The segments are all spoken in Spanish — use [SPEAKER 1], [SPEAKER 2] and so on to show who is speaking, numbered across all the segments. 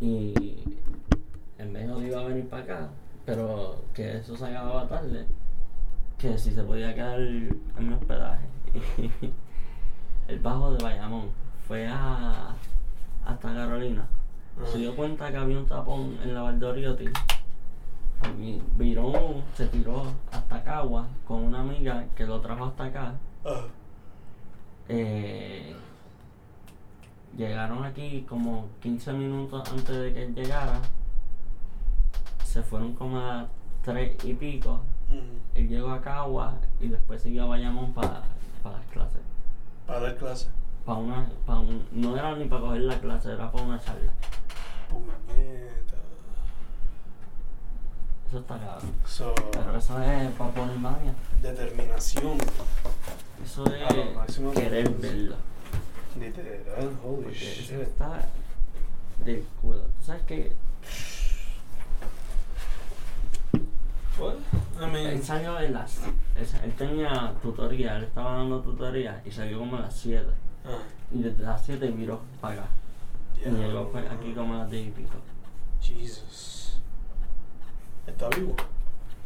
[SPEAKER 1] Y él me dijo que iba a venir para acá, pero que eso se acababa tarde, que si se podía quedar en mi hospedaje. el bajo de Bayamón fue a, hasta Carolina.
[SPEAKER 2] Ah.
[SPEAKER 1] Se dio cuenta que había un tapón en la Valdoriotti. Y Viró, se tiró hasta Cagua con una amiga que lo trajo hasta acá.
[SPEAKER 2] Ah.
[SPEAKER 1] Eh, llegaron aquí como 15 minutos antes de que él llegara. Se fueron como a 3 y pico.
[SPEAKER 2] Mm.
[SPEAKER 1] Él llegó a Cagua y después siguió a Bayamón para las clases.
[SPEAKER 2] Para dar clase.
[SPEAKER 1] Para una, pa' un- no era ni para coger la clase, era para una charla.
[SPEAKER 2] Puñeta.
[SPEAKER 1] Eso está cabrón.
[SPEAKER 2] So,
[SPEAKER 1] Pero eso es para poner mania.
[SPEAKER 2] determinación.
[SPEAKER 1] Eso
[SPEAKER 2] A lo máximo
[SPEAKER 1] es
[SPEAKER 2] que
[SPEAKER 1] querer
[SPEAKER 2] puedes.
[SPEAKER 1] verlo.
[SPEAKER 2] Literal, holy
[SPEAKER 1] Porque eso
[SPEAKER 2] shit.
[SPEAKER 1] está del culo. ¿Tú sabes que
[SPEAKER 2] What? I mean,
[SPEAKER 1] Él salió de las. Él, sa- él tenía tutoría, él estaba dando tutoría y salió como a las 7.
[SPEAKER 2] ah,
[SPEAKER 1] Y desde las 7 miró para acá.
[SPEAKER 2] yeah.
[SPEAKER 1] Y llegó fue aquí como a las 10 y pico.
[SPEAKER 2] Jesus. Está vivo.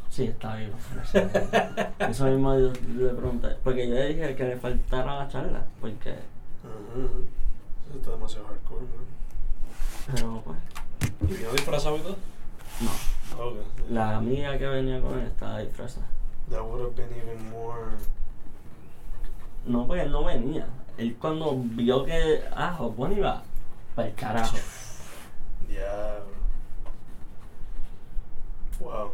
[SPEAKER 1] Sí, está vivo. Eso mismo yo le pregunté. Porque yo le dije que le faltara la charla. Porque.
[SPEAKER 2] Ajá. Eso está demasiado hardcore, man.
[SPEAKER 1] Pero pues.
[SPEAKER 2] ¿Y vino disfrazado y todo?
[SPEAKER 1] No.
[SPEAKER 2] Ok.
[SPEAKER 1] La amiga que venía con él estaba disfrazada.
[SPEAKER 2] That would have been even more.
[SPEAKER 1] No, pues él no venía. Él cuando vio que. Ah, Jopón iba. Para el carajo.
[SPEAKER 2] Diablo. Wow.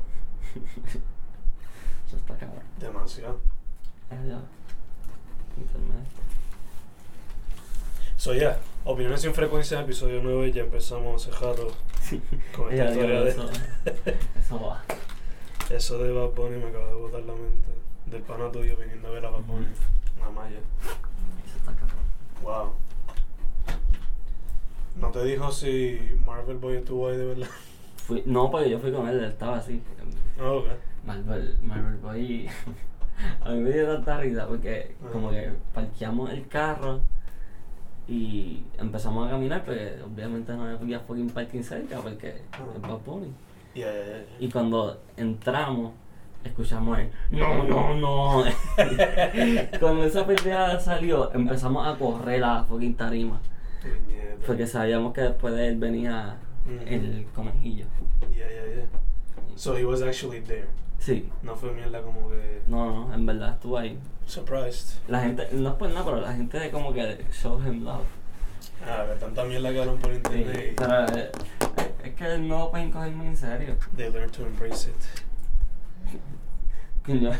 [SPEAKER 1] Eso está cabrón.
[SPEAKER 2] Demasiado.
[SPEAKER 1] Adiós. Quítame esto.
[SPEAKER 2] So, yeah. Opiniones sin frecuencia, episodio 9. Ya empezamos hace rato con
[SPEAKER 1] Ya,
[SPEAKER 2] esta historia
[SPEAKER 1] digo,
[SPEAKER 2] de.
[SPEAKER 1] eso, eso va.
[SPEAKER 2] Eso de Bad Bunny me acaba de botar la mente. Del pana tuyo viniendo a ver a Bad Bunny. Una malla.
[SPEAKER 1] Eso está cabrón.
[SPEAKER 2] Wow. ¿No te dijo si Marvel Boy estuvo ahí de verdad?
[SPEAKER 1] Fui- no, porque yo fui con él, él estaba así.
[SPEAKER 2] Ah, ok.
[SPEAKER 1] Marvel, Marvel Boy. A mí me dio tanta risa porque, como que parqueamos el carro y empezamos a caminar, porque obviamente no había fucking parking cerca porque es Bad Bunny.
[SPEAKER 2] Ya, ya, ya, ya.
[SPEAKER 1] Y cuando entramos, escuchamos el no, no, no. cuando esa pendeja salió, empezamos a correr a la fucking tarima.
[SPEAKER 2] Puñeta.
[SPEAKER 1] Porque sabíamos que después de él venía el conejillo.
[SPEAKER 2] Ya, ya, ya. So he was actually there.
[SPEAKER 1] Sí,
[SPEAKER 2] No fue mierda como que.
[SPEAKER 1] no, no, en verdad estuvo ahí.
[SPEAKER 2] Surprised.
[SPEAKER 1] La gente, no es por nada, pero la gente de como que show him love.
[SPEAKER 2] Ah, ver, tanta mierda que hablan por
[SPEAKER 1] Sí,
[SPEAKER 2] internet. y
[SPEAKER 1] pero eh, es que no lo pueden coger muy en serio.
[SPEAKER 2] They learn to embrace it.
[SPEAKER 1] Coño,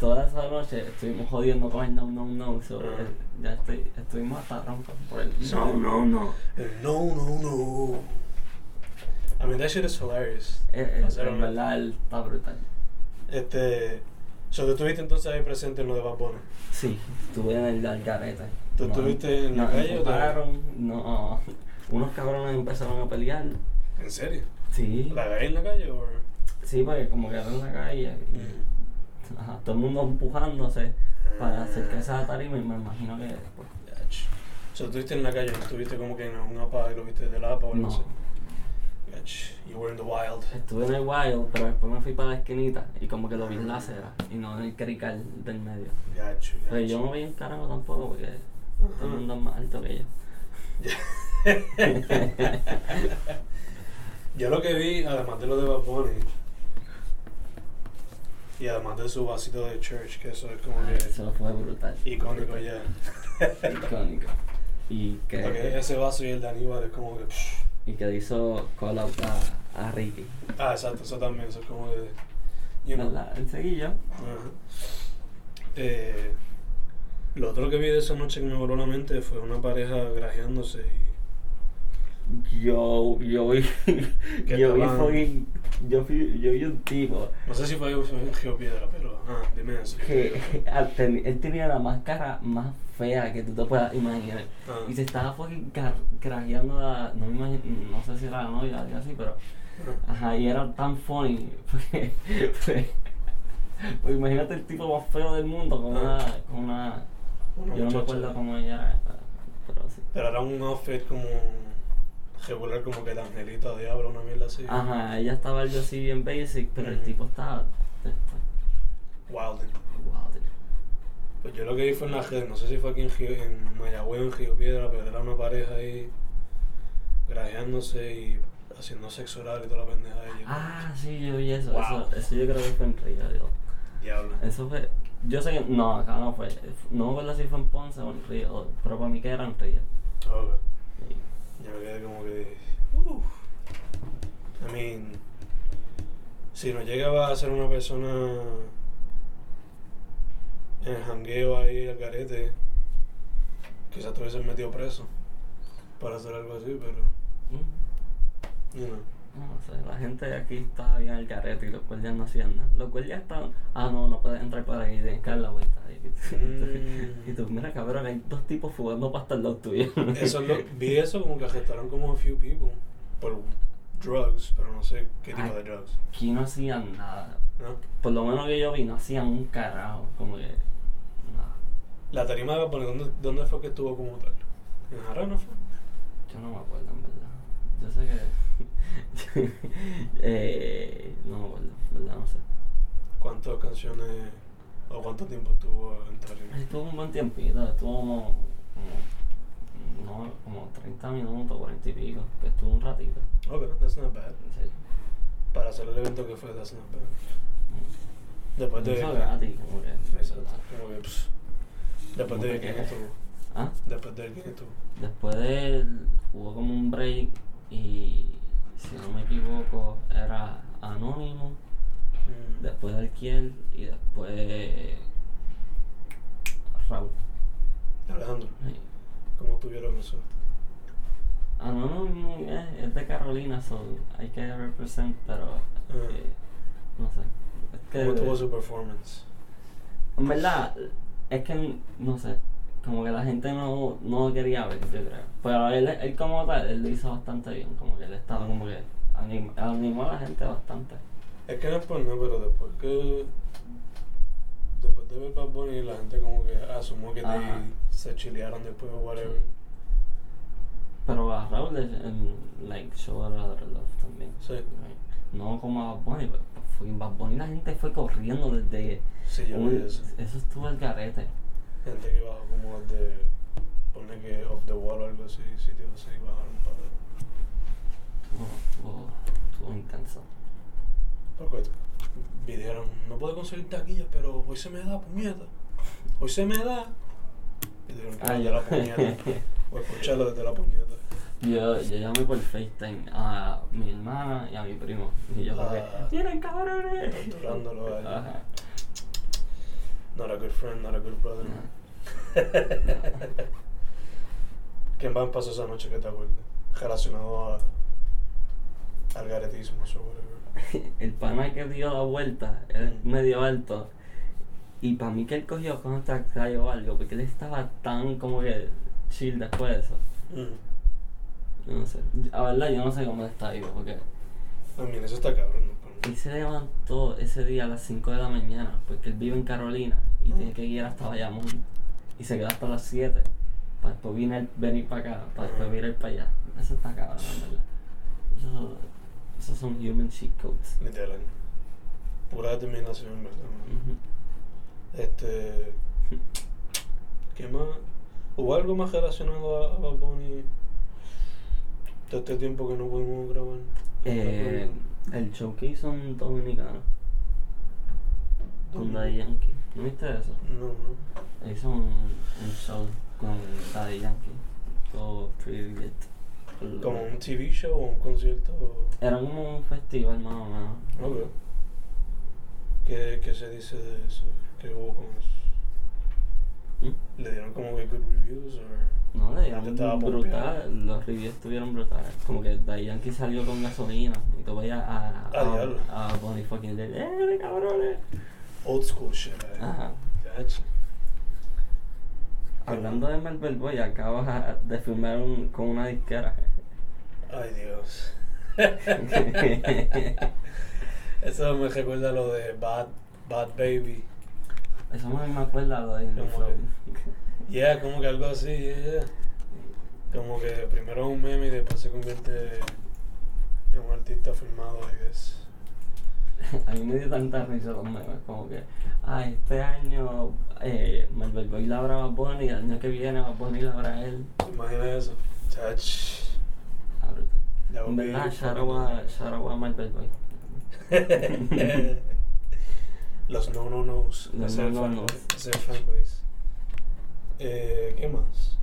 [SPEAKER 1] Toda esa noche estuvimos jodiendo con el no, no, no. so,
[SPEAKER 2] Ah.
[SPEAKER 1] eh, ya estoy, estuvimos hasta roncos por el
[SPEAKER 2] So-
[SPEAKER 1] no.
[SPEAKER 2] And no, no, no. I mean, that shit is hilarious.
[SPEAKER 1] Eh, eh, en
[SPEAKER 2] Sinceramente.
[SPEAKER 1] verdad él está brutal.
[SPEAKER 2] Este. So, tú estuviste entonces ahí presente en lo de Bad Bunny.
[SPEAKER 1] Sí, estuve en el Algarete.
[SPEAKER 2] ¿Tú estuviste en la calle o
[SPEAKER 1] No,
[SPEAKER 2] te-
[SPEAKER 1] empujaron, no. Unos cabrones empezaron a pelear.
[SPEAKER 2] ¿En serio?
[SPEAKER 1] Sí.
[SPEAKER 2] ¿La agarré en la calle o.?
[SPEAKER 1] Sí, porque como que era en la calle. Y, ajá, todo el mundo empujándose
[SPEAKER 2] Ah.
[SPEAKER 1] para acercarse a la tarima y me imagino que después.
[SPEAKER 2] Gach. So, tú estuviste en la calle, no estuviste como que en un apa y lo viste de la apa o algo
[SPEAKER 1] No.
[SPEAKER 2] así. Gach. You were in the wild.
[SPEAKER 1] Estuve en el wild, pero después me fui para la esquinita y como que lo vi en la acera y no en el crical del medio.
[SPEAKER 2] Gach, gach.
[SPEAKER 1] Pero yo no veía un carajo tampoco porque
[SPEAKER 2] Ajá.
[SPEAKER 1] todo el mundo es más alto que yo.
[SPEAKER 2] Yo lo que vi, además de lo de Bad Bunny, y además de su vasito de church, que eso es como
[SPEAKER 1] Ay, Ah, Eso
[SPEAKER 2] que
[SPEAKER 1] fue brutal.
[SPEAKER 2] icónico ya.
[SPEAKER 1] Icónico. Y que.
[SPEAKER 2] Porque ese vaso y el de Aníbal es como que. psh.
[SPEAKER 1] Y que le hizo call out a, a Ricky.
[SPEAKER 2] Ah, exacto, eso también, eso es como que. You know.
[SPEAKER 1] ¿Verdad? El seguillo.
[SPEAKER 2] Ajá. Eh, lo otro que vi de esa noche que me voló la mente fue una pareja grajeándose y.
[SPEAKER 1] Yo, yo vi.
[SPEAKER 2] Que
[SPEAKER 1] yo vi
[SPEAKER 2] estaban-
[SPEAKER 1] fucking. Yo vi, yo vi un tipo
[SPEAKER 2] No sé si fue fue en Geopiedra, pero. Ah, dime eso.
[SPEAKER 1] que al ten- él tenía la máscara más fea que tú te puedas imaginar.
[SPEAKER 2] Ah.
[SPEAKER 1] Y se estaba fucking gra- grajeando a. No, me imagino, no sé si era la novia o algo así, pero. Ajá, y era tan funny. Porque, porque- pues imagínate el tipo más feo del mundo con una. Con una
[SPEAKER 2] Ah. Una
[SPEAKER 1] yo no me
[SPEAKER 2] muchacha.
[SPEAKER 1] acuerdo cómo ella era. Pero sí.
[SPEAKER 2] Pero era un outfit como. regular como que la angelita de diablo, una mierda así.
[SPEAKER 1] Ajá, ella estaba algo así bien basic, pero el
[SPEAKER 2] Ujú.
[SPEAKER 1] tipo estaba.
[SPEAKER 2] Wilden.
[SPEAKER 1] Wow,
[SPEAKER 2] Pues yo lo que vi fue en la red, no sé si fue aquí en, Gio- en Mayagüez o en Río Piedra, pero era una pareja ahí grajeándose y haciendo sexo oral y toda la pendeja de ella.
[SPEAKER 1] Ah, sí, yo vi eso.
[SPEAKER 2] Wow.
[SPEAKER 1] Eso, eso yo creo que fue en Río, Dios.
[SPEAKER 2] Diablo.
[SPEAKER 1] Eso fue. Yo sé que. No, acá no fue. No me acuerdo si fue en Ponce o en Río, pero para mí que era en Río.
[SPEAKER 2] Ok.
[SPEAKER 1] Sí.
[SPEAKER 2] Ya me quedé como que. Uff. I mean. Si no llegaba a ser una persona. En el jangueo ahí, al garete. Quizás te hubieses metido preso. Para hacer algo así, pero.
[SPEAKER 1] Mm.
[SPEAKER 2] You know.
[SPEAKER 1] No sé, la gente aquí estaba bien al carrete y los guardias no hacían nada. Los guardias estaban. Ah, no, no puedes entrar por ahí, tienes que dar la vuelta. Y,
[SPEAKER 2] Mm.
[SPEAKER 1] y tú, mira, cabrón, hay dos tipos fugando para estar los tuyos.
[SPEAKER 2] Eso lo, vi eso como que arrestaron como a few people. Por drugs, pero no sé qué tipo de drugs.
[SPEAKER 1] Aquí no hacían nada.
[SPEAKER 2] ¿no?
[SPEAKER 1] Por lo menos que yo vi, no hacían un carajo. Como que. Nada.
[SPEAKER 2] La tarima de Bad Bunny, ¿dónde, ¿dónde fue que estuvo como tal? ¿En Jarana fue?
[SPEAKER 1] Yo no me acuerdo, en verdad. Yo sé que. eh, no me acuerdo, en verdad, no sé.
[SPEAKER 2] ¿Cuántas canciones o cuánto tiempo estuvo en tarima?
[SPEAKER 1] Estuvo un buen tiempito, estuvo como. como, no, como 30 minutos, 40 y pico, que estuvo un ratito.
[SPEAKER 2] Ok, that's not bad.
[SPEAKER 1] En serio.
[SPEAKER 2] Para hacer el evento que fue, that's not bad. Después de...
[SPEAKER 1] Eso gratis, como que.
[SPEAKER 2] Exacto. Como que, pss. Después
[SPEAKER 1] Como
[SPEAKER 2] de
[SPEAKER 1] que-
[SPEAKER 2] quién estuvo.
[SPEAKER 1] ¿Ah?
[SPEAKER 2] Después de quién estuvo.
[SPEAKER 1] Después de él, hubo como un break y. Si no me equivoco, era Anónimo,
[SPEAKER 2] Mm.
[SPEAKER 1] después Alquiel y después. Raúl.
[SPEAKER 2] Alejandro,
[SPEAKER 1] Sí.
[SPEAKER 2] ¿cómo tuvieron eso?
[SPEAKER 1] Ah, no, no, no, eh, es de Carolina, so hay que represent, pero
[SPEAKER 2] Ah.
[SPEAKER 1] eh, no sé. Es que,
[SPEAKER 2] ¿Cómo tuvo su performance?
[SPEAKER 1] en verdad, es que no sé, como que la gente no, no quería ver, yo creo. Pero él, él como tal, él lo hizo bastante bien, como que él estaba como que anim- animó a la gente bastante.
[SPEAKER 2] Es que no es por nada, pero después que. Después de ver Bad Bunny, la gente como que asumió que
[SPEAKER 1] Ajá.
[SPEAKER 2] te, se chilearon después o whatever.
[SPEAKER 1] Pero a Raúl le- en like show a Rather Love también.
[SPEAKER 2] Sí.
[SPEAKER 1] No como a Bad Bunny, pero fue en Bad Bunny la gente fue corriendo desde
[SPEAKER 2] Sí, yo
[SPEAKER 1] Uy,
[SPEAKER 2] vi eso.
[SPEAKER 1] eso estuvo el garete.
[SPEAKER 2] Gente que bajó como de. Pone que off the wall o algo así, sitio así, bajaron para.
[SPEAKER 1] Estuvo, estuvo intenso.
[SPEAKER 2] Porque pidieron, no puedo conseguir taquillas, pero hoy se me da, puñeta. Hoy se me da. Y dijeron,
[SPEAKER 1] Ah,
[SPEAKER 2] de
[SPEAKER 1] ya.
[SPEAKER 2] la puñeta. o escucharlo desde la puñeta.
[SPEAKER 1] Yo, yo llamé por FaceTime a mi hermana y a mi primo. Y yo como que,
[SPEAKER 2] Ah.
[SPEAKER 1] ¡Miren cabrones!
[SPEAKER 2] Torturándolo a ellos.
[SPEAKER 1] Ajá.
[SPEAKER 2] Not a good friend, not a good brother.
[SPEAKER 1] No.
[SPEAKER 2] ¿Quién va en paso esa noche que te acuerdes? Relacionado a, al garetismo, so whatever.
[SPEAKER 1] El pana que dio la vuelta, él es
[SPEAKER 2] Mm.
[SPEAKER 1] medio alto. Y para mí que él cogió contra Cayo o algo, porque él estaba tan como que chill después de eso.
[SPEAKER 2] Mm.
[SPEAKER 1] Yo no sé. A verdad, yo no sé cómo él está vivo, porque
[SPEAKER 2] También eso está cabrón. ¿no?
[SPEAKER 1] Él se levantó ese día a las 5 de la mañana porque él vive en Carolina y tiene que ir hasta Bayamón y se quedó hasta las 7 para después venir, venir para acá, para después venir para allá. Eso está cabrón, en ¿verdad? Eso- Esos son human cheat codes.
[SPEAKER 2] Literal. Pura determinación, ¿verdad? man?
[SPEAKER 1] Ujú.
[SPEAKER 2] Este. ¿Qué más? ¿Hubo algo más relacionado a, a Bad Bunny de este tiempo que no pudimos grabar?
[SPEAKER 1] Eh, el show que hizo un dominicano con Daddy Yankee. ¿No viste eso?
[SPEAKER 2] No, no.
[SPEAKER 1] Él hizo un, un show con Daddy Yankee. Todo pretty lit.
[SPEAKER 2] ¿Como un TV show o un concierto? o-
[SPEAKER 1] Era como un festival más o menos.
[SPEAKER 2] Ok. ¿Qué, qué se dice de eso? ¿Qué hubo con eso?
[SPEAKER 1] ¿Mm?
[SPEAKER 2] ¿Le dieron como que good reviews? Or...
[SPEAKER 1] No, le
[SPEAKER 2] La gente estaba
[SPEAKER 1] dieron
[SPEAKER 2] pompeada.
[SPEAKER 1] brutal. Los reviews estuvieron brutales. Como que Daddy Yankee salió con gasolina. Y tú veías a,
[SPEAKER 2] Ah,
[SPEAKER 1] a,
[SPEAKER 2] diablo.
[SPEAKER 1] a, Bonnie fucking Lee, ¡Eh, de cabrones!
[SPEAKER 2] Old school shit. eh.
[SPEAKER 1] Ajá.
[SPEAKER 2] Gotcha.
[SPEAKER 1] Hablando de Marvel Boy, acabas de filmar un, con una disquera.
[SPEAKER 2] Ay, Dios. Eso me recuerda a lo de Bad, Bad Baby.
[SPEAKER 1] Eso más me acuerda lo de Indie
[SPEAKER 2] Como
[SPEAKER 1] Flow.
[SPEAKER 2] que- Yeah, como que algo así, yeah, yeah. Como que primero es un meme y después se convierte en un artista filmado, I guess.
[SPEAKER 1] A mí me dio tanta risa los memes, como que, ah, este año eh, Marvel Boy labra a Bad Bunny, y el año que viene Bad Bunny labra a él.
[SPEAKER 2] ¿Te imaginas eso? Chach.
[SPEAKER 1] Ah, brutal.
[SPEAKER 2] That would
[SPEAKER 1] En
[SPEAKER 2] be
[SPEAKER 1] verdad, shout
[SPEAKER 2] fucking
[SPEAKER 1] out a-
[SPEAKER 2] nice.
[SPEAKER 1] shout out a Marvel Boy.
[SPEAKER 2] Los no no nos.
[SPEAKER 1] Los
[SPEAKER 2] Ese es el
[SPEAKER 1] no, no,
[SPEAKER 2] fan-
[SPEAKER 1] nos.
[SPEAKER 2] ese es el fanbase. Eh, ¿Qué más?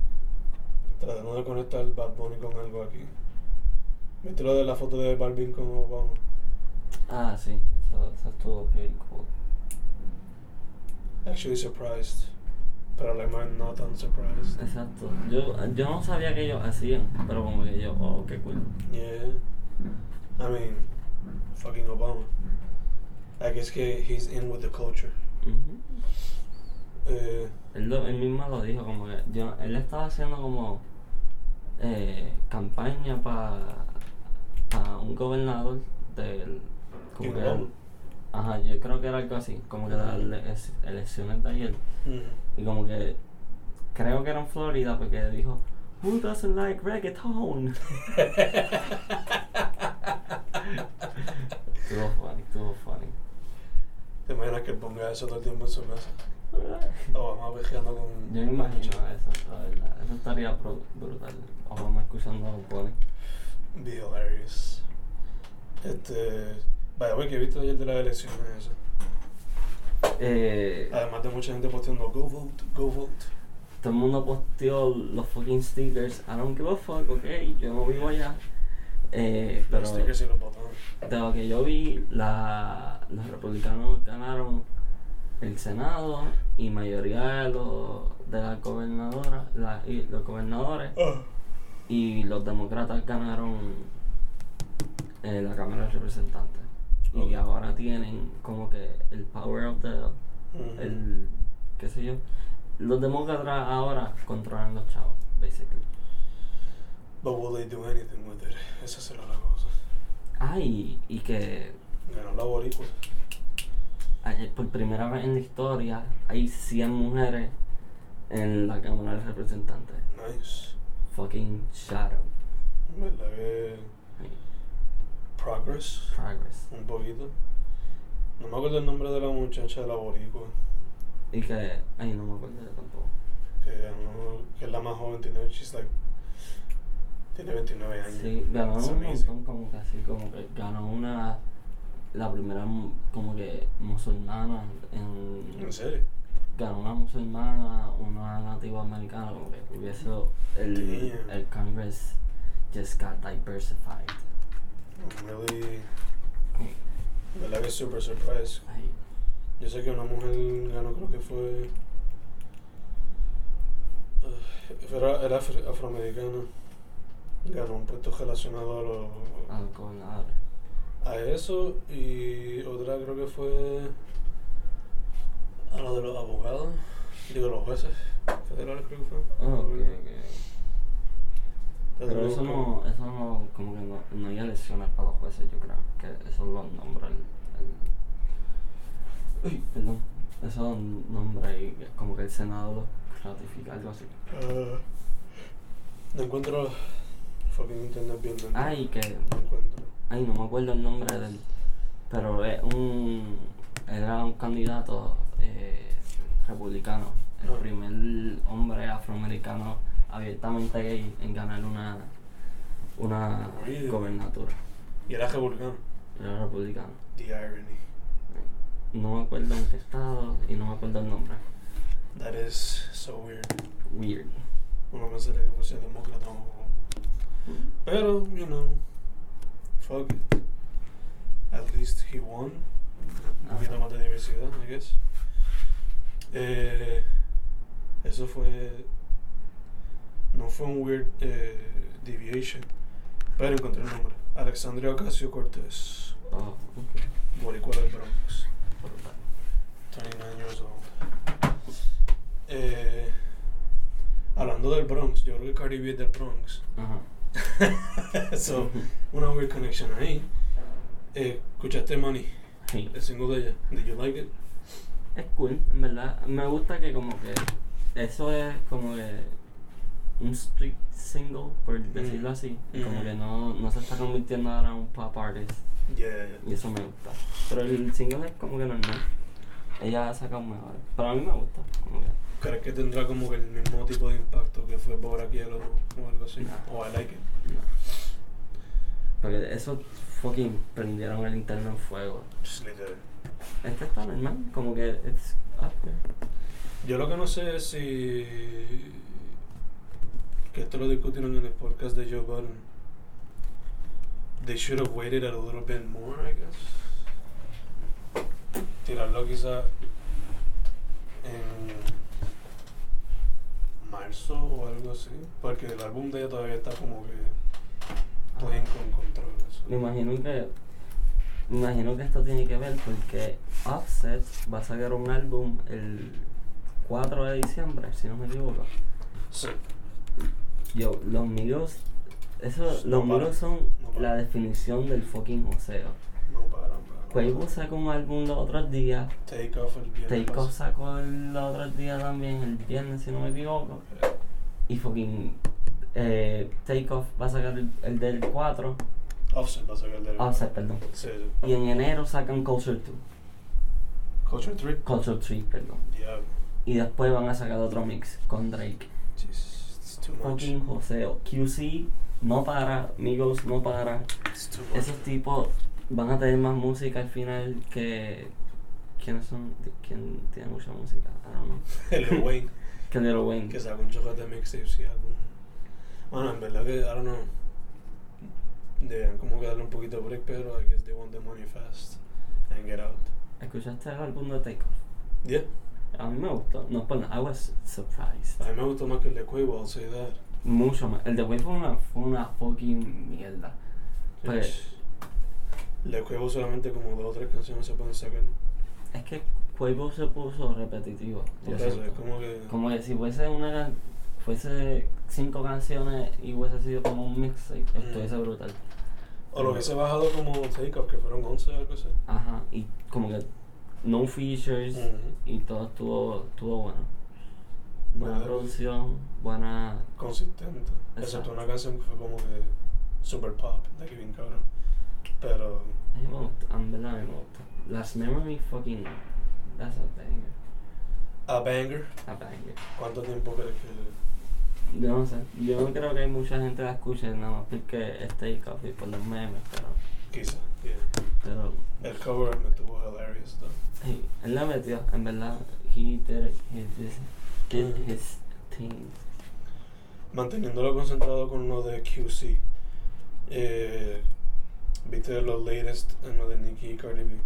[SPEAKER 2] Tratando de conectar Bad Bunny con algo aquí. ¿Viste lo de la foto de Balvin con Obama?
[SPEAKER 1] Ah, sí, eso, eso estuvo bien cool.
[SPEAKER 2] Actually surprised. Pero la imagen no tan surprised.
[SPEAKER 1] Exacto. Yo, yo no sabía que ellos hacían, pero como que yo, oh, qué cool.
[SPEAKER 2] Yeah. I mean, fucking Obama. I guess que he's in with the culture.
[SPEAKER 1] Ujú.
[SPEAKER 2] Eh,
[SPEAKER 1] Él, lo- él mismo lo dijo, como que yo- él estaba haciendo como eh, campaña para un gobernador del... Como
[SPEAKER 2] ¿King Ah.
[SPEAKER 1] que era-
[SPEAKER 2] Obama?
[SPEAKER 1] ajá, yo creo que era algo así, como que las ele- elecciones de ayer.
[SPEAKER 2] mm,
[SPEAKER 1] Y como que creo que era en Florida porque dijo, Who doesn't like reggaeton? estuvo funny, estuvo funny.
[SPEAKER 2] ¿Te imaginas que él ponga eso todo el tiempo en su casa? Obama viajando con.
[SPEAKER 1] Yo me imagino eso, la verdad. Eso estaría pro- brutal. Obama escuchando a Bob Bunny.
[SPEAKER 2] Be hilarious. Este. By the way, que viste ayer de las elecciones eso.
[SPEAKER 1] Eh,
[SPEAKER 2] Además de mucha gente posteando go vote, go vote.
[SPEAKER 1] todo el mundo posteó los fucking stickers. I don't give a fuck, ok. Yo no vivo allá. Eh, pero.
[SPEAKER 2] Los stickers y Este, los botones.
[SPEAKER 1] De lo que yo vi, la, los republicanos ganaron el Senado y mayoría de los de las gobernadoras, la- y los gobernadores
[SPEAKER 2] Ah.
[SPEAKER 1] y los demócratas ganaron eh, la Cámara de Representantes.
[SPEAKER 2] Ok.
[SPEAKER 1] Y ahora tienen como que el power of the
[SPEAKER 2] Ujú.
[SPEAKER 1] el qué sé yo. Los demócratas ahora controlan los chavos, basically.
[SPEAKER 2] But will they do anything with it? Esa será la cosa.
[SPEAKER 1] Ah, y, y que
[SPEAKER 2] Ganó la boricua.
[SPEAKER 1] Ayer, por primera vez en la historia hay 100 mujeres en la Cámara de Representantes.
[SPEAKER 2] Nice.
[SPEAKER 1] Fucking shadow.
[SPEAKER 2] En verdad que. Progress.
[SPEAKER 1] Progress.
[SPEAKER 2] Un poquito. No me acuerdo el nombre de la muchacha de la boricua.
[SPEAKER 1] Y que. Ay, no me acuerdo de tampoco.
[SPEAKER 2] Que ganó. Que es la más joven, tiene. She's like. Tiene 29 años.
[SPEAKER 1] Sí, ganó
[SPEAKER 2] It's
[SPEAKER 1] un
[SPEAKER 2] amazing.
[SPEAKER 1] montón, como que así, como que ganó una. La primera, mu- como que musulmana en.
[SPEAKER 2] ¿En serio?
[SPEAKER 1] Ganó una musulmana, una nativa americana, como que hubiese el,
[SPEAKER 2] Damn.
[SPEAKER 1] el Congress just got diversified.
[SPEAKER 2] I'm really. en verdad que super surprised.
[SPEAKER 1] Ay,
[SPEAKER 2] Yo sé que una mujer ganó, creo que fue. eh, era era afro- afroamericana. Ganó un puesto relacionado a, lo-
[SPEAKER 1] a los gobernadores.
[SPEAKER 2] a eso y otra creo que fue. A lo de los abogados, digo, los jueces federales, creo que fue.
[SPEAKER 1] Ah, ok, ok.
[SPEAKER 2] Entonces,
[SPEAKER 1] Pero eso
[SPEAKER 2] como-
[SPEAKER 1] no, eso no, como que no, no hay elecciones para los jueces, yo creo. Que eso lo nombra el. el- uy, perdón. Eso lo nombra y que- como que el Senado lo ratifica, algo así.
[SPEAKER 2] Ah, no encuentro. Fucking internet bien lento.
[SPEAKER 1] Ay, que.
[SPEAKER 2] No encuentro.
[SPEAKER 1] Ay, no me acuerdo el nombre del. Pero es un. Era un candidato eh, republicano. El
[SPEAKER 2] Ah.
[SPEAKER 1] primer hombre afroamericano abiertamente gay en ganar una. Una
[SPEAKER 2] Really?
[SPEAKER 1] gobernatura.
[SPEAKER 2] Y era republicano.
[SPEAKER 1] Era republicano.
[SPEAKER 2] The irony.
[SPEAKER 1] No me acuerdo en qué estado y no me acuerdo el nombre.
[SPEAKER 2] That is so weird.
[SPEAKER 1] Weird.
[SPEAKER 2] Uno pensaría que fuese demócrata o. Pero, you know. Fuck it. At least he won. Un poquito
[SPEAKER 1] Ajá.
[SPEAKER 2] más de diversidad, I guess. Eh, eso fue. No fue un weird eh, deviation. Pero encontré el nombre: Alexandria Ocasio Cortés.
[SPEAKER 1] Oh, ok.
[SPEAKER 2] Boricua del Bronx.
[SPEAKER 1] Brutal.
[SPEAKER 2] 29 years old. Eh, hablando del Bronx, yo creo que Cardi B es del Bronx.
[SPEAKER 1] Ajá.
[SPEAKER 2] so, una weird connection ahí. Eh, escuchaste Money,
[SPEAKER 1] Sí.
[SPEAKER 2] el single de ella. Did you like it?
[SPEAKER 1] Es cool, en verdad. Me gusta que como que eso es como que un street single, por decirlo así. Y Como
[SPEAKER 2] Ujú.
[SPEAKER 1] que no, no se está convirtiendo ahora en un pop artist.
[SPEAKER 2] Yeah, yeah.
[SPEAKER 1] Y eso me gusta. Pero el single es como que normal. Ella ha sacado mejores. Pero a mí me gusta. Como que.
[SPEAKER 2] ¿Crees que tendrá como que el mismo tipo de impacto que fue por aquí o algo así?
[SPEAKER 1] Nah.
[SPEAKER 2] O I like it.
[SPEAKER 1] no. Porque eso fucking prendieron el interno en fuego.
[SPEAKER 2] Just literal.
[SPEAKER 1] Este está normal, como que it's up there.
[SPEAKER 2] Yo lo que no sé es si. Que esto lo discutieron en el podcast de Joe Biden. They should have waited a little bit more, I guess. Tirarlo quizá en marzo o algo así. Porque el álbum de ella todavía está como que playing con control. eso.
[SPEAKER 1] Me imagino que. Me imagino que esto tiene que ver porque Offset va a sacar un álbum el 4 de diciembre, si no me equivoco.
[SPEAKER 2] Sí.
[SPEAKER 1] Yo, los Migos. Eso,
[SPEAKER 2] No
[SPEAKER 1] los
[SPEAKER 2] para,
[SPEAKER 1] Migos son
[SPEAKER 2] no para.
[SPEAKER 1] la definición del fucking oseo.
[SPEAKER 2] No paran, paran.
[SPEAKER 1] Quavo sacó un álbum los otros días.
[SPEAKER 2] Take off el viernes.
[SPEAKER 1] Take Off
[SPEAKER 2] pasado.
[SPEAKER 1] sacó el otro día también, el viernes, si no me equivoco. Y fucking. Eh, Take Off va a sacar el, el del 4.
[SPEAKER 2] Offset va a sacar el del.
[SPEAKER 1] Offset, perdón.
[SPEAKER 2] Sí,
[SPEAKER 1] Y
[SPEAKER 2] sí.
[SPEAKER 1] en enero sacan Culture 2.
[SPEAKER 2] Culture 3.
[SPEAKER 1] Culture 3, perdón.
[SPEAKER 2] Diablo.
[SPEAKER 1] Y después van a sacar otro mix con Drake.
[SPEAKER 2] Jesus, it's too much.
[SPEAKER 1] Fucking joseo. QC no para, Migos no para.
[SPEAKER 2] It's too much.
[SPEAKER 1] Esos tipos van a tener más música al final que. ¿Quiénes son? ¿Quién tiene mucha música? I don't know.
[SPEAKER 2] Lil Wayne,
[SPEAKER 1] Que Lil Wayne.
[SPEAKER 2] que sacó un chojo de mixtapes y álbum. Bueno, en verdad que, I don't know. Deberían como que darle un poquito de break, pero I guess they want the money fast and get out.
[SPEAKER 1] ¿Escuchaste el álbum de Take Off?
[SPEAKER 2] Yeah,
[SPEAKER 1] A mí me gustó. No, perdón, I was surprised.
[SPEAKER 2] a mí me gustó más que el de Quavo, I'll say that.
[SPEAKER 1] Mucho más. El de Wayne fue una, fue una fucking mierda. Pues-
[SPEAKER 2] El de Quavo solamente como dos o tres canciones se pueden sacar.
[SPEAKER 1] Es que Quavo se puso repetitivo. yo
[SPEAKER 2] Por eso, es
[SPEAKER 1] siento.
[SPEAKER 2] como que...
[SPEAKER 1] Como que si fuese una can- fuese cinco canciones y hubiese sido como un mixtape, estuviese
[SPEAKER 2] Mm.
[SPEAKER 1] brutal.
[SPEAKER 2] O lo que se ha bajado como Take Off, que fueron 11 o algo así.
[SPEAKER 1] Ajá, y como que no features
[SPEAKER 2] Ujú.
[SPEAKER 1] y todo estuvo, estuvo bueno. Buena
[SPEAKER 2] ¿Verdad?
[SPEAKER 1] producción, buena...
[SPEAKER 2] consistente. Excepto
[SPEAKER 1] Exacto.
[SPEAKER 2] una canción que fue como que super pop, de Kevin Cabrón. Pero
[SPEAKER 1] A mí me gustó, en verdad a mí me gustó. Las Memory fucking... That's a banger.
[SPEAKER 2] a banger,
[SPEAKER 1] A banger.
[SPEAKER 2] ¿cuánto tiempo crees que
[SPEAKER 1] Yo no sé, yo no creo que hay mucha gente que la escuche nada más porque este y Coffee por los memes, pero...
[SPEAKER 2] quizá? yeah.
[SPEAKER 1] pero
[SPEAKER 2] El cover me tuvo hilarious, though.
[SPEAKER 1] Sí, él la metió, en verdad. He did, it- he did, did
[SPEAKER 2] Ujú.
[SPEAKER 1] his thing.
[SPEAKER 2] Manteniéndolo concentrado con lo de QC. Eh, ¿Viste lo latest en lo de Nicki y Cardi B?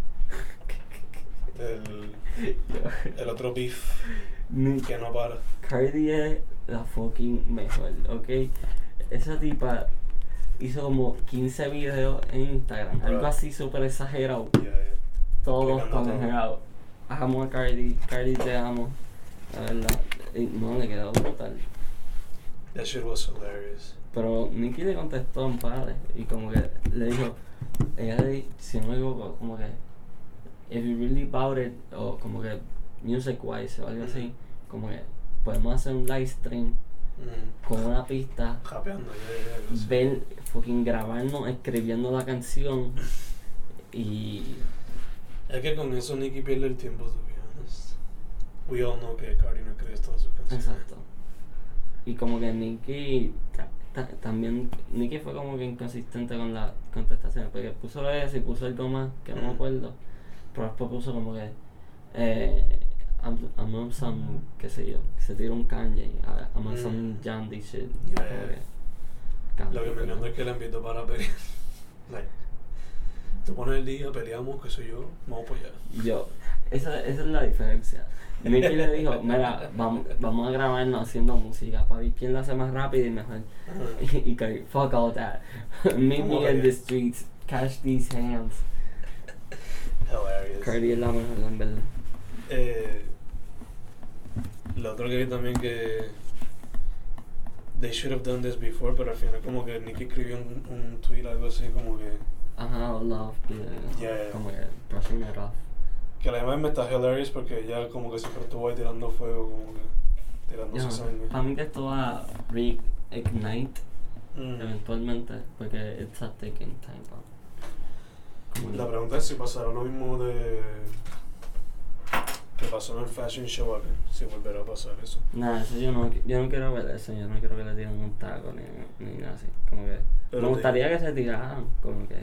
[SPEAKER 2] El, el otro beef
[SPEAKER 1] Ni-
[SPEAKER 2] que no para.
[SPEAKER 1] Cardi es la fucking mejor, ¿ok? Esa tipa hizo como 15 videos en Instagram, algo
[SPEAKER 2] Right.
[SPEAKER 1] así súper exagerado.
[SPEAKER 2] Yeah, yeah.
[SPEAKER 1] Todos
[SPEAKER 2] Explicando
[SPEAKER 1] con
[SPEAKER 2] todo.
[SPEAKER 1] exagerado. Amo a Cardi, Cardi te amo. La verdad, y no le quedó brutal.
[SPEAKER 2] That shit was hilarious.
[SPEAKER 1] Pero Nicky le contestó a un padre y como que le dijo, ella le dijo, si no me equivoco, como que, if you really about it, o como que music wise o algo así, como que podemos hacer un live stream
[SPEAKER 2] Mm.
[SPEAKER 1] con una pista,
[SPEAKER 2] Rapeando, yeah, yeah, algo así.
[SPEAKER 1] ver, fucking grabarnos, escribiendo la canción y...
[SPEAKER 2] Es que con eso Nicky pierde el tiempo, to be honest. We all know que Cardi no cree todas sus canciones.
[SPEAKER 1] Exacto. Y como que Nicky ta- ta- también Nicky fue como que inconsistente con las contestaciones, porque puso eso y puso algo más que no me
[SPEAKER 2] Ujú.
[SPEAKER 1] acuerdo. Pero después puso como que eh, I'm, I'm on some, qué sé yo, se tiró un Kanye, I- I'm on some
[SPEAKER 2] Mm.
[SPEAKER 1] Jandy shit.
[SPEAKER 2] Yeah,
[SPEAKER 1] como
[SPEAKER 2] yeah.
[SPEAKER 1] que-
[SPEAKER 2] Lo que me encanta es que la invitó para pelear. like, te pones el día, peleamos, qué sé yo, vamos para allá.
[SPEAKER 1] Yo, esa, esa es la diferencia. Nicky le dijo, mira, vamos, vamos a grabarnos haciendo música para ver quién la hace más rápido y mejor.
[SPEAKER 2] Ajá.
[SPEAKER 1] y go, fuck all that. Meet me in the streets, catch these hands.
[SPEAKER 2] Hilarious.
[SPEAKER 1] Cardi es la mejor, en verdad.
[SPEAKER 2] Eh, lo otro que vi también que. They should have done this before, pero al final, como que Nicky escribió un, un tweet, algo así, como que.
[SPEAKER 1] Ajá, love, yeah.
[SPEAKER 2] Yeah, yeah.
[SPEAKER 1] Como que brushing it off.
[SPEAKER 2] Que además me está hilarious porque ella, como que siempre estuvo ahí tirando fuego, como que. tirándose sangre.
[SPEAKER 1] Para mí que esto va a reignite
[SPEAKER 2] Mm.
[SPEAKER 1] eventualmente, porque it's a taking time. bro. Como
[SPEAKER 2] La
[SPEAKER 1] que-
[SPEAKER 2] pregunta es si pasará lo mismo de que pasó en el fashion show acá, si volverá a pasar eso.
[SPEAKER 1] Nada, eso yo no, qui- yo no quiero ver eso, yo no quiero que le tiren un taco ni, ni nada así. Como que
[SPEAKER 2] Pero
[SPEAKER 1] me
[SPEAKER 2] te-
[SPEAKER 1] gustaría que se tiraran, como que.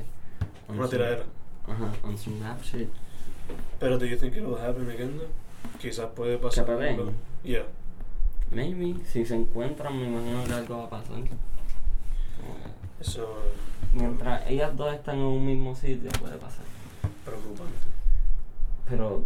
[SPEAKER 1] on
[SPEAKER 2] Una
[SPEAKER 1] some-
[SPEAKER 2] tiradera.
[SPEAKER 1] Ajá, on some rap shit.
[SPEAKER 2] Pero do you think it'll happen again? though? Quizás puede pasar.
[SPEAKER 1] ¿Que peleen?
[SPEAKER 2] algo. Yeah.
[SPEAKER 1] Maybe, si se encuentran, me imagino que algo va a pasar. Como que
[SPEAKER 2] Eso
[SPEAKER 1] Mientras ellas dos están en un mismo sitio, puede pasar.
[SPEAKER 2] preocupante.
[SPEAKER 1] Pero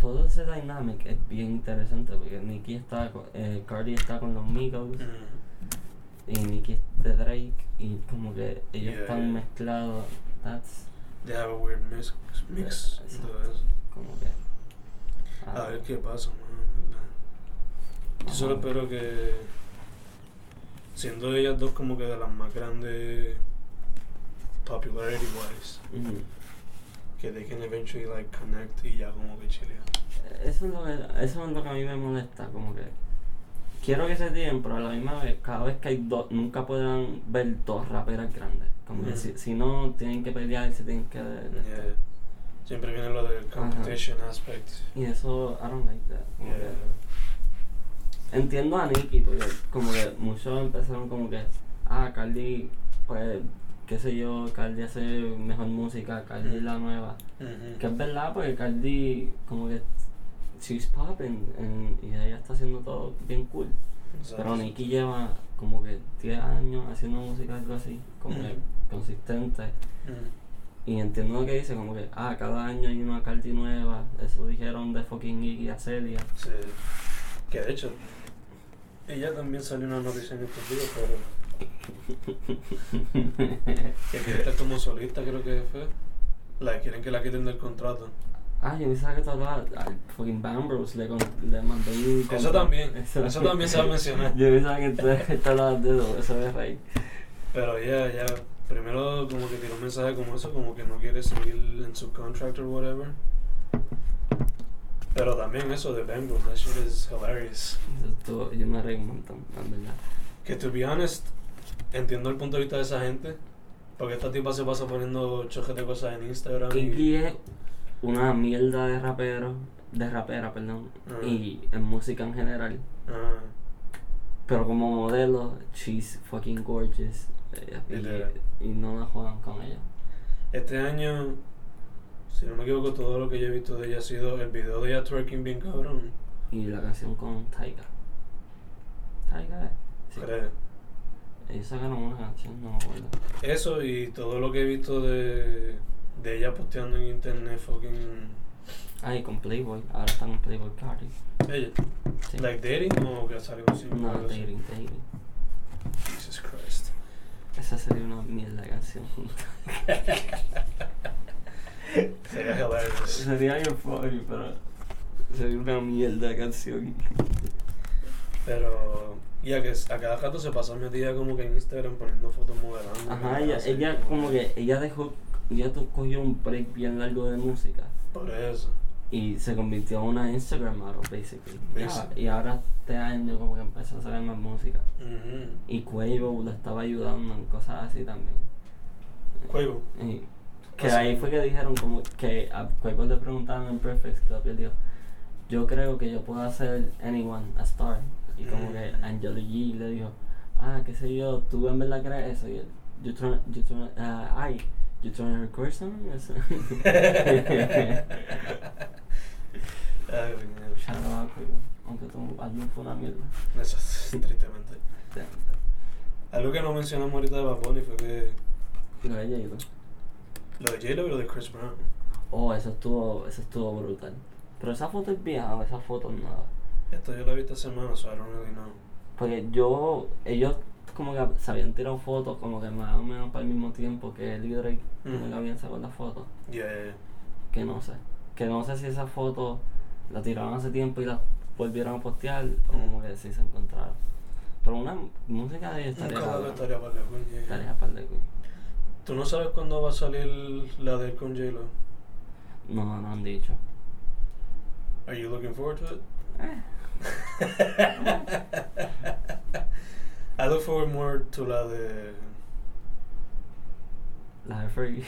[SPEAKER 1] todo ese dynamic es bien interesante porque Nicki está, co- eh, Cardi está con los Migos
[SPEAKER 2] Mm.
[SPEAKER 1] y Nicki es de Drake y como que ellos
[SPEAKER 2] Yeah,
[SPEAKER 1] están
[SPEAKER 2] yeah.
[SPEAKER 1] mezclados. That's
[SPEAKER 2] They have a weird mix. mix
[SPEAKER 1] Eh,
[SPEAKER 2] y
[SPEAKER 1] exacto.
[SPEAKER 2] todo eso.
[SPEAKER 1] como que.
[SPEAKER 2] A
[SPEAKER 1] ah,
[SPEAKER 2] ver qué pasa, man, en verdad. Yo
[SPEAKER 1] vamos
[SPEAKER 2] solo
[SPEAKER 1] a ver.
[SPEAKER 2] espero que, siendo ellas dos como que de las más grandes popularity wise,
[SPEAKER 1] Ujú.
[SPEAKER 2] que they can eventually like connect y ya como que chilean.
[SPEAKER 1] Eso es, lo que, eso es lo que a mí me molesta, como que quiero que se tiren, pero a la misma vez, cada vez que hay dos, nunca puedan ver dos raperas grandes. Como que
[SPEAKER 2] Ujú.
[SPEAKER 1] si, si no, tienen que pelear, se tienen que...
[SPEAKER 2] Yeah. Siempre viene lo del
[SPEAKER 1] Ajá.
[SPEAKER 2] competition aspect.
[SPEAKER 1] Y eso, I don't like that. como
[SPEAKER 2] Yeah.
[SPEAKER 1] que- entiendo a Nicki, porque como que muchos empezaron como que, ah, Cardi, pues, qué sé yo, Cardi hace mejor música, Cardi
[SPEAKER 2] Mm.
[SPEAKER 1] la nueva.
[SPEAKER 2] Ujú.
[SPEAKER 1] Que es verdad, porque Cardi, como que, she's popping, en- y ella está haciendo todo bien cool.
[SPEAKER 2] Exacto.
[SPEAKER 1] Pero Nicky lleva como que 10 años haciendo música, algo así, como que
[SPEAKER 2] Ujú.
[SPEAKER 1] consistente.
[SPEAKER 2] Mm.
[SPEAKER 1] Y entiendo lo que dice, como que, ah, cada año hay una Cardi nueva, eso dijeron de fucking Iggy a Celia.
[SPEAKER 2] Sí. Que de hecho, ella también salió una noticia en estos días, pero que quiere estar como solista creo que fue. La quieren que la quiten del contrato.
[SPEAKER 1] ah, yo pensaba que tú hablabas al fucking Bambrose, le, con, le mandó un...
[SPEAKER 2] Eso también, eso también se va a mencionar.
[SPEAKER 1] Yo pensaba que tú, tú hablabas de eso, eso es rey.
[SPEAKER 2] Pero ella, ella primero como que tiró un mensaje como eso, como que no quiere seguir en su contract or whatever. Pero también eso de Bengals, that shit is hilarious.
[SPEAKER 1] Eso estuvo- yo me reí un montón, la verdad.
[SPEAKER 2] Que to be honest, entiendo el punto de vista de esa gente. Porque esta tipa se pasa poniendo choques de cosas en Instagram.
[SPEAKER 1] Iggy
[SPEAKER 2] Y,
[SPEAKER 1] es una mierda de rapero, de rapera, perdón,
[SPEAKER 2] Ajá.
[SPEAKER 1] y en música en general.
[SPEAKER 2] Ah,
[SPEAKER 1] Pero como modelo, she's fucking gorgeous. eh,
[SPEAKER 2] Literal.
[SPEAKER 1] Y, y no la juegan con ella.
[SPEAKER 2] este año, si no me equivoco, todo lo que yo he visto de ella ha sido el video de ella twerking bien cabrón.
[SPEAKER 1] Y la canción con Taiga. Taiga, eh, sí.
[SPEAKER 2] Creo.
[SPEAKER 1] Ellos sacaron una canción, no me acuerdo.
[SPEAKER 2] Eso y todo lo que he visto de, de ella posteando en internet fucking...
[SPEAKER 1] Ah, y con Playboy. Ahora están en Playboy Cardi.
[SPEAKER 2] Ella.
[SPEAKER 1] Sí.
[SPEAKER 2] Like dating o que salió así.
[SPEAKER 1] no, dating, dating.
[SPEAKER 2] Jesus Christ.
[SPEAKER 1] Esa sería una mierda de canción.
[SPEAKER 2] Sería hilarious.
[SPEAKER 1] sería bien funny, pero... Sería una mierda de canción.
[SPEAKER 2] Pero, ya que a cada rato se pasa metida como que en Instagram poniendo fotos modelando.
[SPEAKER 1] Ajá,
[SPEAKER 2] ¿no?
[SPEAKER 1] ella,
[SPEAKER 2] Así,
[SPEAKER 1] ella como que... Ella dejó... Ella tu- cogió un break bien largo de música.
[SPEAKER 2] Por eso.
[SPEAKER 1] Y se convirtió en una Instagram model, basically.
[SPEAKER 2] Basic.
[SPEAKER 1] Y ahora este año como que empezó a sacar más música.
[SPEAKER 2] Mm. Ujú.
[SPEAKER 1] Y Quavo lo estaba ayudando en cosas así también.
[SPEAKER 2] Quavo.
[SPEAKER 1] Y que
[SPEAKER 2] Así.
[SPEAKER 1] ahí fue que dijeron como que a Quavo le preguntaron en Perfect Club y él dijo, yo creo que yo puedo hacer anyone a star. Y como
[SPEAKER 2] Mm.
[SPEAKER 1] que Angelo G le dijo, ah, qué sé yo, tú en verdad crees eso. Y él, you turn, you turn, ah, ay, you turn her curse on? Eso.
[SPEAKER 2] Ay, mierda.
[SPEAKER 1] Shout out a Quavo, aunque tu álbum fue una mierda.
[SPEAKER 2] Eso es tristemente. Algo que no mencionamos ahorita de Bad Bunny fue que
[SPEAKER 1] Lo de J-Lo.
[SPEAKER 2] lo de J-Lo y lo de Chris Brown.
[SPEAKER 1] Oh, eso estuvo, eso estuvo brutal. Pero esa foto es vieja, o esa foto es nueva.
[SPEAKER 2] Esto yo lo vi esta semana, so I don't really know.
[SPEAKER 1] Porque yo, ellos como que se habían tirado fotos como que más o menos para el mismo tiempo que él y Drake como
[SPEAKER 2] Ujú.
[SPEAKER 1] que habían sacado las fotos.
[SPEAKER 2] Yeah.
[SPEAKER 1] Que no sé. Que no sé si esa foto la tiraron hace tiempo y la volvieron a postear o
[SPEAKER 2] Ujú.
[SPEAKER 1] como que sí se encontraron. Pero una música de ellos estaría
[SPEAKER 2] Nunca lo
[SPEAKER 1] cabrón.
[SPEAKER 2] estaría para la coña.
[SPEAKER 1] Estaría par de cool.
[SPEAKER 2] ¿Tú no sabes cuándo va a salir la del con J-Lo?
[SPEAKER 1] No, no han dicho.
[SPEAKER 2] Are you looking forward to it?
[SPEAKER 1] Eh,
[SPEAKER 2] I look forward more to la de,
[SPEAKER 1] La de Fergie.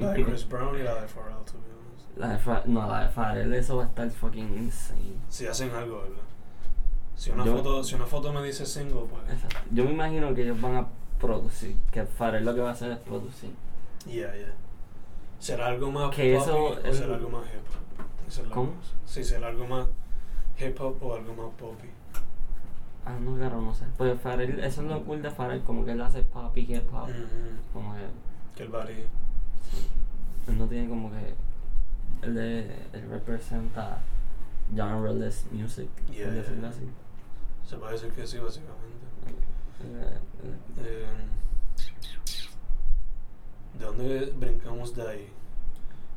[SPEAKER 2] la de Chris Brown y la de Pharrell, to be honest.
[SPEAKER 1] La de Fa- no, la de Farrell, eso va a estar fucking insane.
[SPEAKER 2] Si hacen algo, ¿verdad? Si una,
[SPEAKER 1] Yo-
[SPEAKER 2] foto, si una foto me dice single, pues.
[SPEAKER 1] Exacto. Yo me imagino que ellos van a producir, que Farrell lo que va a hacer es producir.
[SPEAKER 2] Yeah, yeah. ¿Será algo más
[SPEAKER 1] Que
[SPEAKER 2] pop
[SPEAKER 1] eso
[SPEAKER 2] o
[SPEAKER 1] es-
[SPEAKER 2] será algo más hip hop? Esa es la
[SPEAKER 1] ¿Cómo?
[SPEAKER 2] cosa. Sí, será algo más hip hop o algo más poppy.
[SPEAKER 1] Ah, no, claro, no sé. Pero Farrell, eso es lo cool de Farrell, como que él hace pop y hip hop.
[SPEAKER 2] Ujú.
[SPEAKER 1] Como que
[SPEAKER 2] Que el varíe.
[SPEAKER 1] él no tiene como que. Él, es- él representa genreless music,
[SPEAKER 2] Yeah,
[SPEAKER 1] por
[SPEAKER 2] yeah,
[SPEAKER 1] decirlo
[SPEAKER 2] yeah.
[SPEAKER 1] así.
[SPEAKER 2] Se puede decir que sí, básicamente.
[SPEAKER 1] Él es- él es-
[SPEAKER 2] Eh, ¿De dónde brincamos de ahí?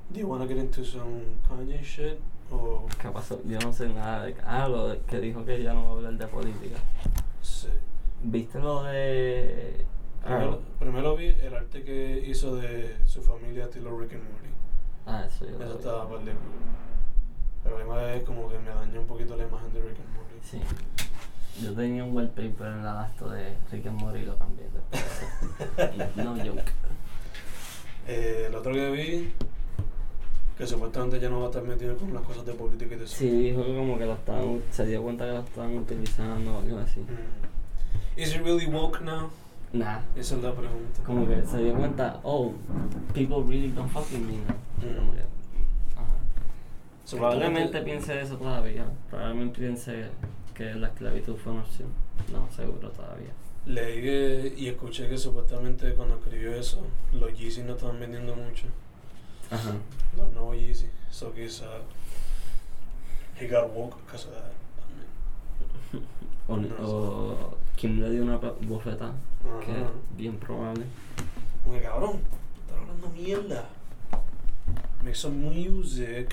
[SPEAKER 2] Do you wanna get into some Kanye shit? O.
[SPEAKER 1] ¿Qué pasó? Yo no sé nada de. Ah, lo de- que dijo que ya no va a hablar de política.
[SPEAKER 2] Sí.
[SPEAKER 1] ¿Viste lo de.
[SPEAKER 2] Primero,
[SPEAKER 1] Ah.
[SPEAKER 2] primero vi el arte que hizo de su familia estilo Rick and Morty.
[SPEAKER 1] Ah, eso yo lo
[SPEAKER 2] Eso
[SPEAKER 1] vi.
[SPEAKER 2] estaba par de cool. Pero a la misma vez como que me dañó un poquito la imagen de Rick and Morty.
[SPEAKER 1] Sí. Yo tenía un wallpaper en la laptop de Rick and Morty y lo cambié después. no joke.
[SPEAKER 2] Eh, el otro que vi, que supuestamente ya no va a estar metido con las cosas de política y de eso.
[SPEAKER 1] Sí, dijo que como que lo estaban. u- Se dio cuenta que lo estaban utilizando o algo así.
[SPEAKER 2] Mm. Is it really woke now?
[SPEAKER 1] Nah.
[SPEAKER 2] Esa es la pregunta.
[SPEAKER 1] Como que se dio cuenta, oh, people really don't fucking me now. Y
[SPEAKER 2] Mm.
[SPEAKER 1] como que, ajá.
[SPEAKER 2] So,
[SPEAKER 1] Probablemente
[SPEAKER 2] entonces-
[SPEAKER 1] piense eso todavía. Probablemente piense que la esclavitud fue una opción. No, seguro todavía.
[SPEAKER 2] Leí que- y escuché que supuestamente cuando escribió eso, los Yeezy no estaban vendiendo mucho.
[SPEAKER 1] Ajá.
[SPEAKER 2] Los nuevos Yeezy. So quizá. He got woke because of that. también.
[SPEAKER 1] O, o Kim le dio una pa- bofetada, que
[SPEAKER 2] Ajá.
[SPEAKER 1] es bien probable.
[SPEAKER 2] Como que, cabrón, están hablando mierda. Make some music.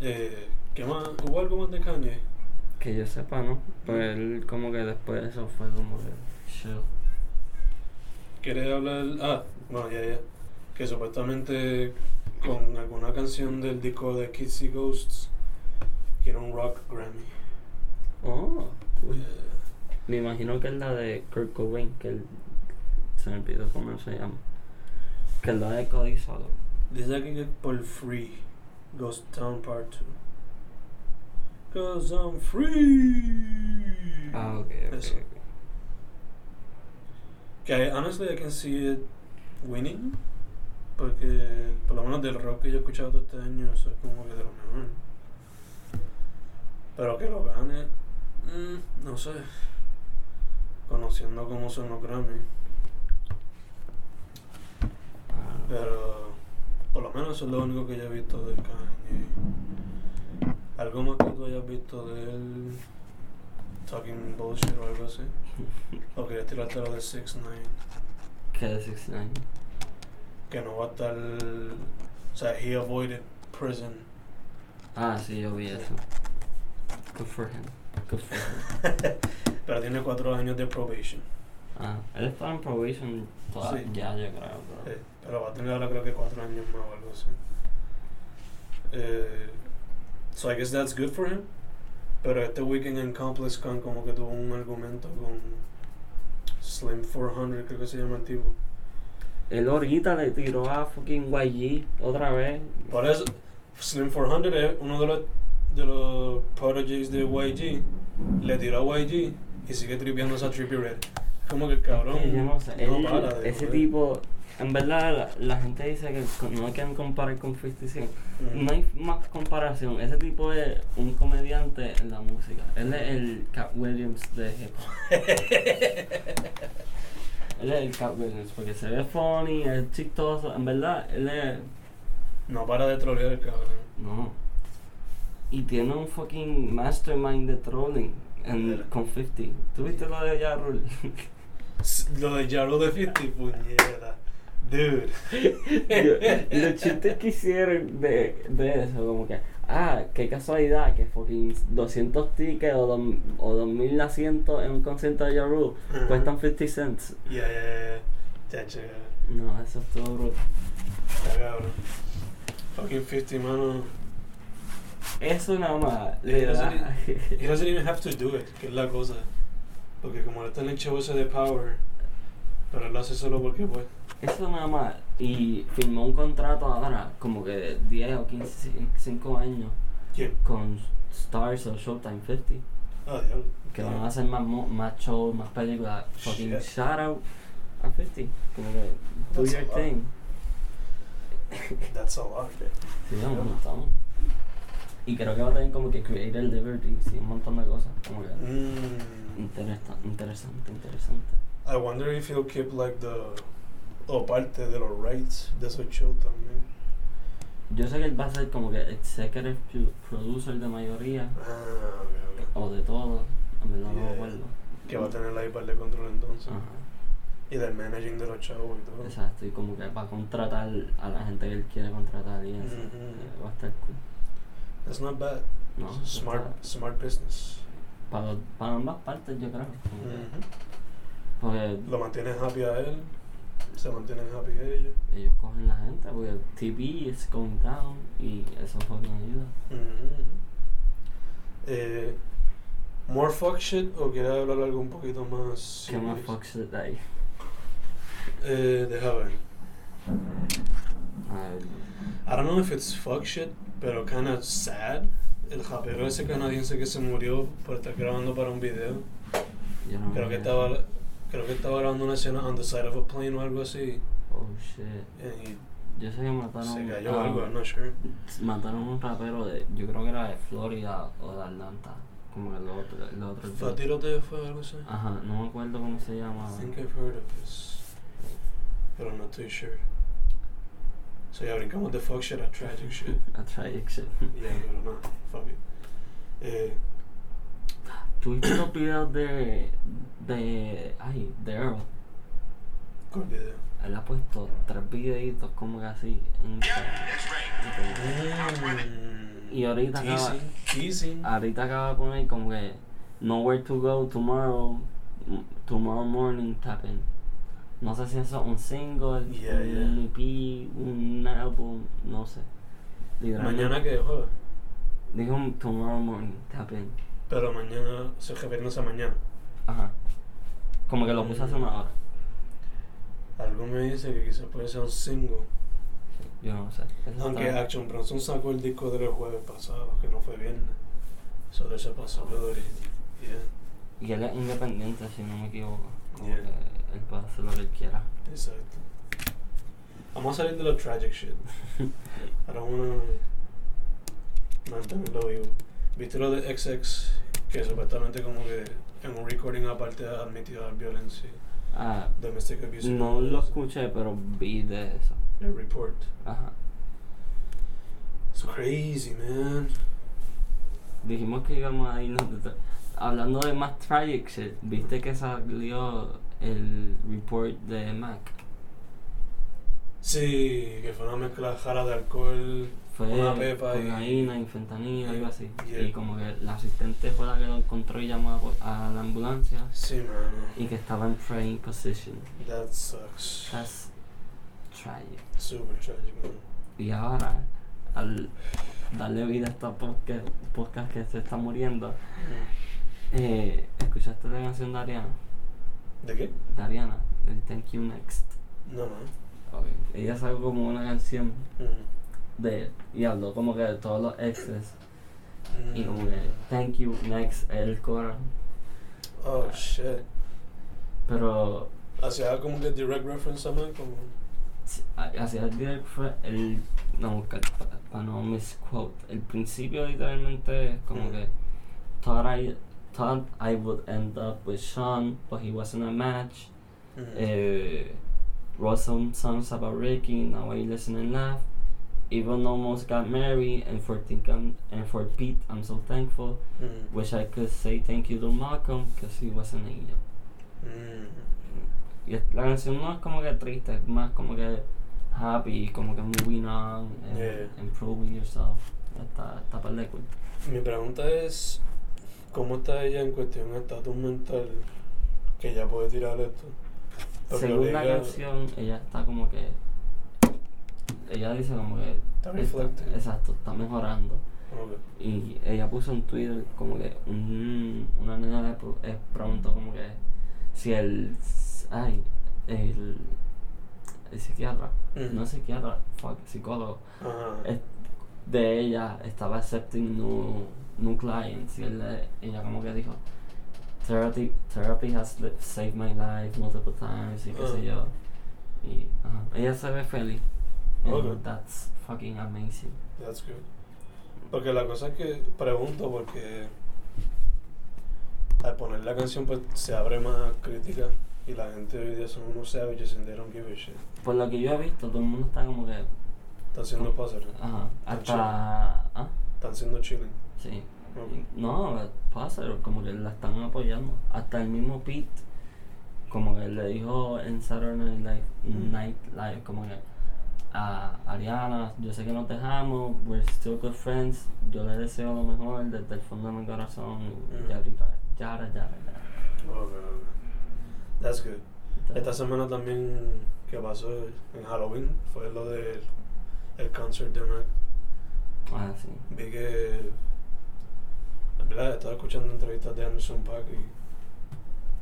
[SPEAKER 2] Eh, ¿Qué más? ¿Hubo algo más de Kanye?
[SPEAKER 1] Que yo sepa, ¿no? Pero él como que después de eso fue como que... Chill.
[SPEAKER 2] ¿Quieres hablar? Ah, no, ya, ya. Que supuestamente con alguna canción del disco de Kids y Ghosts, quiere un rock Grammy. Eh,
[SPEAKER 1] Oh. cool.
[SPEAKER 2] Yeah.
[SPEAKER 1] Me imagino que es la de Kurt Cobain, que él... Se me olvidó cómo se llama. Que es la de Cody Solo.
[SPEAKER 2] Dice aquí que por free, Ghost Town Part 2. Cause I'm free.
[SPEAKER 1] Ah, ok, ok,
[SPEAKER 2] Mm, Eso.
[SPEAKER 1] ok.
[SPEAKER 2] Que I- honestly I can see it winning. Porque por lo menos del rock que yo he escuchado todo este año, eso es como que de lo mejor. Pero que lo gane, mm, no sé. Conociendo cómo son los Grammy.
[SPEAKER 1] Ah,
[SPEAKER 2] Pero por lo menos eso es lo único que yo he visto de Kanye. ¿Algo más que tú hayas visto de él? Talking bullshit o algo así. O querías tirarte lo de 6 9
[SPEAKER 1] que de 69.
[SPEAKER 2] que no va a estar. O sea, he avoided prison.
[SPEAKER 1] Ah, sí, yo vi eso. Good for him. Good for him.
[SPEAKER 2] Pero tiene cuatro años de probation.
[SPEAKER 1] Ah, él estaba en probation toda,
[SPEAKER 2] Sí.
[SPEAKER 1] ya, yo creo. Pero,
[SPEAKER 2] Eh, pero va a tener ahora creo que cuatro años más o algo así. Eh, so I guess that's good for him. Pero este weekend en Complex Con como que tuvo un argumento con Slim 400, creo que se llama el tipo.
[SPEAKER 1] Él ahorita le tiró a fucking YG otra vez.
[SPEAKER 2] Por eso, Slim 400 es uno de los, de los prodigies de YG. Le tiró a YG y sigue tripeando esa Trippy Red. Como que el cabrón
[SPEAKER 1] Sí, yo no sé, él-
[SPEAKER 2] para de
[SPEAKER 1] ese
[SPEAKER 2] joder.
[SPEAKER 1] tipo, en verdad, la, la gente dice que co- no quieren comparar con 50 Cent.
[SPEAKER 2] Mm.
[SPEAKER 1] No hay más comparación. Ese tipo es un comediante en la música. Él es el Cat Williams de hip hop. Él es el Cat Williams porque se ve funny, es chistoso. En verdad, él es.
[SPEAKER 2] No para de trolear el cabrón.
[SPEAKER 1] No. Y tiene un fucking mastermind de trolling en, con 50. ¿Tú viste lo de Ja Rule?
[SPEAKER 2] S- Lo de Yaro de 50, puñeta. Dude.
[SPEAKER 1] Yo- los chistes que hicieron de, de eso, como que, ah, qué casualidad que fucking 200 tickets o, dos- o 2000 asientos en un concierto de Yaru
[SPEAKER 2] Ajá.
[SPEAKER 1] cuestan 50 cents.
[SPEAKER 2] Ya, ya, ya. Ya, che,
[SPEAKER 1] No, eso es todo brutal.
[SPEAKER 2] Está cabrón. Fucking 50, mano.
[SPEAKER 1] Eso nada más,
[SPEAKER 2] He
[SPEAKER 1] de verdad.
[SPEAKER 2] doesn't, he doesn't even have to do it, que es la cosa. Porque como él está en el show ese de Power, pero él lo hace solo porque pues.
[SPEAKER 1] Eso nada más. Y firmó un contrato ahora, como que de 10 o 15, 5 años,
[SPEAKER 2] ¿Quién?
[SPEAKER 1] con Stars o Showtime 50.
[SPEAKER 2] Ah, diablo.
[SPEAKER 1] Que van a hacer más, mo- más shows, más películas. Fucking
[SPEAKER 2] Shit.
[SPEAKER 1] shout out a 50. Como que do
[SPEAKER 2] That's a
[SPEAKER 1] your
[SPEAKER 2] lot.
[SPEAKER 1] thing.
[SPEAKER 2] That's a lot.
[SPEAKER 1] Sí, es un montón. Y creo que va a tener como que Creator Liberty, sí, un montón de cosas. Como que
[SPEAKER 2] Mm,
[SPEAKER 1] interesa- interesante, interesante.
[SPEAKER 2] I wonder if he'll keep like the. o parte de los rights de esos shows también.
[SPEAKER 1] Yo sé que él va a ser como que executive pu- producer de mayoría
[SPEAKER 2] Ah, ok, ok.
[SPEAKER 1] o de todo. En verdad no me
[SPEAKER 2] Yeah.
[SPEAKER 1] acuerdo.
[SPEAKER 2] Que va a tener la par de control entonces.
[SPEAKER 1] Ajá,
[SPEAKER 2] Y del managing de los chavos y todo.
[SPEAKER 1] exacto. Y como que va a contratar a la gente que él quiere contratar y eso.
[SPEAKER 2] Mhm.
[SPEAKER 1] que Va a estar cool.
[SPEAKER 2] That's not bad.
[SPEAKER 1] No,
[SPEAKER 2] smart, smart business.
[SPEAKER 1] Para, para ambas partes, yo creo. como que- Porque
[SPEAKER 2] Lo mantiene happy a él, se mantiene happy a ellos.
[SPEAKER 1] ellos cogen la gente, porque TV es going down y eso fucking ayuda.
[SPEAKER 2] eh, ¿More fuck shit o quieres hablar algo un poquito más?
[SPEAKER 1] ¿Qué más
[SPEAKER 2] serious?
[SPEAKER 1] fuck shit hay?
[SPEAKER 2] Eh, deja ver.
[SPEAKER 1] A ver,
[SPEAKER 2] I don't know if it's fuck shit, pero kinda sad. El rapero ese canadiense que se murió por estar grabando para un video.
[SPEAKER 1] yo no
[SPEAKER 2] Creo que
[SPEAKER 1] me-
[SPEAKER 2] estaba, creo que estaba grabando una escena on the side of a plane o algo así.
[SPEAKER 1] Oh shit.
[SPEAKER 2] And he
[SPEAKER 1] Yo sé que mataron.
[SPEAKER 2] Eh, se cayó
[SPEAKER 1] a-
[SPEAKER 2] algo, I'm not sure.
[SPEAKER 1] Mataron un rapero de. Yo creo que era de Florida o de Atlanta. Como que el otro. El otro
[SPEAKER 2] ¿Fue a tiroteo fue algo así?
[SPEAKER 1] Ajá, no me acuerdo cómo se
[SPEAKER 2] I
[SPEAKER 1] llamaba.
[SPEAKER 2] think I've heard of this, but I'm not too sure. So yeah, brincamos de fuck shit a tragic shit.
[SPEAKER 1] A tragic shit.
[SPEAKER 2] Yeah, pero no, fuck it. Eh,
[SPEAKER 1] ¿Tuviste los videos de. de. Ay, de Earl?
[SPEAKER 2] ¿cuál video?
[SPEAKER 1] Él ha puesto tres videitos como que así en Instagram.
[SPEAKER 2] Mm,
[SPEAKER 1] Y ahorita acaba-
[SPEAKER 2] Teasing, teasing.
[SPEAKER 1] Ahorita acaba de poner como que Nowhere to go tomorrow, m- tomorrow morning tapping. No sé si eso es un single,
[SPEAKER 2] Yeah,
[SPEAKER 1] un EP, un álbum, no sé. Literalmente-
[SPEAKER 2] Mañana que joder.
[SPEAKER 1] Dijo un tomorrow morning tapping.
[SPEAKER 2] Pero mañana, se refiriéndose a mañana.
[SPEAKER 1] Ajá. Como que lo puse hace una hora.
[SPEAKER 2] Algo me dice que quizás puede ser un single.
[SPEAKER 1] Yo no sé. Eso
[SPEAKER 2] Aunque
[SPEAKER 1] está-
[SPEAKER 2] Action Bronson sacó el disco del jueves pasado, que no fue viernes. Solo se pasó Yeah,
[SPEAKER 1] Y él es independiente, si no me equivoco. Como
[SPEAKER 2] Yeah.
[SPEAKER 1] que él puede hacer lo que él quiera.
[SPEAKER 2] exacto. Vamos a salir de los tragic shit. I don't wanna mantenerlo vivo. ¿Viste lo de XX? Que supuestamente como que en un recording aparte ha admitido la violencia,
[SPEAKER 1] ah,
[SPEAKER 2] domestic abuse. y
[SPEAKER 1] no
[SPEAKER 2] todo
[SPEAKER 1] lo
[SPEAKER 2] eso.
[SPEAKER 1] escuché, pero vi de eso.
[SPEAKER 2] El report.
[SPEAKER 1] Ajá.
[SPEAKER 2] It's crazy, man.
[SPEAKER 1] Dijimos que íbamos a irnos de tra- Hablando de más tragic shit, viste que salió el report de Mac.
[SPEAKER 2] Sí, que fue una mezcla jara de alcohol,
[SPEAKER 1] Fue
[SPEAKER 2] una pepa y...
[SPEAKER 1] cocaína, y fentanilo, algo así.
[SPEAKER 2] Yeah.
[SPEAKER 1] Y como que la asistente fue la que lo encontró y llamó a, po- a la ambulancia.
[SPEAKER 2] Sí,
[SPEAKER 1] Y
[SPEAKER 2] mano.
[SPEAKER 1] que estaba en praying position.
[SPEAKER 2] That sucks.
[SPEAKER 1] That's tragic.
[SPEAKER 2] Super tragic, man.
[SPEAKER 1] Y ahora, al darle vida a esta podcast, podcast que se está muriendo, Ah. eh, ¿escuchaste la canción de Ariana?
[SPEAKER 2] ¿De qué?
[SPEAKER 1] De Ariana, el Thank You Next.
[SPEAKER 2] No, man.
[SPEAKER 1] Ok, Ella sacó como una canción
[SPEAKER 2] Mm.
[SPEAKER 1] de y habló como que de todos los exes y como que
[SPEAKER 2] Mm.
[SPEAKER 1] thank you next el coro.
[SPEAKER 2] Oh, shit.
[SPEAKER 1] Pero
[SPEAKER 2] Hacía como que direct reference a man, como...
[SPEAKER 1] s- ha- hacia el direct fue el no para no misquote. El principio literalmente es como
[SPEAKER 2] Mm.
[SPEAKER 1] que thought I thought I would end up with Sean but he wasn't a match.
[SPEAKER 2] Mm.
[SPEAKER 1] Eh, wrote some songs about Ricky, now I listen and laugh. Even almost got married, and for, think I'm, and for Pete, I'm so thankful.
[SPEAKER 2] Mm.
[SPEAKER 1] Wish I could say thank you to Malcolm, because he was an angel.
[SPEAKER 2] Mm.
[SPEAKER 1] Y es- la canción no es como que triste, es más como que happy, como que moving on, and
[SPEAKER 2] Yeah.
[SPEAKER 1] improving yourself. Está, está par de cool.
[SPEAKER 2] Mi pregunta es... ¿Cómo está ella en cuestión de estatus mental? Que ya puede tirar esto. Porque
[SPEAKER 1] Según la
[SPEAKER 2] obliga-
[SPEAKER 1] canción, ella está como que. Ella dice como que.
[SPEAKER 2] Está reflecting.
[SPEAKER 1] exacto, está mejorando.
[SPEAKER 2] Ok.
[SPEAKER 1] Y ella puso en Twitter como que un- una nena le pro- eh, preguntó como que si el ay, el, el psiquiatra,
[SPEAKER 2] Ujú.
[SPEAKER 1] no psiquiatra, fuck, psicólogo,
[SPEAKER 2] Ajá.
[SPEAKER 1] es- de ella estaba accepting new, new clients y él le- ella como que dijo therapy, therapy has li- saved my life multiple times y qué sé
[SPEAKER 2] Ah.
[SPEAKER 1] yo. Y ajá, ella se ve feliz. And
[SPEAKER 2] Ok.
[SPEAKER 1] That's fucking amazing.
[SPEAKER 2] That's good. Porque la cosa es que pregunto porque al poner la canción pues se abre más crítica y la gente hoy día son unos savages and they don't give a shit.
[SPEAKER 1] Por lo que yo he visto, todo el mundo está como que
[SPEAKER 2] Están siendo positive.
[SPEAKER 1] Ajá,
[SPEAKER 2] Están
[SPEAKER 1] hasta.
[SPEAKER 2] chilling.
[SPEAKER 1] ah,
[SPEAKER 2] Están siendo chilling.
[SPEAKER 1] sí.
[SPEAKER 2] Ok.
[SPEAKER 1] No, pasa, como que la están apoyando. Hasta el mismo Pete, como que le dijo en Saturday Night Live,
[SPEAKER 2] Mm.
[SPEAKER 1] Night Live, como que a Ariana, yo sé que nos dejamos, we're still good friends, yo le deseo lo mejor desde el fondo de mi corazón,
[SPEAKER 2] Mm.
[SPEAKER 1] y ahorita, yara, yara, yara.
[SPEAKER 2] Ok, ok. That's good. Esta
[SPEAKER 1] Entonces,
[SPEAKER 2] semana también que pasó en Halloween fue lo del el concert de Mac.
[SPEAKER 1] Ah, sí.
[SPEAKER 2] Vi que. En verdad, estaba escuchando entrevistas de Anderson Pack y.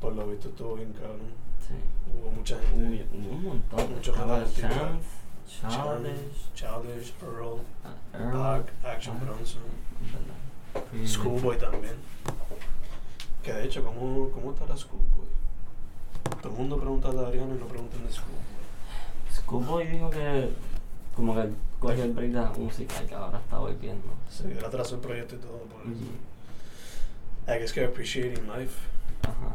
[SPEAKER 2] Por lo visto estuvo bien cabrón.
[SPEAKER 1] Sí.
[SPEAKER 2] Hubo mucha
[SPEAKER 1] Uy,
[SPEAKER 2] gente.
[SPEAKER 1] un montón.
[SPEAKER 2] Mucho
[SPEAKER 1] Estaba
[SPEAKER 2] jaleo, tío.
[SPEAKER 1] Chance,
[SPEAKER 2] Chan,
[SPEAKER 1] Childish,
[SPEAKER 2] Childish, Earl,
[SPEAKER 1] ah, Earl,
[SPEAKER 2] Pack, Action
[SPEAKER 1] ah. Mm.
[SPEAKER 2] Bronson,
[SPEAKER 1] ¿verdad?
[SPEAKER 2] Schoolboy también. Que de hecho, ¿cómo, cómo estará Schoolboy? Todo el mundo pregunta de Ariana y no preguntan de Schoolboy.
[SPEAKER 1] Scoopboy dijo que como que cogió el break de la música y que ahora está volviendo.
[SPEAKER 2] Se le atrasó el proyecto y todo por eso. I guess que appreciating life.
[SPEAKER 1] Ajá.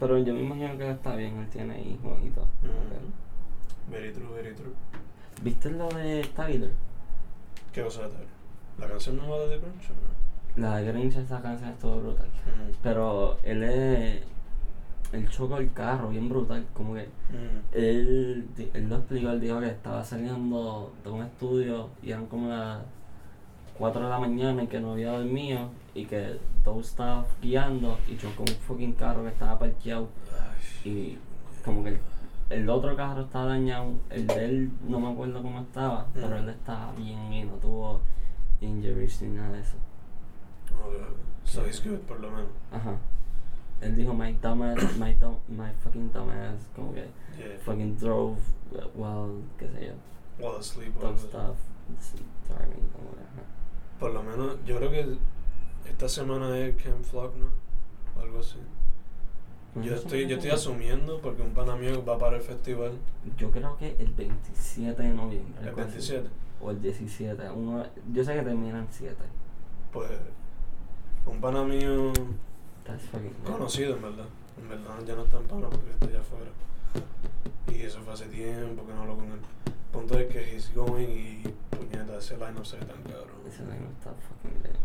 [SPEAKER 1] Pero yo me imagino que está bien, él tiene hijos y todo.
[SPEAKER 2] Mm.
[SPEAKER 1] pero-
[SPEAKER 2] Very true, very true.
[SPEAKER 1] ¿Viste lo de Tyler?
[SPEAKER 2] ¿Qué cosa de tal? ¿La canción nueva de The Crunch o no?
[SPEAKER 1] La de Grinch, esa canción es todo brutal.
[SPEAKER 2] Mm.
[SPEAKER 1] Pero él es... Él chocó el carro bien brutal, como que...
[SPEAKER 2] Mm.
[SPEAKER 1] Él, di- él lo explicó, él dijo que estaba saliendo de un estudio y eran como las 4 de la mañana y que no había dormido y que todo estaba guiando y chocó un fucking carro que estaba parqueado
[SPEAKER 2] Ay,
[SPEAKER 1] y como que el, el otro carro estaba dañado, el de él no me acuerdo cómo estaba, pero él estaba bien y no tuvo injuries ni nada de eso.
[SPEAKER 2] okay. So he's good, por lo menos.
[SPEAKER 1] Ajá. Él dijo, my dumbass, my, dumb, my fucking dumbass, como que
[SPEAKER 2] Yeah.
[SPEAKER 1] fucking drove, well, qué sé yo.
[SPEAKER 2] While asleep. o
[SPEAKER 1] dumb
[SPEAKER 2] algo así.
[SPEAKER 1] stuff, s- driving, como que, ajá.
[SPEAKER 2] Por lo menos, yo creo que esta semana es Camp Flock, ¿no? O algo así.
[SPEAKER 1] Bueno,
[SPEAKER 2] Yo
[SPEAKER 1] eso
[SPEAKER 2] estoy,
[SPEAKER 1] no
[SPEAKER 2] yo
[SPEAKER 1] Pues sé.
[SPEAKER 2] estoy asumiendo porque un pana mío va para el festival
[SPEAKER 1] Yo creo que el 27 de noviembre.
[SPEAKER 2] el
[SPEAKER 1] algo así.
[SPEAKER 2] 27.
[SPEAKER 1] O el 17. Uno, yo sé que termina el 7.
[SPEAKER 2] Pues un pana mío
[SPEAKER 1] That's fucking weird.
[SPEAKER 2] conocido, en verdad. En verdad ya no está en pana porque está allá afuera. Y eso fue hace tiempo que no hablo con él. Punto es que he's going y puñeta, ese line-up se ve tan cabrón.
[SPEAKER 1] Ese negro está fucking lejos.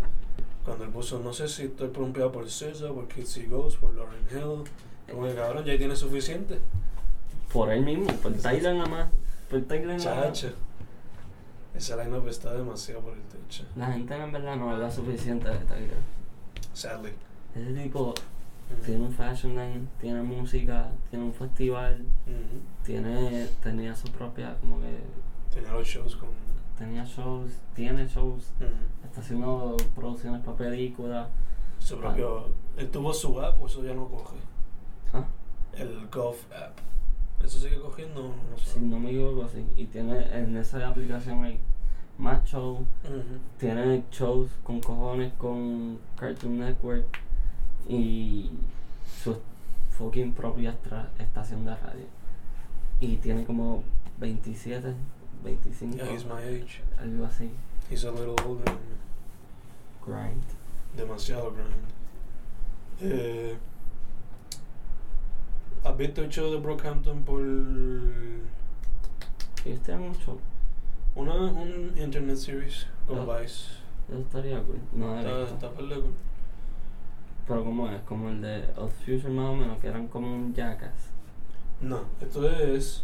[SPEAKER 2] Cuando él puso, no sé si estoy prompeado por SZA, por Kitsy Ghost, por Lauren Hill. Como que cabrón, ya ahí tiene suficiente.
[SPEAKER 1] Por él mismo, por
[SPEAKER 2] Exacto.
[SPEAKER 1] Tyler nada más. Por Tyler nada más.
[SPEAKER 2] Chacho. Ese line-up está demasiado por el techo.
[SPEAKER 1] La gente en verdad no habla suficiente de Tyler.
[SPEAKER 2] Sadly.
[SPEAKER 1] Ese tipo tiene un fashion line, tiene música, tiene un festival,
[SPEAKER 2] Ujú.
[SPEAKER 1] tiene, tenía su propia, como que
[SPEAKER 2] Tenía los shows con.
[SPEAKER 1] tenía shows, tiene shows,
[SPEAKER 2] Ujú.
[SPEAKER 1] está haciendo producciones para películas.
[SPEAKER 2] Su propio. Él tuvo su app, o eso ya no coge.
[SPEAKER 1] Ah,
[SPEAKER 2] El Golf app. ¿Eso sigue cogiendo? o No sé.
[SPEAKER 1] si no me equivoco, sí. Y tiene en esa aplicación hay más shows,
[SPEAKER 2] Ujú.
[SPEAKER 1] tiene shows con cojones con Cartoon Network y su fucking propia estra- estación de radio. Y tiene como 27, 25,
[SPEAKER 2] Yeah, he's my age.
[SPEAKER 1] algo así.
[SPEAKER 2] He's a little older than me.
[SPEAKER 1] Grind.
[SPEAKER 2] Demasiado grande. Eh, ¿Has visto el show de Brockhampton por
[SPEAKER 1] Ellos tienen un show.
[SPEAKER 2] una un internet series con
[SPEAKER 1] Ah.
[SPEAKER 2] Vice?
[SPEAKER 1] Eso estaría cool. No, he
[SPEAKER 2] Está,
[SPEAKER 1] visto.
[SPEAKER 2] está par de cool.
[SPEAKER 1] Pero como es, como el de Odd Future más o menos, que eran como un jackass.
[SPEAKER 2] No, esto es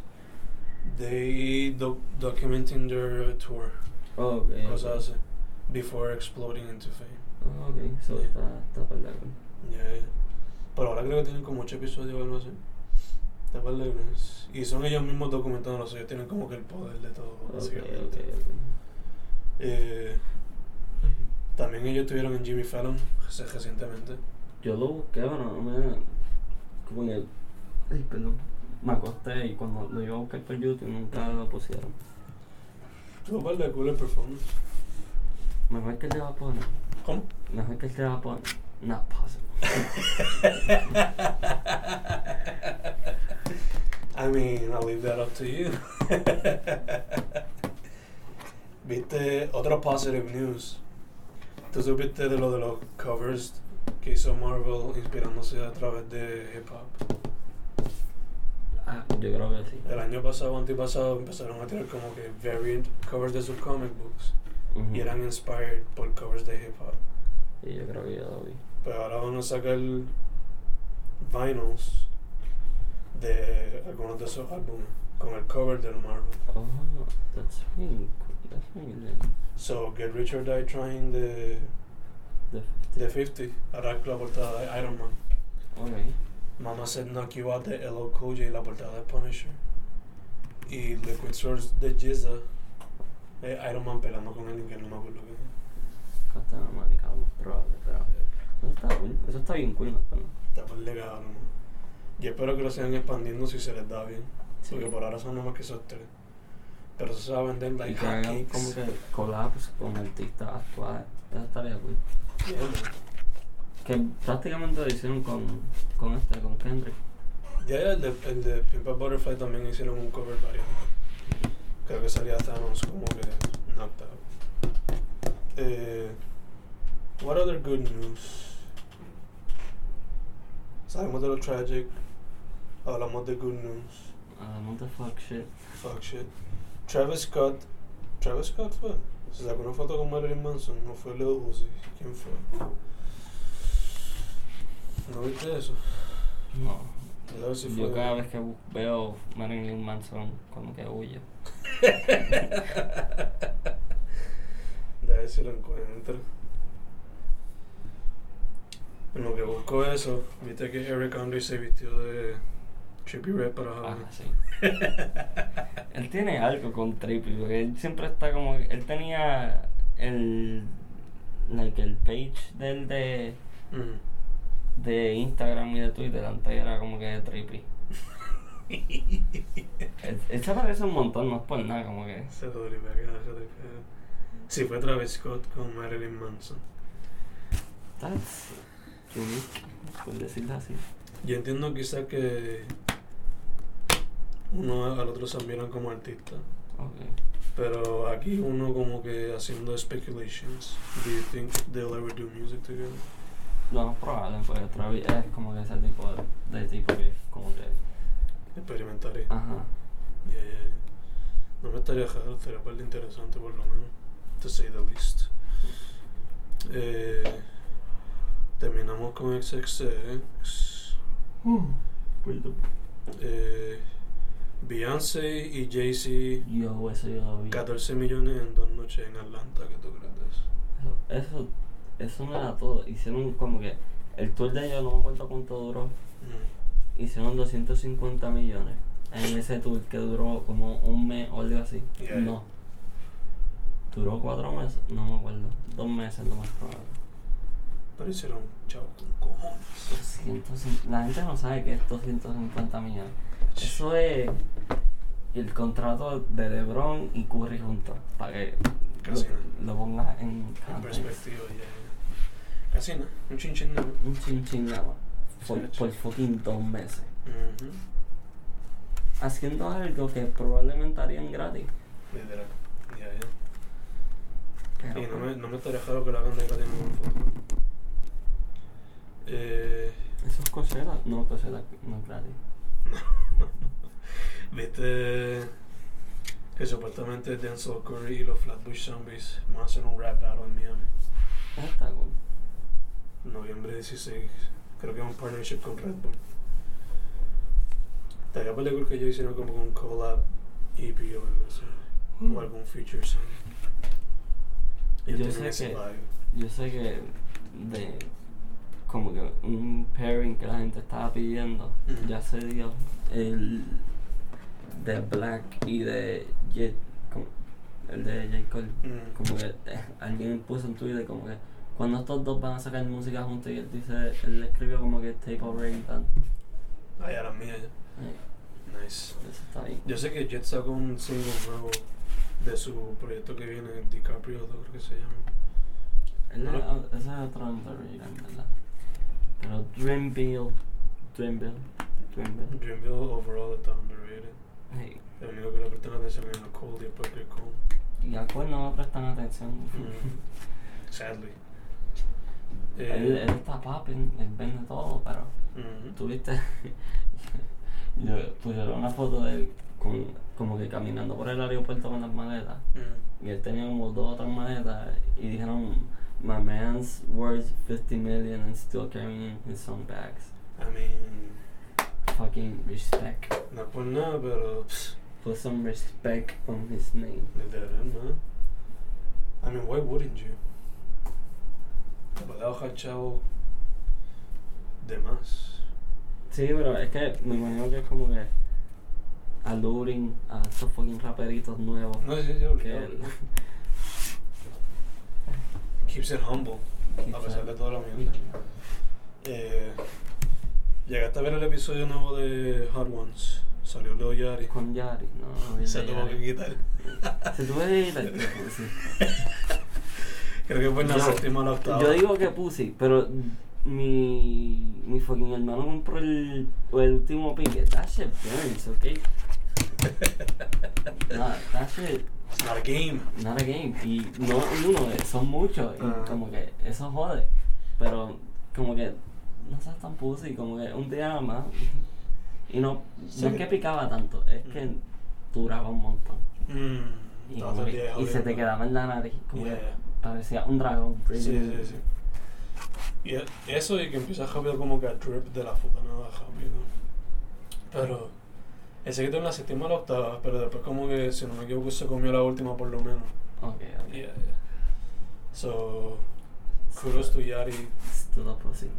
[SPEAKER 2] they doc- documenting their tour,
[SPEAKER 1] Oh, ok.
[SPEAKER 2] cosas
[SPEAKER 1] ok.
[SPEAKER 2] así, before exploding into fame.
[SPEAKER 1] Ah, ok, so
[SPEAKER 2] Yeah.
[SPEAKER 1] está, está para largo.
[SPEAKER 2] Yeah. Pero ahora creo que tienen como 8 episodios o algo así. Está par de cool. Y son ellos mismos documentándolos, ellos tienen como que el poder de todo,
[SPEAKER 1] Ok, ok,
[SPEAKER 2] básicamente.
[SPEAKER 1] ok.
[SPEAKER 2] Eh, También ellos estuvieron en Jimmy Fallon reci- recientemente.
[SPEAKER 1] Yo lo busqué, pero no me. Como que. Ay, perdón. Me acosté y cuando lo iba a buscar por YouTube nunca lo pusieron.
[SPEAKER 2] Tuvo un par de cool performance.
[SPEAKER 1] Mejor que el de Japón.
[SPEAKER 2] ¿Cómo?
[SPEAKER 1] Mejor que el de Japón. Not possible.
[SPEAKER 2] I mean, I'll leave that up to you. Viste otra positive news. ¿Tú supiste de lo de los covers que hizo Marvel inspirándose a través de hip hop?
[SPEAKER 1] Ah, yo creo que sí.
[SPEAKER 2] El año pasado, antepasado, empezaron a tirar como que variant covers de sus comic books
[SPEAKER 1] Ujú.
[SPEAKER 2] y eran inspired por covers de hip hop.
[SPEAKER 1] Y yo creo que yo lo vi.
[SPEAKER 2] Pero ahora van a sacar vinyls de algunos de esos álbumes con el cover del Marvel.
[SPEAKER 1] Oh, that's really cool. That's really lit.
[SPEAKER 2] So, Get Rich or Die Trying de,
[SPEAKER 1] The
[SPEAKER 2] de 50. Ahora la portada de Iron Man.
[SPEAKER 1] Ok.
[SPEAKER 2] Mama Said Knock You Out de LL Cool J, la portada de Punisher. Y Liquid Swords de Jizza. De Iron Man pelando con alguien que no me acuerdo quién es.
[SPEAKER 1] Captain America, lo más probable, pero. Eso está, cool. Eso está bien cool, pero.
[SPEAKER 2] Está por legado, Y espero que lo sigan expandiendo si se les da bien.
[SPEAKER 1] Sí.
[SPEAKER 2] Porque por ahora son nomás que esos tres. Pero eso se va a vender
[SPEAKER 1] Y
[SPEAKER 2] like
[SPEAKER 1] que hagan
[SPEAKER 2] hotcakes.
[SPEAKER 1] como que collabs con artistas actuales. Eso estaría cool.
[SPEAKER 2] Yeah, man.
[SPEAKER 1] Que prácticamente lo hicieron con, con este, con Kendrick.
[SPEAKER 2] Ya el de, el de Pimp a Butterfly también hicieron un cover variante. Creo que salía Thanos como que knocked out. Eh, what other good news? Salimos de lo tragic. Hablamos de good news.
[SPEAKER 1] Ah, what the fuck shit.
[SPEAKER 2] Fuck shit. Travis Scott. Travis Scott fue. Se sacó una foto con Marilyn Manson. No fue Lil Uzi. ¿Quién fue? ¿No viste eso?
[SPEAKER 1] No.
[SPEAKER 2] Yo creo que sí
[SPEAKER 1] Yo
[SPEAKER 2] fue-
[SPEAKER 1] cada vez que bu- veo Marilyn Manson, como que huyo.
[SPEAKER 2] De ver si lo encuentro. En lo que busco eso, viste que Eric Andre se vistió de Trippy Red para
[SPEAKER 1] Ah,
[SPEAKER 2] Halloween.
[SPEAKER 1] sí. Él tiene algo con Trippy, porque él siempre está como. Él tenía el. Like el page del de,
[SPEAKER 2] Mm.
[SPEAKER 1] de Instagram y de Twitter antes era como que de Trippy. Él, él se parece un montón, no es por nada, como que.
[SPEAKER 2] Se jodió, me queda, se jodió. eh. Sí, fue Travis Scott con Marilyn Manson.
[SPEAKER 1] That's unique, por decirlo así.
[SPEAKER 2] Yo entiendo quizás que uno al otro se admiran como artista,
[SPEAKER 1] Ok.
[SPEAKER 2] pero aquí uno como que haciendo speculations. Do you think they'll ever do music together?
[SPEAKER 1] Lo más probable, porque Travis es como que ese tipo de, de tipo que como que.
[SPEAKER 2] Experimentaré.
[SPEAKER 1] Ajá.
[SPEAKER 2] Ya, ya, ya. No me estaría jodiendo, estaría parte interesante por lo menos. To say the least. Eh, terminamos con XXX.
[SPEAKER 1] Pues,
[SPEAKER 2] Eh, Beyoncé y Jay-Z,
[SPEAKER 1] Yo, eso yo lo vi.
[SPEAKER 2] 14 millones en dos noches en Atlanta. ¿Qué tú crees de eso?
[SPEAKER 1] Eso, eso, eso no era todo. Hicieron como que. El tour de ellos, no me acuerdo cuánto duró.
[SPEAKER 2] Mm.
[SPEAKER 1] Hicieron 250 millones en ese tour que duró como un mes o algo así.
[SPEAKER 2] Yeah.
[SPEAKER 1] No. Duró cuatro meses, no me acuerdo. Dos meses lo más probable.
[SPEAKER 2] Pero hicieron chavo con cojones.
[SPEAKER 1] 250 La gente no sabe que es 250 millones. Eso es el contrato de LeBron y Curry juntos, para que
[SPEAKER 2] Casi
[SPEAKER 1] lo, lo pongas en,
[SPEAKER 2] En
[SPEAKER 1] context.
[SPEAKER 2] perspectiva, ya, ya. Casi nada, un chinchín nada.
[SPEAKER 1] Un chin chin nada más, por, por fucking dos meses.
[SPEAKER 2] Ujú,
[SPEAKER 1] Haciendo algo que probablemente harían gratis.
[SPEAKER 2] Literal. Ya, ya.
[SPEAKER 1] Pero,
[SPEAKER 2] Y no me, no me estaría jodido que lo hagan de gratis en un fútbol. Eh,
[SPEAKER 1] Eso es Coachella, no Coachella, no es gratis.
[SPEAKER 2] Viste que supuestamente Denzel Curry y los Flatbush Zombies van a hacer un rap battle en Miami.
[SPEAKER 1] Eso está cool.
[SPEAKER 2] Noviembre 16. Creo que es un partnership con Red Bull. Estaría película que ellos hicieron como un collab EP o algo así. O algún feature song. Ellos
[SPEAKER 1] Hmm. Yo
[SPEAKER 2] tienen
[SPEAKER 1] sé
[SPEAKER 2] ese
[SPEAKER 1] que-
[SPEAKER 2] vibe.
[SPEAKER 1] Yo sé que de como que un pairing que la gente estaba pidiendo
[SPEAKER 2] Ujú.
[SPEAKER 1] ya se dio el de Black y de Jet como- el de J. Cole.
[SPEAKER 2] Mm.
[SPEAKER 1] Como que eh, alguien puso en Twitter como que cuando estos dos van a sacar música juntos y él dice, él le escribió como que tape of rain Down".
[SPEAKER 2] Ay, a las mías ya.
[SPEAKER 1] Ay,
[SPEAKER 2] Nice.
[SPEAKER 1] Eso está bien.
[SPEAKER 2] Yo sé que Jet sacó un single nuevo de su proyecto que viene, DiCaprio 2 creo que se llama.
[SPEAKER 1] Él
[SPEAKER 2] no
[SPEAKER 1] es-
[SPEAKER 2] lo-
[SPEAKER 1] ese es otro underrated, ¿verdad? Pero Dreamville, Dreamville, Dreamville.
[SPEAKER 2] Dreamville overall está underrated.
[SPEAKER 1] Hey.
[SPEAKER 2] El único que le prestan atención es a Cole y después que Cole.
[SPEAKER 1] Y a cuál no me prestan atención.
[SPEAKER 2] Mm. Sadly. Eh,
[SPEAKER 1] él, él está popping, él vende todo, pero
[SPEAKER 2] mhm.
[SPEAKER 1] tuviste. yo pusieron una foto de él con, como que caminando por el aeropuerto con las maletas.
[SPEAKER 2] Mm.
[SPEAKER 1] Y él tenía como dos otras maletas y dijeron, My man's worth 50 million and still carrying his own bags.
[SPEAKER 2] I mean,
[SPEAKER 1] Fucking respect.
[SPEAKER 2] no es por nada, pero pss,
[SPEAKER 1] Put some respect on his name.
[SPEAKER 2] literal, ¿no? I mean, why wouldn't you? Te puede bajar chavo de más.
[SPEAKER 1] Sí, pero es que me imagino que es como que alluring a estos fucking raperitos nuevos.
[SPEAKER 2] No, sí, sí,
[SPEAKER 1] que
[SPEAKER 2] obligado.
[SPEAKER 1] él-
[SPEAKER 2] Keeps it humble, a pesar de toda la mierda. Eh, llegaste a ver el episodio nuevo de Hard Ones. Salió Leo Yari.
[SPEAKER 1] con Yari, no. vi
[SPEAKER 2] Se
[SPEAKER 1] de
[SPEAKER 2] tuvo que
[SPEAKER 1] Yari.
[SPEAKER 2] quitar.
[SPEAKER 1] Se tuvo que quitar, sí.
[SPEAKER 2] Creo que fue en la
[SPEAKER 1] Yo-
[SPEAKER 2] séptima o la octava.
[SPEAKER 1] Yo digo que Pussy, pero mi, mi fucking hermano compró el, el último pique. That shit burns, ok? No, that shit,
[SPEAKER 2] It's not a game.
[SPEAKER 1] not a game. Y no uno, eh, son muchos. Y
[SPEAKER 2] Ah.
[SPEAKER 1] como que eso jode. Pero como que no seas tan Pussy, como que un día nada más. Y no,
[SPEAKER 2] Sí.
[SPEAKER 1] no es que picaba tanto, es que duraba un montón.
[SPEAKER 2] Mm,
[SPEAKER 1] Y,
[SPEAKER 2] todo
[SPEAKER 1] como
[SPEAKER 2] el
[SPEAKER 1] que-
[SPEAKER 2] día
[SPEAKER 1] y se te
[SPEAKER 2] jodiendo.
[SPEAKER 1] quedaba en la nariz, como que
[SPEAKER 2] Yeah.
[SPEAKER 1] parecía un dragón.
[SPEAKER 2] Sí, sí, sí. Y e- eso y que empieza rápido como que a drip de la puta nada rápido. Pero ese que tiene la séptima o la octava, pero después como que si no me equivoco se comió la última por lo menos.
[SPEAKER 1] Ok, ok.
[SPEAKER 2] Yeah, yeah. So kudos to Yari.
[SPEAKER 1] Stood up pussy.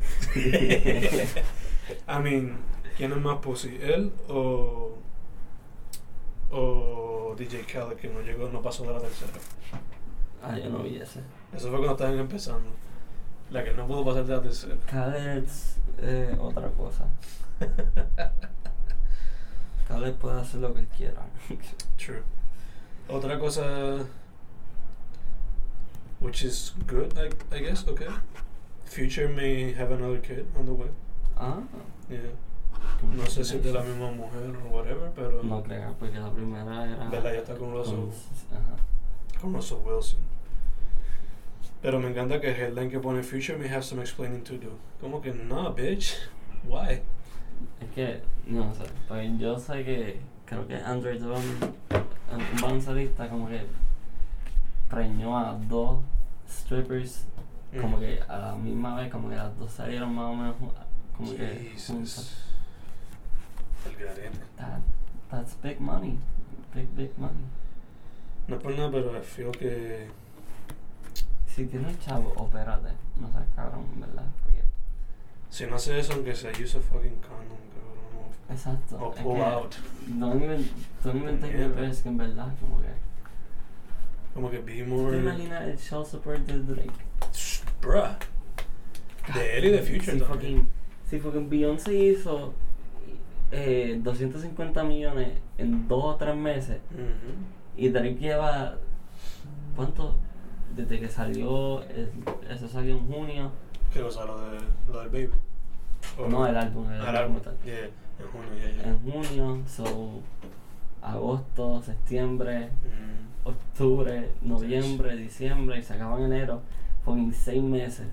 [SPEAKER 2] I mean, ¿quién es más pussy? ¿Él o, o DJ Khaled que no llegó, no pasó de la tercera?
[SPEAKER 1] ah, yo no vi ese.
[SPEAKER 2] Eso fue cuando estaban empezando. La que no pudo pasar de la tercera.
[SPEAKER 1] Khaled es eh, otra cosa. Khaled puede hacer lo que él quiera.
[SPEAKER 2] True. Otra cosa. Which is good, I, I guess, okay. Future may have another kid on the way.
[SPEAKER 1] ah.
[SPEAKER 2] Yeah. No sé si es de la misma mujer o whatever, pero.
[SPEAKER 1] No creo, porque la primera era...
[SPEAKER 2] ¿Verdad? Ya está con Russell.
[SPEAKER 1] Ajá.
[SPEAKER 2] Con Russell Wilson. Pero me encanta que el headline que pone Future may have some explaining to do. Como que, nah, bitch. Why?
[SPEAKER 1] Es que, no sé, pues yo sé que creo que Android Drum, un baloncelista como que preñó a dos strippers,
[SPEAKER 2] Mm.
[SPEAKER 1] como que a la misma vez, como que las dos salieron más o menos ju- como que
[SPEAKER 2] Jesus.
[SPEAKER 1] juntas.
[SPEAKER 2] El garete.
[SPEAKER 1] That, that's big money, big, big money.
[SPEAKER 2] No es por nada, pero I feel que.
[SPEAKER 1] Si tienes chavo, opérate, no seas cabrón, ¿verdad? Porque,
[SPEAKER 2] Si no hace eso, aunque sea use a fucking condom, cabrón. o-
[SPEAKER 1] exacto.
[SPEAKER 2] O
[SPEAKER 1] es
[SPEAKER 2] pull
[SPEAKER 1] que
[SPEAKER 2] out.
[SPEAKER 1] Don't even, don't even take
[SPEAKER 2] Mierda.
[SPEAKER 1] the risk, en verdad, como que.
[SPEAKER 2] Como que be
[SPEAKER 1] ¿Tú
[SPEAKER 2] more.
[SPEAKER 1] ¿Te imaginas el show support de Drake?
[SPEAKER 2] Shh, Bruh. De él y de Future
[SPEAKER 1] si
[SPEAKER 2] también.
[SPEAKER 1] fucking, si fucking Beyoncé hizo eh, 250 millones en dos o tres meses
[SPEAKER 2] Mhm.
[SPEAKER 1] y Drake lleva ¿cuánto? desde que salió el- eso salió en junio
[SPEAKER 2] Que o sea, lo, de, lo del baby. O-
[SPEAKER 1] no el álbum el
[SPEAKER 2] Ah, el
[SPEAKER 1] álbum
[SPEAKER 2] álbum.
[SPEAKER 1] como tal.
[SPEAKER 2] Yeah, en junio, yeah, yeah.
[SPEAKER 1] en junio so agosto septiembre
[SPEAKER 2] Mhm.
[SPEAKER 1] octubre noviembre diciembre y se acabó en enero fucking seis meses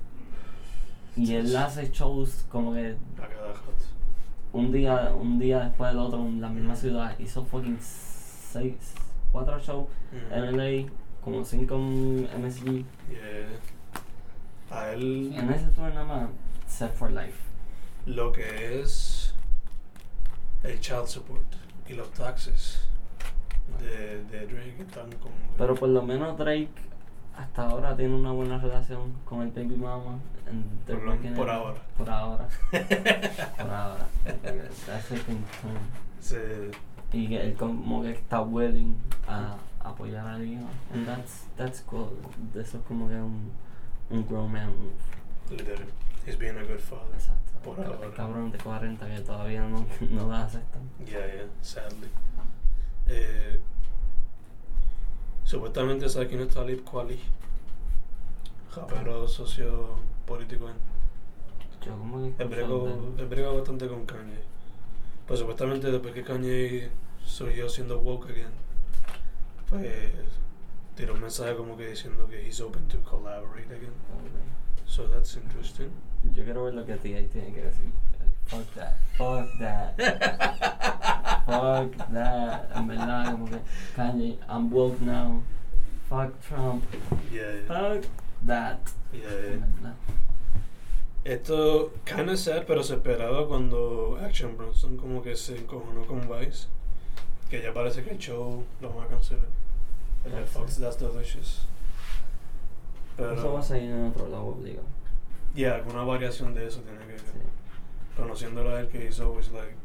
[SPEAKER 1] y él hace shows como que
[SPEAKER 2] A cada rato.
[SPEAKER 1] un día, un día después del otro en la misma ciudad, hizo fucking seis, cuatro shows
[SPEAKER 2] Mhm.
[SPEAKER 1] en LA, como cinco en MSG.
[SPEAKER 2] Yeah. A él.
[SPEAKER 1] En ese tour nada más, set for life.
[SPEAKER 2] lo que es el child support y los taxes de, de Drake están como que-
[SPEAKER 1] Pero por lo menos Drake hasta ahora tiene una buena relación con el Baby Mama. and they're
[SPEAKER 2] Por lo-
[SPEAKER 1] working
[SPEAKER 2] por
[SPEAKER 1] it-
[SPEAKER 2] ahora.
[SPEAKER 1] Por ahora. por ahora. That's the thing, um,
[SPEAKER 2] se
[SPEAKER 1] Y que él como que está willing a, apoyar al hijo. And that's, that's cool. Eso es como que un, un grown man move.
[SPEAKER 2] Literal. He's being a good father.
[SPEAKER 1] Exacto.
[SPEAKER 2] Por
[SPEAKER 1] El ca-
[SPEAKER 2] ahora.
[SPEAKER 1] El cabrón de 40 que todavía no, no la aceptan.
[SPEAKER 2] Yeah, yeah, sadly. Eh, supuestamente Sakino Talib Kweli, rapero socio político en
[SPEAKER 1] Yo como que
[SPEAKER 2] El
[SPEAKER 1] escucho
[SPEAKER 2] bregó,
[SPEAKER 1] de-
[SPEAKER 2] el bregó bastante con Kanye. Pues supuestamente después que Kanye surgió siendo woke again, pues tiró un mensaje como que diciendo que he's open to collaborate again. So that's interesting.
[SPEAKER 1] Yo quiero ver lo que TI tiene que decir. Fuck that. Fuck that. Fuck that. En verdad, como que Kanye, I'm woke now. Fuck Trump.
[SPEAKER 2] Yeah, yeah,
[SPEAKER 1] Fuck that.
[SPEAKER 2] yeah.
[SPEAKER 1] En verdad.
[SPEAKER 2] Esto kinda sad, pero se esperaba cuando Action Bronson como que se encojonó con Vice, que ya parece que el show lo van a cancelar. El
[SPEAKER 1] Ah,
[SPEAKER 2] de Fox, that's delicious. Pero,
[SPEAKER 1] Eso va a salir en otro lado, obligado.
[SPEAKER 2] Yeah, alguna variación de eso tiene que
[SPEAKER 1] Sí.
[SPEAKER 2] Conociéndolo a él que he's always like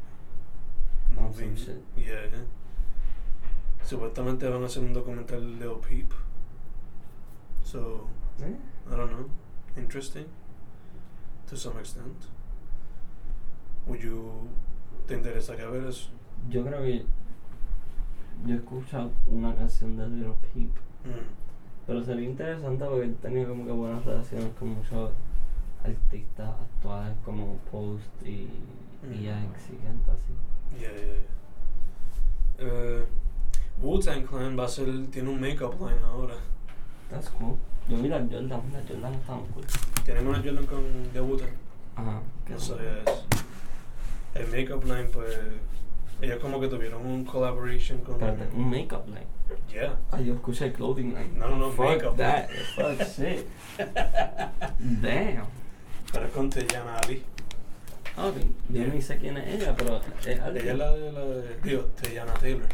[SPEAKER 1] On
[SPEAKER 2] moving.
[SPEAKER 1] some
[SPEAKER 2] Yeah. Supuestamente van a hacer un documental de Lil Peep. So,
[SPEAKER 1] ¿Eh?
[SPEAKER 2] I don't know. Interesting to some extent. Would you te interesaría ver eso?
[SPEAKER 1] Yo creo que. Yo he escuchado una canción de Little Peep.
[SPEAKER 2] Mm.
[SPEAKER 1] Pero sería interesante porque él tenía como que buenas relaciones con muchos artistas actuales como Post y, y
[SPEAKER 2] Mm.
[SPEAKER 1] X y gente así.
[SPEAKER 2] Yeah, yeah, yeah. Eh, Wu-Tang Clan va a ser, tiene un make-up line ahora.
[SPEAKER 1] That's cool. Yo vi la Jordan, la Jordan está muy cool.
[SPEAKER 2] Tienen una Jordan con de Wu-Tang.
[SPEAKER 1] Ajá. qué
[SPEAKER 2] No
[SPEAKER 1] cool.
[SPEAKER 2] sabía eso. El make-up line, pues. Ellos como que tuvieron un collaboration con.
[SPEAKER 1] Espérate, Mm. un makeup line.
[SPEAKER 2] Yeah.
[SPEAKER 1] Ah, yo escuché clothing line.
[SPEAKER 2] No, no, no,
[SPEAKER 1] Fuck
[SPEAKER 2] makeup
[SPEAKER 1] that.
[SPEAKER 2] line.
[SPEAKER 1] Fuck shit. Damn.
[SPEAKER 2] Pero es con Teyana Ali.
[SPEAKER 1] Ok, yo ni sé quién es ella, pero es alguien.
[SPEAKER 2] Ella es la de la de. Digo, Teyana Taylor.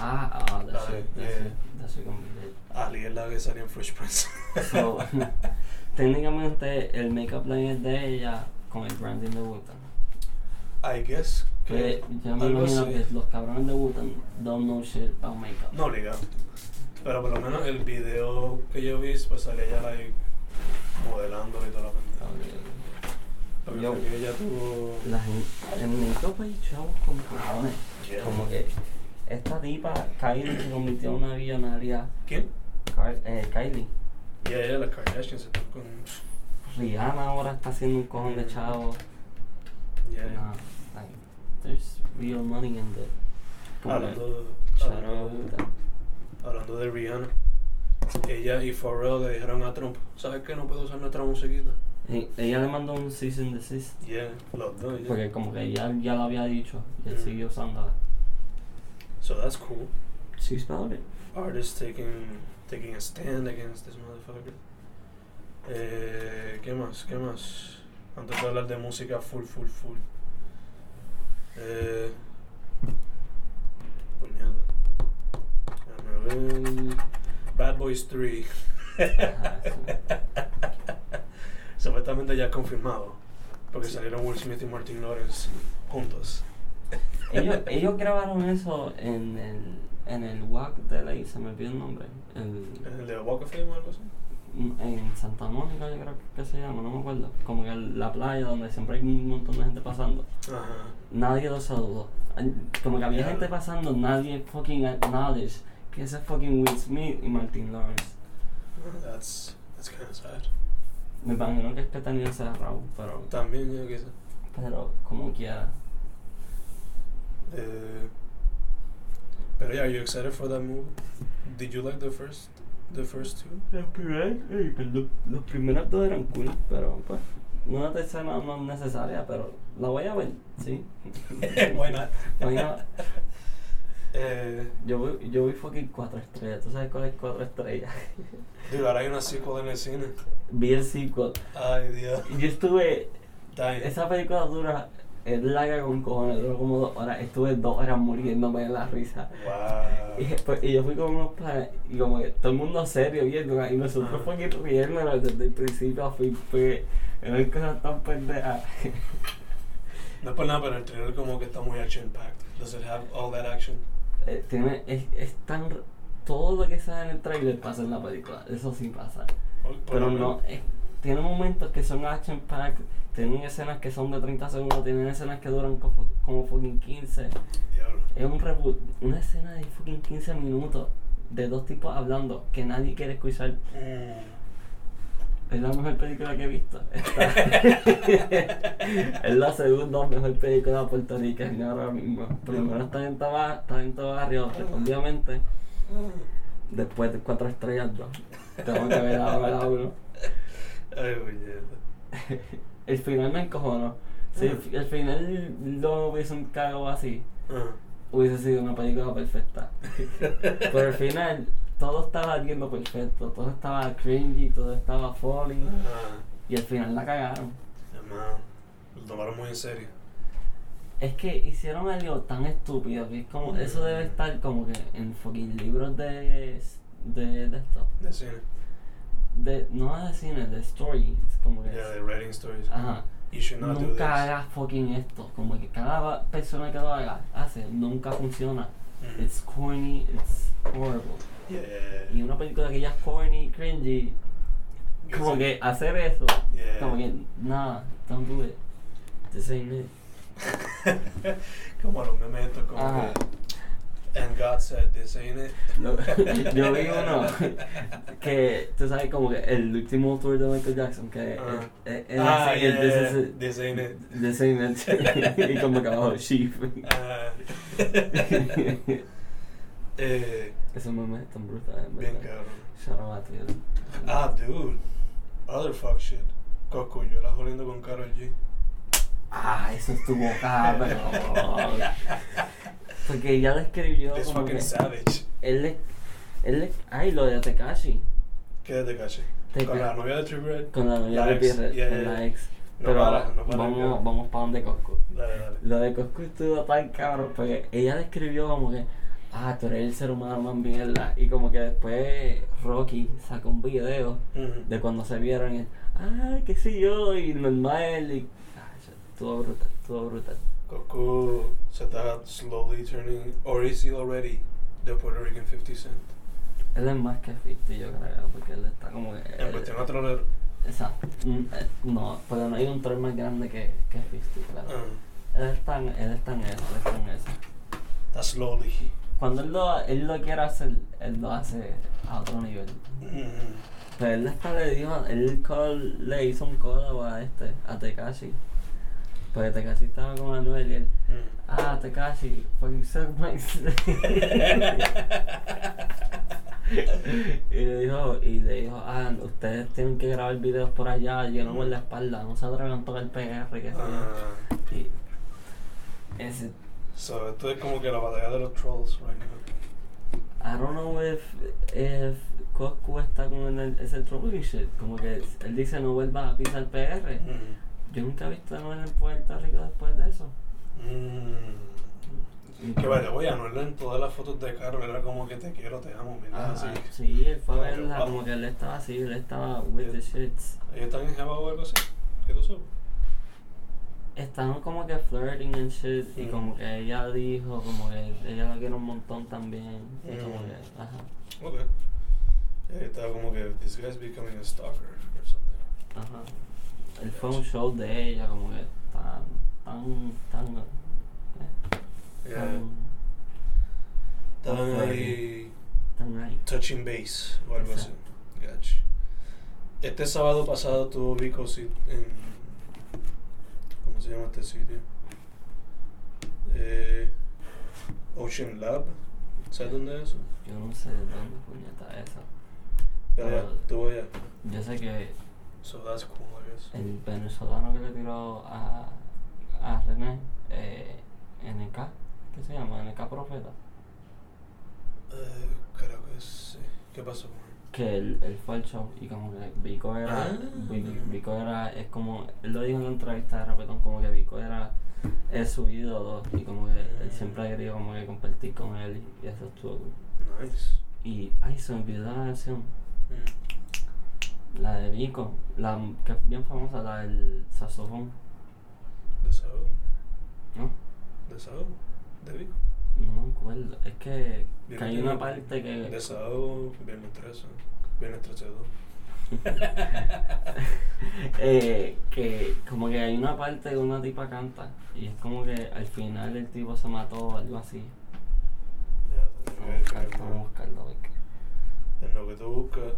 [SPEAKER 1] Ah, ah, that's
[SPEAKER 2] La de-
[SPEAKER 1] it, that's
[SPEAKER 2] yeah.
[SPEAKER 1] it, that's it, complete.
[SPEAKER 2] Ali es la que salió en Fresh Prince.
[SPEAKER 1] So, técnicamente el make-up line es de ella con el branding de Wutan.
[SPEAKER 2] I guess.
[SPEAKER 1] Que
[SPEAKER 2] Que
[SPEAKER 1] yo me
[SPEAKER 2] algo
[SPEAKER 1] imagino
[SPEAKER 2] así.
[SPEAKER 1] que los cabrones de Wutan don't know shit about make-up.
[SPEAKER 2] No obligado. Pero por lo menos el video que yo vi, pues salía ella like, modelando y toda la pendeja.
[SPEAKER 1] Ok.
[SPEAKER 2] Porque
[SPEAKER 1] Yo-
[SPEAKER 2] fue que ella tuvo.
[SPEAKER 1] La gente, el make-up hay chavos con cojones.
[SPEAKER 2] Yeah.
[SPEAKER 1] Como que esta tipa, Kylie, se convirtió en una billonaria.
[SPEAKER 2] ¿Quién?
[SPEAKER 1] Ky- eh, Kylie.
[SPEAKER 2] Yeah, ella, las Kardashians están con.
[SPEAKER 1] Rihanna ahora está haciendo un cojón de chavos.
[SPEAKER 2] Yeah.
[SPEAKER 1] Nah, like, there's real money in the... como que-
[SPEAKER 2] Hablando,
[SPEAKER 1] Shout out
[SPEAKER 2] hablando,
[SPEAKER 1] Wu-Tang.
[SPEAKER 2] hablando de Rihanna, ella y Pharrell le dijeron a Trump, ¿sabes qué? No puedo usar nuestra musiquita.
[SPEAKER 1] E- Ella le mandó un cease and desist.
[SPEAKER 2] Yeah, los dos. yeah.
[SPEAKER 1] Porque como que ella ya lo había dicho y él
[SPEAKER 2] Mm.
[SPEAKER 1] siguió usándola.
[SPEAKER 2] So that's cool.
[SPEAKER 1] She's about it.
[SPEAKER 2] Artists taking, taking a stand against this motherfucker. Eh, ¿Qué más? ¿Qué más? Antes de hablar de música full, full, full. Eh, puñada. Déjame ver. Bad Boys 3.
[SPEAKER 1] Ajá,
[SPEAKER 2] Supuestamente ya confirmado. Porque
[SPEAKER 1] Sí.
[SPEAKER 2] salieron Will Smith y Martin Lawrence juntos.
[SPEAKER 1] Ellos, ellos grabaron eso en el, en el WAC de la se me olvidó el nombre.
[SPEAKER 2] ¿El
[SPEAKER 1] El,
[SPEAKER 2] de Walk of Fame o algo así?
[SPEAKER 1] en Santa Mónica yo creo que se llama, no me acuerdo. Como que la playa donde siempre hay un montón de gente pasando.
[SPEAKER 2] Ajá.
[SPEAKER 1] Nadie lo saludó. Como que había
[SPEAKER 2] Yeah.
[SPEAKER 1] gente pasando, nadie fucking acknowledge que ese es fucking Will Smith y Martin Lawrence.
[SPEAKER 2] Ah, That's, that's kind of sad.
[SPEAKER 1] Me imagino que es que tenía cerrado, pero,
[SPEAKER 2] También, yo quizá.
[SPEAKER 1] pero como quiera.
[SPEAKER 2] Eh, pero yeah, are you excited for that movie? Did you like the first, the first two?
[SPEAKER 1] Los primeros, los primeros dos eran cool, pero pues una tercera no, no es necesaria, pero la voy a ver, sí.
[SPEAKER 2] Why not?
[SPEAKER 1] Why not?
[SPEAKER 2] Eh,
[SPEAKER 1] Yo vi, yo vi fucking cuatro estrellas, ¿tú sabes cuál es cuatro estrellas?
[SPEAKER 2] dude, ahora hay una sequel en el cine.
[SPEAKER 1] vi el sequel.
[SPEAKER 2] Ay, Dios.
[SPEAKER 1] Yo estuve,
[SPEAKER 2] Dying.
[SPEAKER 1] esa película dura, es larga con cojones, duró como dos horas, estuve dos horas muriéndome de la risa.
[SPEAKER 2] Wow.
[SPEAKER 1] Y, después- y yo fui con unos panes y como que todo el mundo serio viendo y nosotros
[SPEAKER 2] Ajá.
[SPEAKER 1] fue que riéndonos desde el principio a fin fue eran cosas tan pendejas.
[SPEAKER 2] No es por nada, pero el trailer como que está muy action packed. Does it have all that action?
[SPEAKER 1] Eh, Tiene, es, es tan r- todo lo que sea en el trailer pasa en la película. Eso sí pasa.
[SPEAKER 2] Por- por lo
[SPEAKER 1] Pero no,
[SPEAKER 2] menos-
[SPEAKER 1] eh, tiene momentos que son action packed, tienen escenas que son de 30 segundos, tienen escenas que duran como, como fucking 15.
[SPEAKER 2] Diablo.
[SPEAKER 1] Es un reboot, una escena de fucking 15 minutos de dos tipos hablando que nadie quiere escuchar.
[SPEAKER 2] Mm.
[SPEAKER 1] Es la mejor película que he visto. Está- es la segunda mejor película puertorriqueña ahora mismo. Primero está en Taba- está en Barrio, obviamente.
[SPEAKER 2] Mm.
[SPEAKER 1] Después de cuatro estrellas, dos. Tengo que ver ahora la uno.
[SPEAKER 2] Ay, puñeta.
[SPEAKER 1] El final me encojonó. Si el, fi- el final lo hubiesen cagado así,
[SPEAKER 2] Ah.
[SPEAKER 1] hubiese sido una película perfecta. Pero al final, todo estaba yendo perfecto. Todo estaba cringy, todo estaba funny.
[SPEAKER 2] Ah,
[SPEAKER 1] Y al final la cagaron.
[SPEAKER 2] hermano, Lo tomaron muy en serio.
[SPEAKER 1] Es que hicieron algo tan estúpido que es como, eso debe estar como que en fucking libros de, de, de esto.
[SPEAKER 2] De cine.
[SPEAKER 1] De, no de cine, de stories, como que
[SPEAKER 2] Yeah,
[SPEAKER 1] es-
[SPEAKER 2] de writing stories.
[SPEAKER 1] Pues, Ajá.
[SPEAKER 2] You should not do this.
[SPEAKER 1] Nunca hagas fucking esto, como que cada va- persona que lo haga hace, nunca funciona.
[SPEAKER 2] Mm.
[SPEAKER 1] It's corny, it's horrible.
[SPEAKER 2] Yeah.
[SPEAKER 1] Y una película que ya es corny, cringy, como que hacer eso,
[SPEAKER 2] Yeah.
[SPEAKER 1] como que, nah, don't do it. This ain't it.
[SPEAKER 2] como los memes estos, como
[SPEAKER 1] Ajá.
[SPEAKER 2] que. And God said this, ain't it?
[SPEAKER 1] No, yo vi uno que, tú sabes, como que el último tour de Michael Jackson, que
[SPEAKER 2] Ah.
[SPEAKER 1] eh, eh,
[SPEAKER 2] Ah,
[SPEAKER 1] él
[SPEAKER 2] yeah,
[SPEAKER 1] hace
[SPEAKER 2] yeah,
[SPEAKER 1] el
[SPEAKER 2] this ain't it.
[SPEAKER 1] This ain't it. y como que abajo, sheep.
[SPEAKER 2] Ah. eh,
[SPEAKER 1] Esos memes están brutales, en
[SPEAKER 2] bien
[SPEAKER 1] verdad.
[SPEAKER 2] cabrón.
[SPEAKER 1] Shout out a ti.
[SPEAKER 2] Ah, dude. Other fuck shit. Cocuyo era jodiendo con Karol G.
[SPEAKER 1] Ah, eso estuvo cabrón. Porque ella le escribió
[SPEAKER 2] This
[SPEAKER 1] como que...
[SPEAKER 2] fucking savage.
[SPEAKER 1] Él le... Él le... Ay, lo de Tekashi.
[SPEAKER 2] Quédate caché.
[SPEAKER 1] Te
[SPEAKER 2] Con la
[SPEAKER 1] ca-
[SPEAKER 2] novia de True Red.
[SPEAKER 1] Con la novia de
[SPEAKER 2] ex.
[SPEAKER 1] Pierre,
[SPEAKER 2] Yeah,
[SPEAKER 1] con
[SPEAKER 2] yeah,
[SPEAKER 1] la
[SPEAKER 2] yeah.
[SPEAKER 1] ex.
[SPEAKER 2] No
[SPEAKER 1] Pero
[SPEAKER 2] para, no para,
[SPEAKER 1] vamos,
[SPEAKER 2] ya.
[SPEAKER 1] vamos para donde Coscu.
[SPEAKER 2] Dale, dale.
[SPEAKER 1] Lo de Coscu estuvo tan cabrón, porque ella le escribió como que, ah, tú eres el ser humano más mierda. Y como que después Rocky sacó un video
[SPEAKER 2] Ujú.
[SPEAKER 1] de cuando se vieron y, ah, qué sé yo, y normal. Y, ah, eso estuvo brutal, estuvo brutal.
[SPEAKER 2] Goku se está slowly turning, or is he already the Puerto Rican 50 Cent?
[SPEAKER 1] Él es más que 50, yo creo, porque él está como que.
[SPEAKER 2] En cuestión de trolero.
[SPEAKER 1] Exacto. Mm, eh, No, pero no hay un troll más grande que, que 50, claro.
[SPEAKER 2] Ah,
[SPEAKER 1] Él está en él está en eso, él está en eso.
[SPEAKER 2] Está slowly.
[SPEAKER 1] Cuando él lo, él lo quiere hacer, él lo hace a otro nivel.
[SPEAKER 2] Mm.
[SPEAKER 1] Pero él hasta le dijo, él col- le hizo un código a este, a Tekashi. Porque Tekashi estaba con Manuel y él,
[SPEAKER 2] Mm.
[SPEAKER 1] ah, Tekashi, fucking suck my dick". y le dijo, y le dijo, ah, ustedes tienen que grabar videos por allá, yo no voy la espalda, no se atrevan a tocar el PR, que sé yo".
[SPEAKER 2] Ah,
[SPEAKER 1] Y ese
[SPEAKER 2] so, esto es como que la batalla de los trolls right now.
[SPEAKER 1] I don't know if, if Coscu está con el, ese trouble shit. Como que él dice no vuelvas a pisar PR.
[SPEAKER 2] Mm.
[SPEAKER 1] Yo nunca he visto a Anuel en Puerto Rico después de eso.
[SPEAKER 2] Mm. Que vaya, voy a no en todas las fotos de Carol, era como que te quiero, te amo, mira,
[SPEAKER 1] Ajá,
[SPEAKER 2] así.
[SPEAKER 1] Ah, sí, él fue a
[SPEAKER 2] Como que,
[SPEAKER 1] verla,
[SPEAKER 2] wow.
[SPEAKER 1] como que él estaba así, él estaba with
[SPEAKER 2] Eh,
[SPEAKER 1] the shits.
[SPEAKER 2] ¿Ellos están en Java o algo así? ¿Qué tú sabes?
[SPEAKER 1] Estaban como que flirting and shit, y
[SPEAKER 2] Mm.
[SPEAKER 1] como que ella dijo, como que ella lo quiere un montón también. Y como
[SPEAKER 2] Mm.
[SPEAKER 1] que, ajá,
[SPEAKER 2] Ok. Ella estaba como que, this guy's becoming a stalker or something.
[SPEAKER 1] ajá.
[SPEAKER 2] Eh.
[SPEAKER 1] Él fue a un show de ella, como que tan, tan, tan, eh,
[SPEAKER 2] Yeah.
[SPEAKER 1] tan,
[SPEAKER 2] Estaban
[SPEAKER 1] Ojo,
[SPEAKER 2] ahí
[SPEAKER 1] tan ahí.
[SPEAKER 2] touching base o algo así.
[SPEAKER 1] Exacto.
[SPEAKER 2] Gotcha. Este sábado pasado tuvo Vico sit- en. ¿Cómo se llama este sitio? Eh, Ocean Lab. ¿Sabes dónde es eso?
[SPEAKER 1] Yo no sé de dónde puñeta es esa.
[SPEAKER 2] Pero ya,
[SPEAKER 1] Ah.
[SPEAKER 2] estuvo allá.
[SPEAKER 1] Yo sé que
[SPEAKER 2] So that's cool, I guess.
[SPEAKER 1] el venezolano que le tiró a, a René, eh, NK, ¿qué se llama? NK Profeta.
[SPEAKER 2] Eh, creo que sí. ¿Qué pasó con él?
[SPEAKER 1] Que él, él fue al show y como que Vico era,
[SPEAKER 2] Ah.
[SPEAKER 1] Vi- Vico era, es como, él lo dijo en una entrevista de Rapetón, como que Vico era, es su ídolo y como que él siempre ha querido como que compartir con él y eso estuvo cool.
[SPEAKER 2] Nice.
[SPEAKER 1] Y, ay, se me olvidó la canción.
[SPEAKER 2] Mm.
[SPEAKER 1] La de Vico, la m- que es bien famosa, la del saxofón,
[SPEAKER 2] ¿De Saúl?
[SPEAKER 1] ¿no?
[SPEAKER 2] ¿De Saúl? ¿De Vico?
[SPEAKER 1] No me acuerdo. Es que, que
[SPEAKER 2] Viernes
[SPEAKER 1] hay
[SPEAKER 2] tiene
[SPEAKER 1] una parte que.
[SPEAKER 2] Desahogo, viernes 13. Viernes 13 2.
[SPEAKER 1] Eh, que como que hay una parte que una tipa canta y es como que al final el tipo se mató o algo así. Vamos a buscarlo, vamos a buscarlo. porque-
[SPEAKER 2] En lo que tú buscas.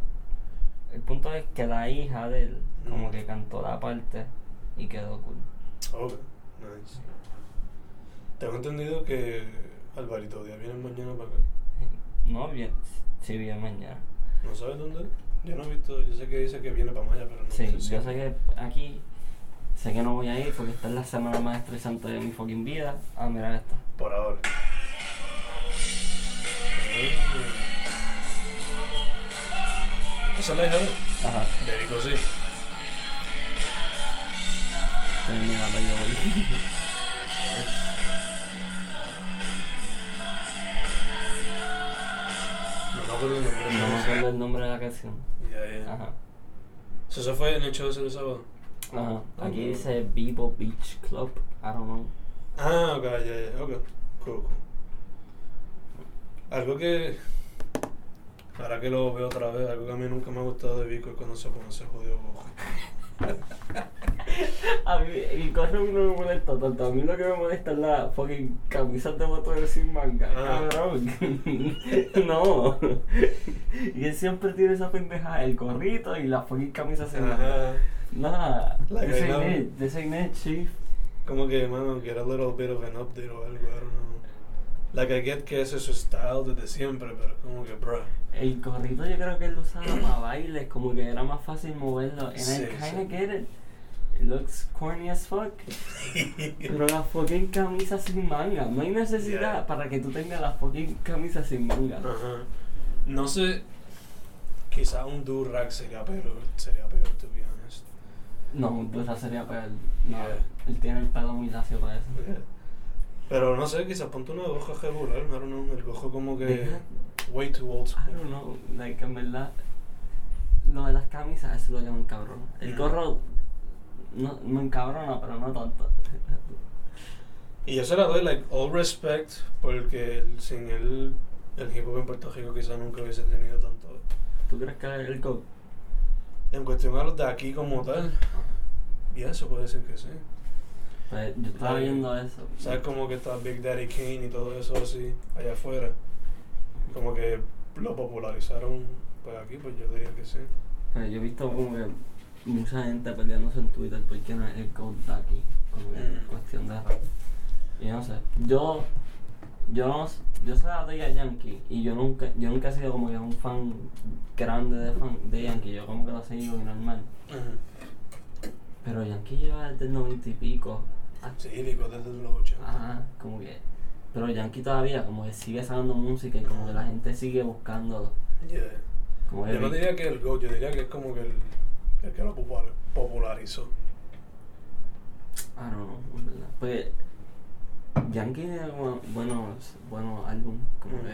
[SPEAKER 1] El punto es que la hija de él como
[SPEAKER 2] Mm.
[SPEAKER 1] que cantó la parte y quedó cool.
[SPEAKER 2] Ok, nice. Tengo entendido que Alvarito Díaz viene mañana para acá.
[SPEAKER 1] No, bien, si bien mañana.
[SPEAKER 2] ¿No sabes dónde? Yo no he visto, yo sé que dice que viene para Maya, pero no
[SPEAKER 1] Sí,
[SPEAKER 2] sé si-
[SPEAKER 1] yo sé que aquí sé que no voy a ir porque esta es la semana más estresante de mi fucking vida. Ah, mira esta.
[SPEAKER 2] Por ahora.
[SPEAKER 1] Mm.
[SPEAKER 2] Ah. Esa es la hija de
[SPEAKER 1] Ajá,
[SPEAKER 2] de Vico, sí.
[SPEAKER 1] termina pero yo voy.
[SPEAKER 2] No me acuerdo el nombre.
[SPEAKER 1] No me acuerdo el nombre de la canción.
[SPEAKER 2] Ya, ya.
[SPEAKER 1] Ajá.
[SPEAKER 2] So, Eso fue en el show ese de sábado. Ah,
[SPEAKER 1] Ajá. Aquí
[SPEAKER 2] Ok.
[SPEAKER 1] dice Bebo Beach Club. I don't know.
[SPEAKER 2] Ah, ok, ya, ya, ok. Cool, cool. Algo que. Ahora que lo veo otra vez, algo que a mí nunca me ha gustado de Vico es cuando se pone ese jodido bojo.
[SPEAKER 1] A mí, el coche a mí no me molesta tanto. A mí lo que me molesta es la fucking camisa de botones sin manga.
[SPEAKER 2] Ah.
[SPEAKER 1] Cabrón. no. Y él siempre tiene esa pendeja, el gorrito y la fucking camisa sin manga.
[SPEAKER 2] Ajá.
[SPEAKER 1] Nah.
[SPEAKER 2] Like
[SPEAKER 1] this
[SPEAKER 2] I
[SPEAKER 1] ain't
[SPEAKER 2] know.
[SPEAKER 1] it. This ain't it, chief.
[SPEAKER 2] Como que, mano, get a little bit of an update o algo, I don't know. Like, I get que ese es su style desde siempre, pero como que, bruh.
[SPEAKER 1] El gorrito yo creo que él lo usaba para bailes, como que era más fácil moverlo. And
[SPEAKER 2] Sí,
[SPEAKER 1] I kinda
[SPEAKER 2] sí.
[SPEAKER 1] get it. It looks corny as fuck. Pero la fucking camisa sin manga. No hay necesidad
[SPEAKER 2] Yeah.
[SPEAKER 1] para que tú tengas la fucking camisa sin manga.
[SPEAKER 2] Ajá. No sé. Quizá un do-rag sería peor, sería peor, to be honest.
[SPEAKER 1] No, pues, esa sería peor. No,
[SPEAKER 2] Yeah.
[SPEAKER 1] él tiene el pelo muy lacio para eso.
[SPEAKER 2] Pero no sé, quizás ponte una goja regular, no, no, el gojo como que
[SPEAKER 1] Deja-
[SPEAKER 2] way too old school.
[SPEAKER 1] I don't know, like, en verdad, lo de las camisas eso es lo que me encabrona. El
[SPEAKER 2] Mm.
[SPEAKER 1] gorro no, me encabrona, pero no tanto.
[SPEAKER 2] Y yo se la doy, like, all respect, porque el- sin él, el hip hop en Puerto Rico quizás nunca hubiese tenido tanto.
[SPEAKER 1] ¿Tú crees que el go?
[SPEAKER 2] En cuestión a los de aquí como tal, ya se puede decir que sí.
[SPEAKER 1] Pues, yo estaba
[SPEAKER 2] Like,
[SPEAKER 1] viendo eso.
[SPEAKER 2] ¿Sabes Eh, como que está Big Daddy Kane y todo eso así, allá afuera? Como que lo popularizaron, pues aquí, pues yo diría que sí.
[SPEAKER 1] Pues, yo he visto como que mucha gente peleándose en Twitter porque no es el go está aquí. Como que en
[SPEAKER 2] Mm.
[SPEAKER 1] cuestión de rap. Y no sé, yo, yo no s- yo soy la a Yankee y yo nunca, yo nunca he sido como que un fan grande de, fan, de Yankee, yo como que lo sigo y normal. Pero Yankee lleva desde el noventa y pico. Ah,
[SPEAKER 2] Sí, digo, desde los 80.
[SPEAKER 1] Ajá, como que. Pero Yankee todavía como que sigue sacando música y como que la gente sigue buscándolo.
[SPEAKER 2] Yeah.
[SPEAKER 1] Como que
[SPEAKER 2] Yo no diría que el GOAT, yo diría que es como que el, el que lo popular- popularizó.
[SPEAKER 1] Ah, no, no, en verdad. Porque Yankee tiene como buenos, buenos álbum, como
[SPEAKER 2] Ujú.
[SPEAKER 1] que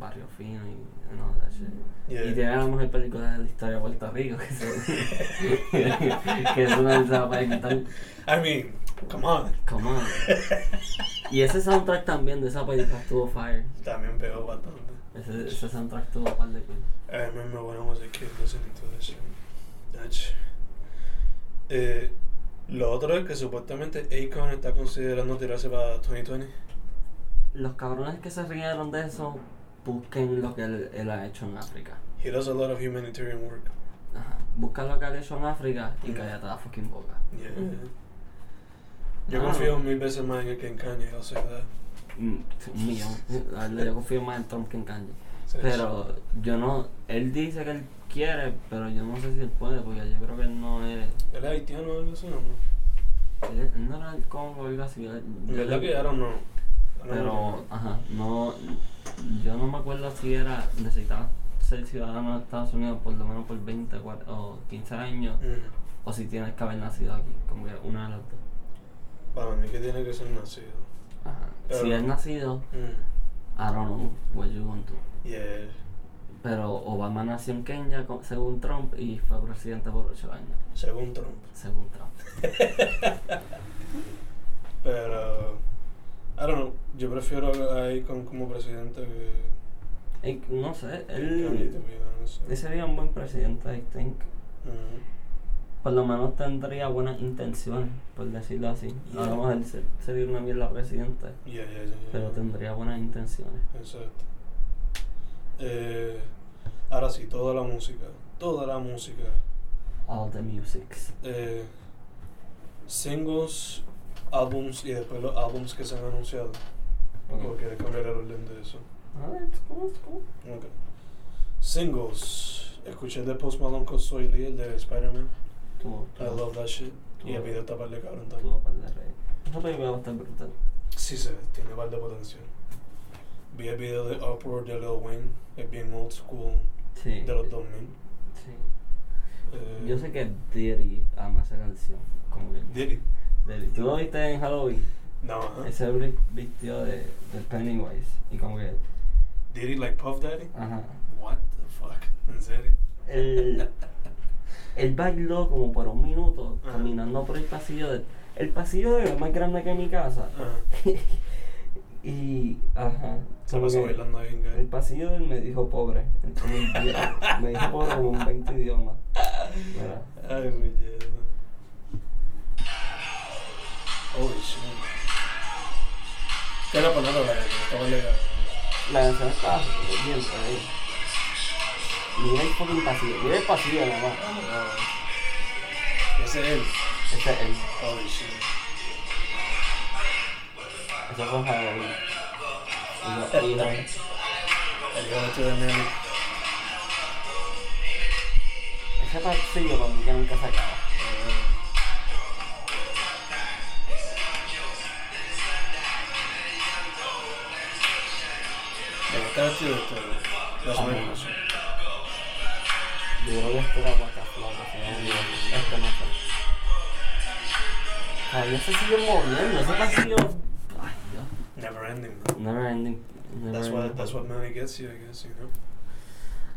[SPEAKER 1] Barrio Fino y no, that shit.
[SPEAKER 2] Yeah.
[SPEAKER 1] Y tiene la mejor película de la historia de Puerto Rico, que se- que eso no se la puede quitar.
[SPEAKER 2] I mean, come on.
[SPEAKER 1] Come on. Y ese soundtrack también de esa película estuvo fire.
[SPEAKER 2] También pegó bastante.
[SPEAKER 1] Ese, ese soundtrack estuvo par de cool.
[SPEAKER 2] I remember when I was a kid listening to this shit. That shit. Eh, lo otro es que supuestamente Akon está considerando tirarse para 2020.
[SPEAKER 1] Los cabrones que se rieron de eso, busquen lo que él, él ha hecho en África.
[SPEAKER 2] He does a lot of humanitarian work.
[SPEAKER 1] Ajá. Busca lo que ha hecho en África y
[SPEAKER 2] Mm.
[SPEAKER 1] cállate la fucking boca.
[SPEAKER 2] Yeah.
[SPEAKER 1] Mm.
[SPEAKER 2] Yo
[SPEAKER 1] Ah.
[SPEAKER 2] confío mil veces más en él que en Kanye, I'll say that.
[SPEAKER 1] Mm, Ah, Un millón. La verdad, Yo confío más en Trump que en Kanye.
[SPEAKER 2] Sí,
[SPEAKER 1] Pero yo no. Él dice que él quiere, pero yo no sé si él puede, porque yo creo que él no es.
[SPEAKER 2] sí. ¿Él es haitiano o algo así o no?
[SPEAKER 1] Él, él no era el Congo o algo así. Yo- yo-
[SPEAKER 2] ¿Verdad que I don't know? I don't
[SPEAKER 1] Pero, ah.
[SPEAKER 2] know.
[SPEAKER 1] ajá, no. Yo no me acuerdo si era. Necesitaba ser ciudadano de Estados Unidos por lo menos por 20 cuar- o 15 años.
[SPEAKER 2] Mm.
[SPEAKER 1] O si tienes que haber nacido aquí, como que una de las dos.
[SPEAKER 2] Para mí que tiene que ser nacido.
[SPEAKER 1] Ajá.
[SPEAKER 2] Pero-
[SPEAKER 1] Si has nacido,
[SPEAKER 2] Mm.
[SPEAKER 1] I don't know what you want to.
[SPEAKER 2] Yeah.
[SPEAKER 1] Pero Obama nació en Kenia, co- según Trump, y fue presidente por ocho años,
[SPEAKER 2] Según Trump.
[SPEAKER 1] según Trump.
[SPEAKER 2] Pero I I don't know, yo prefiero a Akon como presidente que.
[SPEAKER 1] Eh, no sé,
[SPEAKER 2] que a mí, to
[SPEAKER 1] él,
[SPEAKER 2] be honest.
[SPEAKER 1] él sería un buen presidente, I think.
[SPEAKER 2] Ujú.
[SPEAKER 1] Por lo menos tendría buenas intenciones, por decirlo así. A lo mejor se- sería una mierda presidente,
[SPEAKER 2] Yeah, yeah, yeah, yeah.
[SPEAKER 1] pero tendría buenas intenciones.
[SPEAKER 2] Exacto. Eh, ahora sí, toda la música. Toda la música.
[SPEAKER 1] All the musics.
[SPEAKER 2] Eh, singles, álbums y después los álbums que se han anunciado.
[SPEAKER 1] Ok.
[SPEAKER 2] Porque cambiar el orden de eso.
[SPEAKER 1] Ah, it's cool, it's cool.
[SPEAKER 2] Ok. Singles. Escuché el de Post Malone con Soy Lee, el de Spider-Man.
[SPEAKER 1] Tuvo,
[SPEAKER 2] I love that shit. Y el
[SPEAKER 1] Tuvo-
[SPEAKER 2] video está par de cabrón
[SPEAKER 1] tuvo
[SPEAKER 2] también.
[SPEAKER 1] par de reyes. Esa película va a estar brutal.
[SPEAKER 2] Sí, se ve, tiene par de potencial. Vi el video de Uproar de Lil Wayne. Es bien old school.
[SPEAKER 1] Sí.
[SPEAKER 2] De los 2000.
[SPEAKER 1] Sí.
[SPEAKER 2] Eh,
[SPEAKER 1] Yo sé que Diddy ama esa canción. Como que
[SPEAKER 2] Diddy. Ah.
[SPEAKER 1] Diddy. ¿Tú lo viste en Halloween?
[SPEAKER 2] No, ajá.
[SPEAKER 1] Ese bri- vistió de, de Pennywise. Y como que.
[SPEAKER 2] Diddy like Puff Daddy?
[SPEAKER 1] Ajá.
[SPEAKER 2] What the fuck? ¿En serio?
[SPEAKER 1] El- Él bailó como por un minuto
[SPEAKER 2] Ajá.
[SPEAKER 1] caminando por el pasillo. De, el pasillo de es más grande que mi casa.
[SPEAKER 2] Ajá.
[SPEAKER 1] y. Ajá.
[SPEAKER 2] Se
[SPEAKER 1] como
[SPEAKER 2] pasó
[SPEAKER 1] que
[SPEAKER 2] bailando ahí en
[SPEAKER 1] El pasillo de él me dijo pobre. Entonces, yo- me dijo pobre como en 20 idiomas. Mira.
[SPEAKER 2] Ay, belleza. Holy shit. ¿Qué era para nada la que estaba legal?
[SPEAKER 1] La canción está bien, pero ahí. Mira el fucking pasillo. Mira el pasillo nada más.
[SPEAKER 2] Ese es él.
[SPEAKER 1] Ese es él.
[SPEAKER 2] Holy shit.
[SPEAKER 1] Eso fue Halloween. Y yo, y yo-
[SPEAKER 2] El hijo de este de Nelly.
[SPEAKER 1] Ese pasillo para mí que nunca se acaba.
[SPEAKER 2] Eh, Está vestido de este. de Los
[SPEAKER 1] Ajá.
[SPEAKER 2] Mecos.
[SPEAKER 1] Yo creo que esto era guacaflota, si no me equivoco. Esto no fue. Todavía se sigue moviendo. Ese pasillo. Ay, Dios.
[SPEAKER 2] Never ending, man.
[SPEAKER 1] Never ending. Never
[SPEAKER 2] That's what,
[SPEAKER 1] ending.
[SPEAKER 2] that's what money gets you, I guess, you know.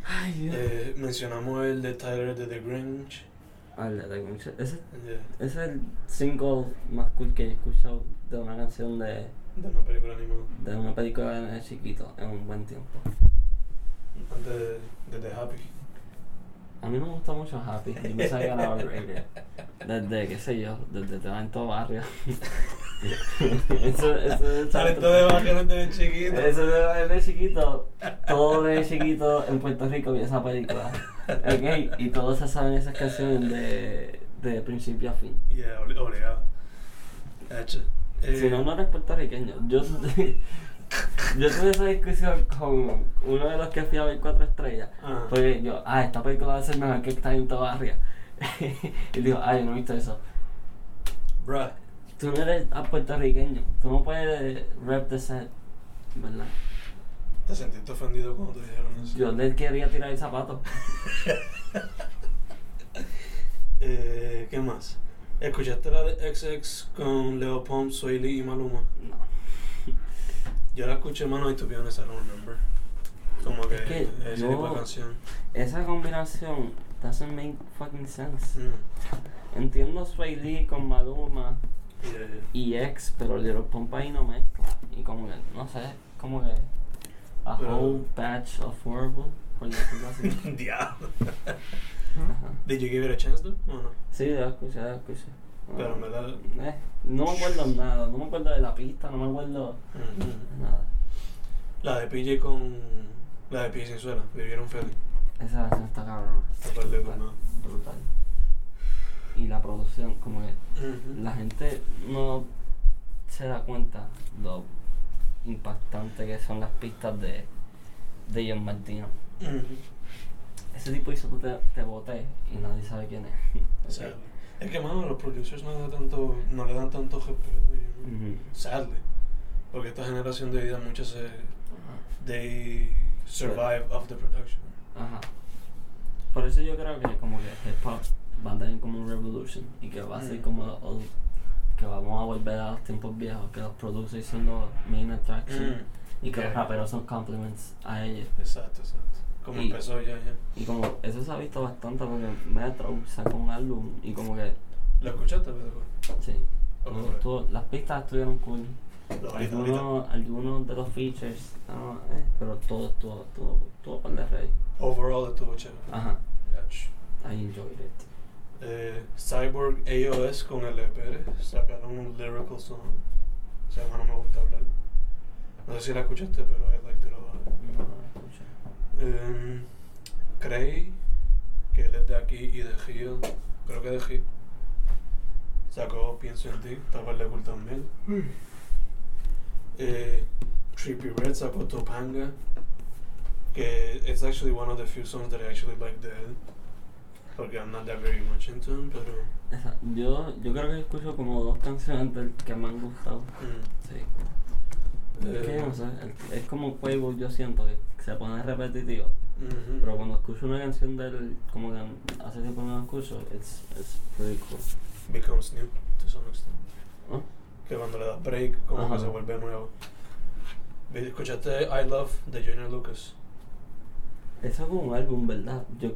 [SPEAKER 1] Ay, Dios.
[SPEAKER 2] Eh, mencionamos el de Tyler de The Grinch.
[SPEAKER 1] Ah, la de Grinch. Ese
[SPEAKER 2] Yeah,
[SPEAKER 1] ese es el single más cool que he escuchado de una canción de.
[SPEAKER 2] de una película animada.
[SPEAKER 1] de una película de chiquito en un buen tiempo.
[SPEAKER 2] Antes de, de The Happy.
[SPEAKER 1] A mí no me gusta mucho Happy, yo me sabía la overrated. Desde, qué sé yo, desde Talento Barrio. eso, eso es
[SPEAKER 2] Talento de barrio desde chiquito.
[SPEAKER 1] Eso de desde chiquito. Todo de chiquito en Puerto Rico vi esa película. Ok, y todos se saben esas canciones de, de principio a fin.
[SPEAKER 2] Yeah, obli- obligado. Hacho. Eh,
[SPEAKER 1] Si no, no eres puertorriqueño. Yo, yo tuve esa discusión con uno de los que fui a ver cuatro estrellas.
[SPEAKER 2] Ajá.
[SPEAKER 1] Porque yo, ah, esta película va a ser mejor que está en tu barrio. y digo, ay, no he visto eso.
[SPEAKER 2] Bruh.
[SPEAKER 1] Tú no eres ah, puertorriqueño. Tú no puedes rap the set, ¿verdad?
[SPEAKER 2] ¿Te sentiste ofendido cuando te dijeron eso?
[SPEAKER 1] Yo le quería tirar el zapato.
[SPEAKER 2] eh, ¿Qué más? ¿Escuchaste la de XX con Leo Pump, Soy Lee y Maluma?
[SPEAKER 1] No.
[SPEAKER 2] Yo la escuché, mano, y tu honest, I don't remember. Como que,
[SPEAKER 1] Es que
[SPEAKER 2] ese tipo
[SPEAKER 1] yo-
[SPEAKER 2] de canción.
[SPEAKER 1] Esa combinación doesn't make fucking sense.
[SPEAKER 2] Mm.
[SPEAKER 1] Entiendo Sway Lee con Maluma
[SPEAKER 2] Yeah, yeah.
[SPEAKER 1] y ex, E pero Little Pump ahí no mezcla. Y como que, no sé, como que. A
[SPEAKER 2] Pero-
[SPEAKER 1] whole batch of horrible, por decirlo así.
[SPEAKER 2] Diablo.
[SPEAKER 1] Ajá.
[SPEAKER 2] Did you give it a chance though? ¿O no?
[SPEAKER 1] Sí, la escuché, la escuché.
[SPEAKER 2] Pero en verdad-
[SPEAKER 1] Eh, no me acuerdo nada, no me acuerdo de la pista, no me acuerdo de nada.
[SPEAKER 2] La de PJ con. La de PJ Sinzuela, vivieron feliz.
[SPEAKER 1] Esa canción está cabrona.
[SPEAKER 2] No perdí con nada.
[SPEAKER 1] brutal. Y la producción, como que la gente no se da cuenta lo impactante que son las pistas de, de John Martino.
[SPEAKER 2] Ujú.
[SPEAKER 1] Ese tipo hizo tú te, te boté y nadie sabe quién es.
[SPEAKER 2] Sadly. Es que, mano, los producers no, le dan tanto, no le dan tanto respeto. you know.
[SPEAKER 1] Ujú.
[SPEAKER 2] Sadly. Porque esta generación de vida, muchos se.
[SPEAKER 1] Ajá.
[SPEAKER 2] They survive off the production.
[SPEAKER 1] Ajá. Por eso yo creo que como que hip hop va a tener como un revolution y que va a ser
[SPEAKER 2] Mm.
[SPEAKER 1] como los old- que vamos a volver a los tiempos viejos, que los producers son los main attraction
[SPEAKER 2] Mm.
[SPEAKER 1] y que los
[SPEAKER 2] Yeah.
[SPEAKER 1] raperos son compliments a ellos.
[SPEAKER 2] Exacto, exacto. Como
[SPEAKER 1] Y-
[SPEAKER 2] empezó ya, ya.
[SPEAKER 1] Y como eso se ha visto bastante porque Metro sacó un álbum y como que
[SPEAKER 2] ¿Lo escuchaste, Pedro?
[SPEAKER 1] sí,
[SPEAKER 2] Ok.
[SPEAKER 1] como estuvo- las pistas estuvieron cool.
[SPEAKER 2] La varita, varita.
[SPEAKER 1] Algunos, algunos de los features, ah, eh, pero todo, todo, todo, todo para el rey.
[SPEAKER 2] Overall estuvo chévere.
[SPEAKER 1] Ajá,
[SPEAKER 2] Gach.
[SPEAKER 1] I enjoyed it.
[SPEAKER 2] Eh, Cyborg AOS con L. Pérez sacaron un lyrical song. Se llama No me gusta hablar. No sé si la escuchaste, pero es like te lo
[SPEAKER 1] No lo escuché.
[SPEAKER 2] Em, Cray, que él es de aquí y de Gil, creo que de Gil, sacó Pienso en ti, tal vez le cool también. Eh, Trippy Red sacó Topanga, que it's actually one of the few songs that I actually like de él, porque I'm not that very much into him, pero
[SPEAKER 1] Esa- Yo, yo creo que escucho como dos canciones del que me han gustado.
[SPEAKER 2] mm,
[SPEAKER 1] Sí.
[SPEAKER 2] Eh.
[SPEAKER 1] Es que no sé, el- es como Quavo, yo siento que se pone repetitivo.
[SPEAKER 2] mhm.
[SPEAKER 1] Pero cuando escucho una canción del. como que hace tiempo no la escucho, it's, it's pretty cool.
[SPEAKER 2] becomes new to some extent.
[SPEAKER 1] ¿Ah?
[SPEAKER 2] que cuando le das break como
[SPEAKER 1] Ajá.
[SPEAKER 2] que se vuelve nuevo. Ve- ¿Escuchaste I Love de Junior Lucas?
[SPEAKER 1] Eso es como un álbum, ¿verdad? Yo,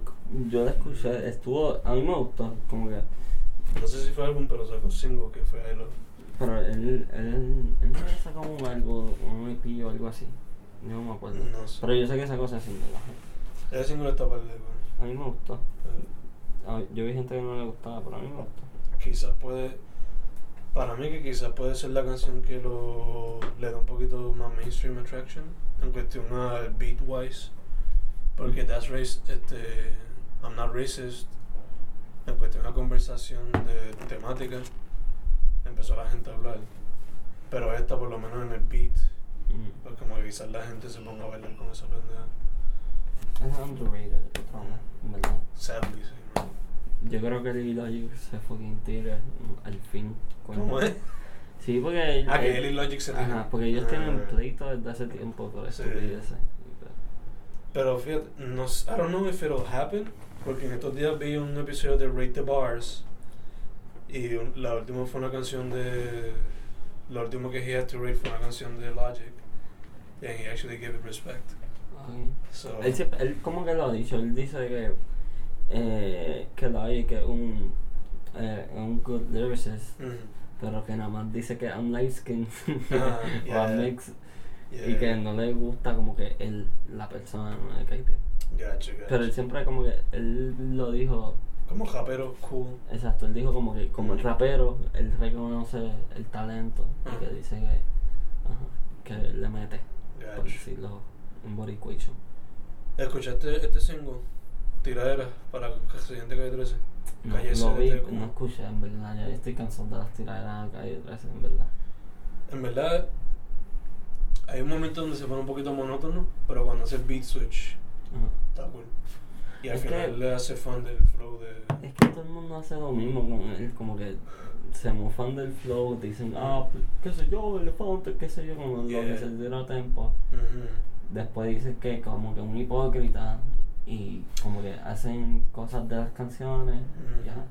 [SPEAKER 1] yo la escuché, estuvo. a mí me gustó, como que.
[SPEAKER 2] No sé si fue álbum, pero sacó single que fue I Love.
[SPEAKER 1] Pero él, él, él no había sacado un álbum, un EP o algo así. No me acuerdo.
[SPEAKER 2] No sé.
[SPEAKER 1] Pues, Pero yo sé que esa cosa es single. ajá.
[SPEAKER 2] Ese single está para el álbum.
[SPEAKER 1] A mí me gustó. A- yo vi gente que no le gustaba, pero a mí me gustó.
[SPEAKER 2] Quizás puede. Para mí, que quizás puede ser la canción que lo, le da un poquito más mainstream attraction en cuestión al beat wise. Porque That's Race, este, I'm Not Racist, en cuestión a conversación de temática, empezó la gente a hablar. Pero esta, por lo menos en el beat,
[SPEAKER 1] Mm.
[SPEAKER 2] pues como que quizás la gente se ponga a bailar con esa pendeja.
[SPEAKER 1] Es underrated, el programa, en ¿verdad?
[SPEAKER 2] Sadly, sí, ¿no?
[SPEAKER 1] Yo creo que Lil Logic se fucking tira mm, al fin. coño.
[SPEAKER 2] ¿Cómo es?
[SPEAKER 1] Sí, porque.
[SPEAKER 2] Ah, que
[SPEAKER 1] él-
[SPEAKER 2] Lil Logic se tira.
[SPEAKER 1] Ajá, porque ellos tienen
[SPEAKER 2] Ah.
[SPEAKER 1] pleito desde hace tiempo por
[SPEAKER 2] Sí.
[SPEAKER 1] estupideces.
[SPEAKER 2] Pero fíjate, no, s- I don't know if it'll happen, porque en estos días vi un episodio de Rate the Bars y un- la última fue una canción de. Lo último que he had to rate fue una canción de Logic, and he actually gave it respect.
[SPEAKER 1] Ok.
[SPEAKER 2] So,
[SPEAKER 1] Él, siempre- él como que lo ha dicho, él dice que eh, que la oye que es un eh, un good lyricist,
[SPEAKER 2] mhm,
[SPEAKER 1] pero que nada más dice que I'm light skin
[SPEAKER 2] Ah, yeah.
[SPEAKER 1] mix y
[SPEAKER 2] yeah,
[SPEAKER 1] que no le gusta como que él la persona no le cae bien.
[SPEAKER 2] Gotcha, gotcha.
[SPEAKER 1] Pero él siempre como que él lo dijo,
[SPEAKER 2] Como rapero, cool.
[SPEAKER 1] exacto, él dijo como que como el
[SPEAKER 2] Mm.
[SPEAKER 1] rapero, él reconoce el talento y que
[SPEAKER 2] Ajá.
[SPEAKER 1] dice que ajá, que le mete, por
[SPEAKER 2] Gotcha.
[SPEAKER 1] decirlo en boricuicho.
[SPEAKER 2] ¿Escuchaste este single? Tiradera para Residente Calle 13.
[SPEAKER 1] No,
[SPEAKER 2] Calle
[SPEAKER 1] lo vi,
[SPEAKER 2] SDT, como-
[SPEAKER 1] no escuché, en verdad. Ya estoy cansado de las tiraderas de calle 13, en verdad.
[SPEAKER 2] En verdad, hay un momento donde se pone un poquito monótono, pero cuando hace el beat switch,
[SPEAKER 1] Ajá.
[SPEAKER 2] está cool. Y al
[SPEAKER 1] Es que-
[SPEAKER 2] final le hace fan del flow de.
[SPEAKER 1] Es que todo el mundo hace lo mismo con él, como que se mofan del flow, dicen, ah, pues, qué sé yo, elefante, qué sé yo, como lo que
[SPEAKER 2] Yeah.
[SPEAKER 1] se dio tiempo.
[SPEAKER 2] Ujú.
[SPEAKER 1] Después dicen que como que un hipócrita y como que hacen cosas de las canciones.
[SPEAKER 2] Mm.
[SPEAKER 1] y ajá.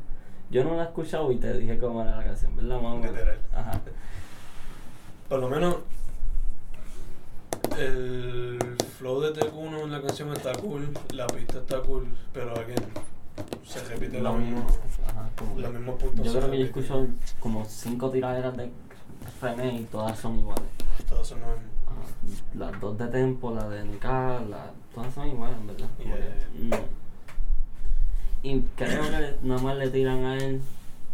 [SPEAKER 1] Yo no la he escuchado y te dije cómo era la canción, ¿verdad, mamá?
[SPEAKER 2] Literal.
[SPEAKER 1] Ajá.
[SPEAKER 2] Por lo menos, el flow de Tecuno en la canción está cool, la pista está cool, pero aquí se repite lo, mismo.
[SPEAKER 1] Ajá, como
[SPEAKER 2] Los
[SPEAKER 1] que-
[SPEAKER 2] mismos puntos.
[SPEAKER 1] Yo
[SPEAKER 2] se
[SPEAKER 1] creo que yo
[SPEAKER 2] repiten.
[SPEAKER 1] escucho como cinco tiraderas de René y todas son iguales.
[SPEAKER 2] Todos son los mismos.
[SPEAKER 1] Ah, Las dos de tempo, la de NK, la, todas son iguales, en verdad. Como que,
[SPEAKER 2] Yeah.
[SPEAKER 1] mm. Y creo que nada más le tiran a él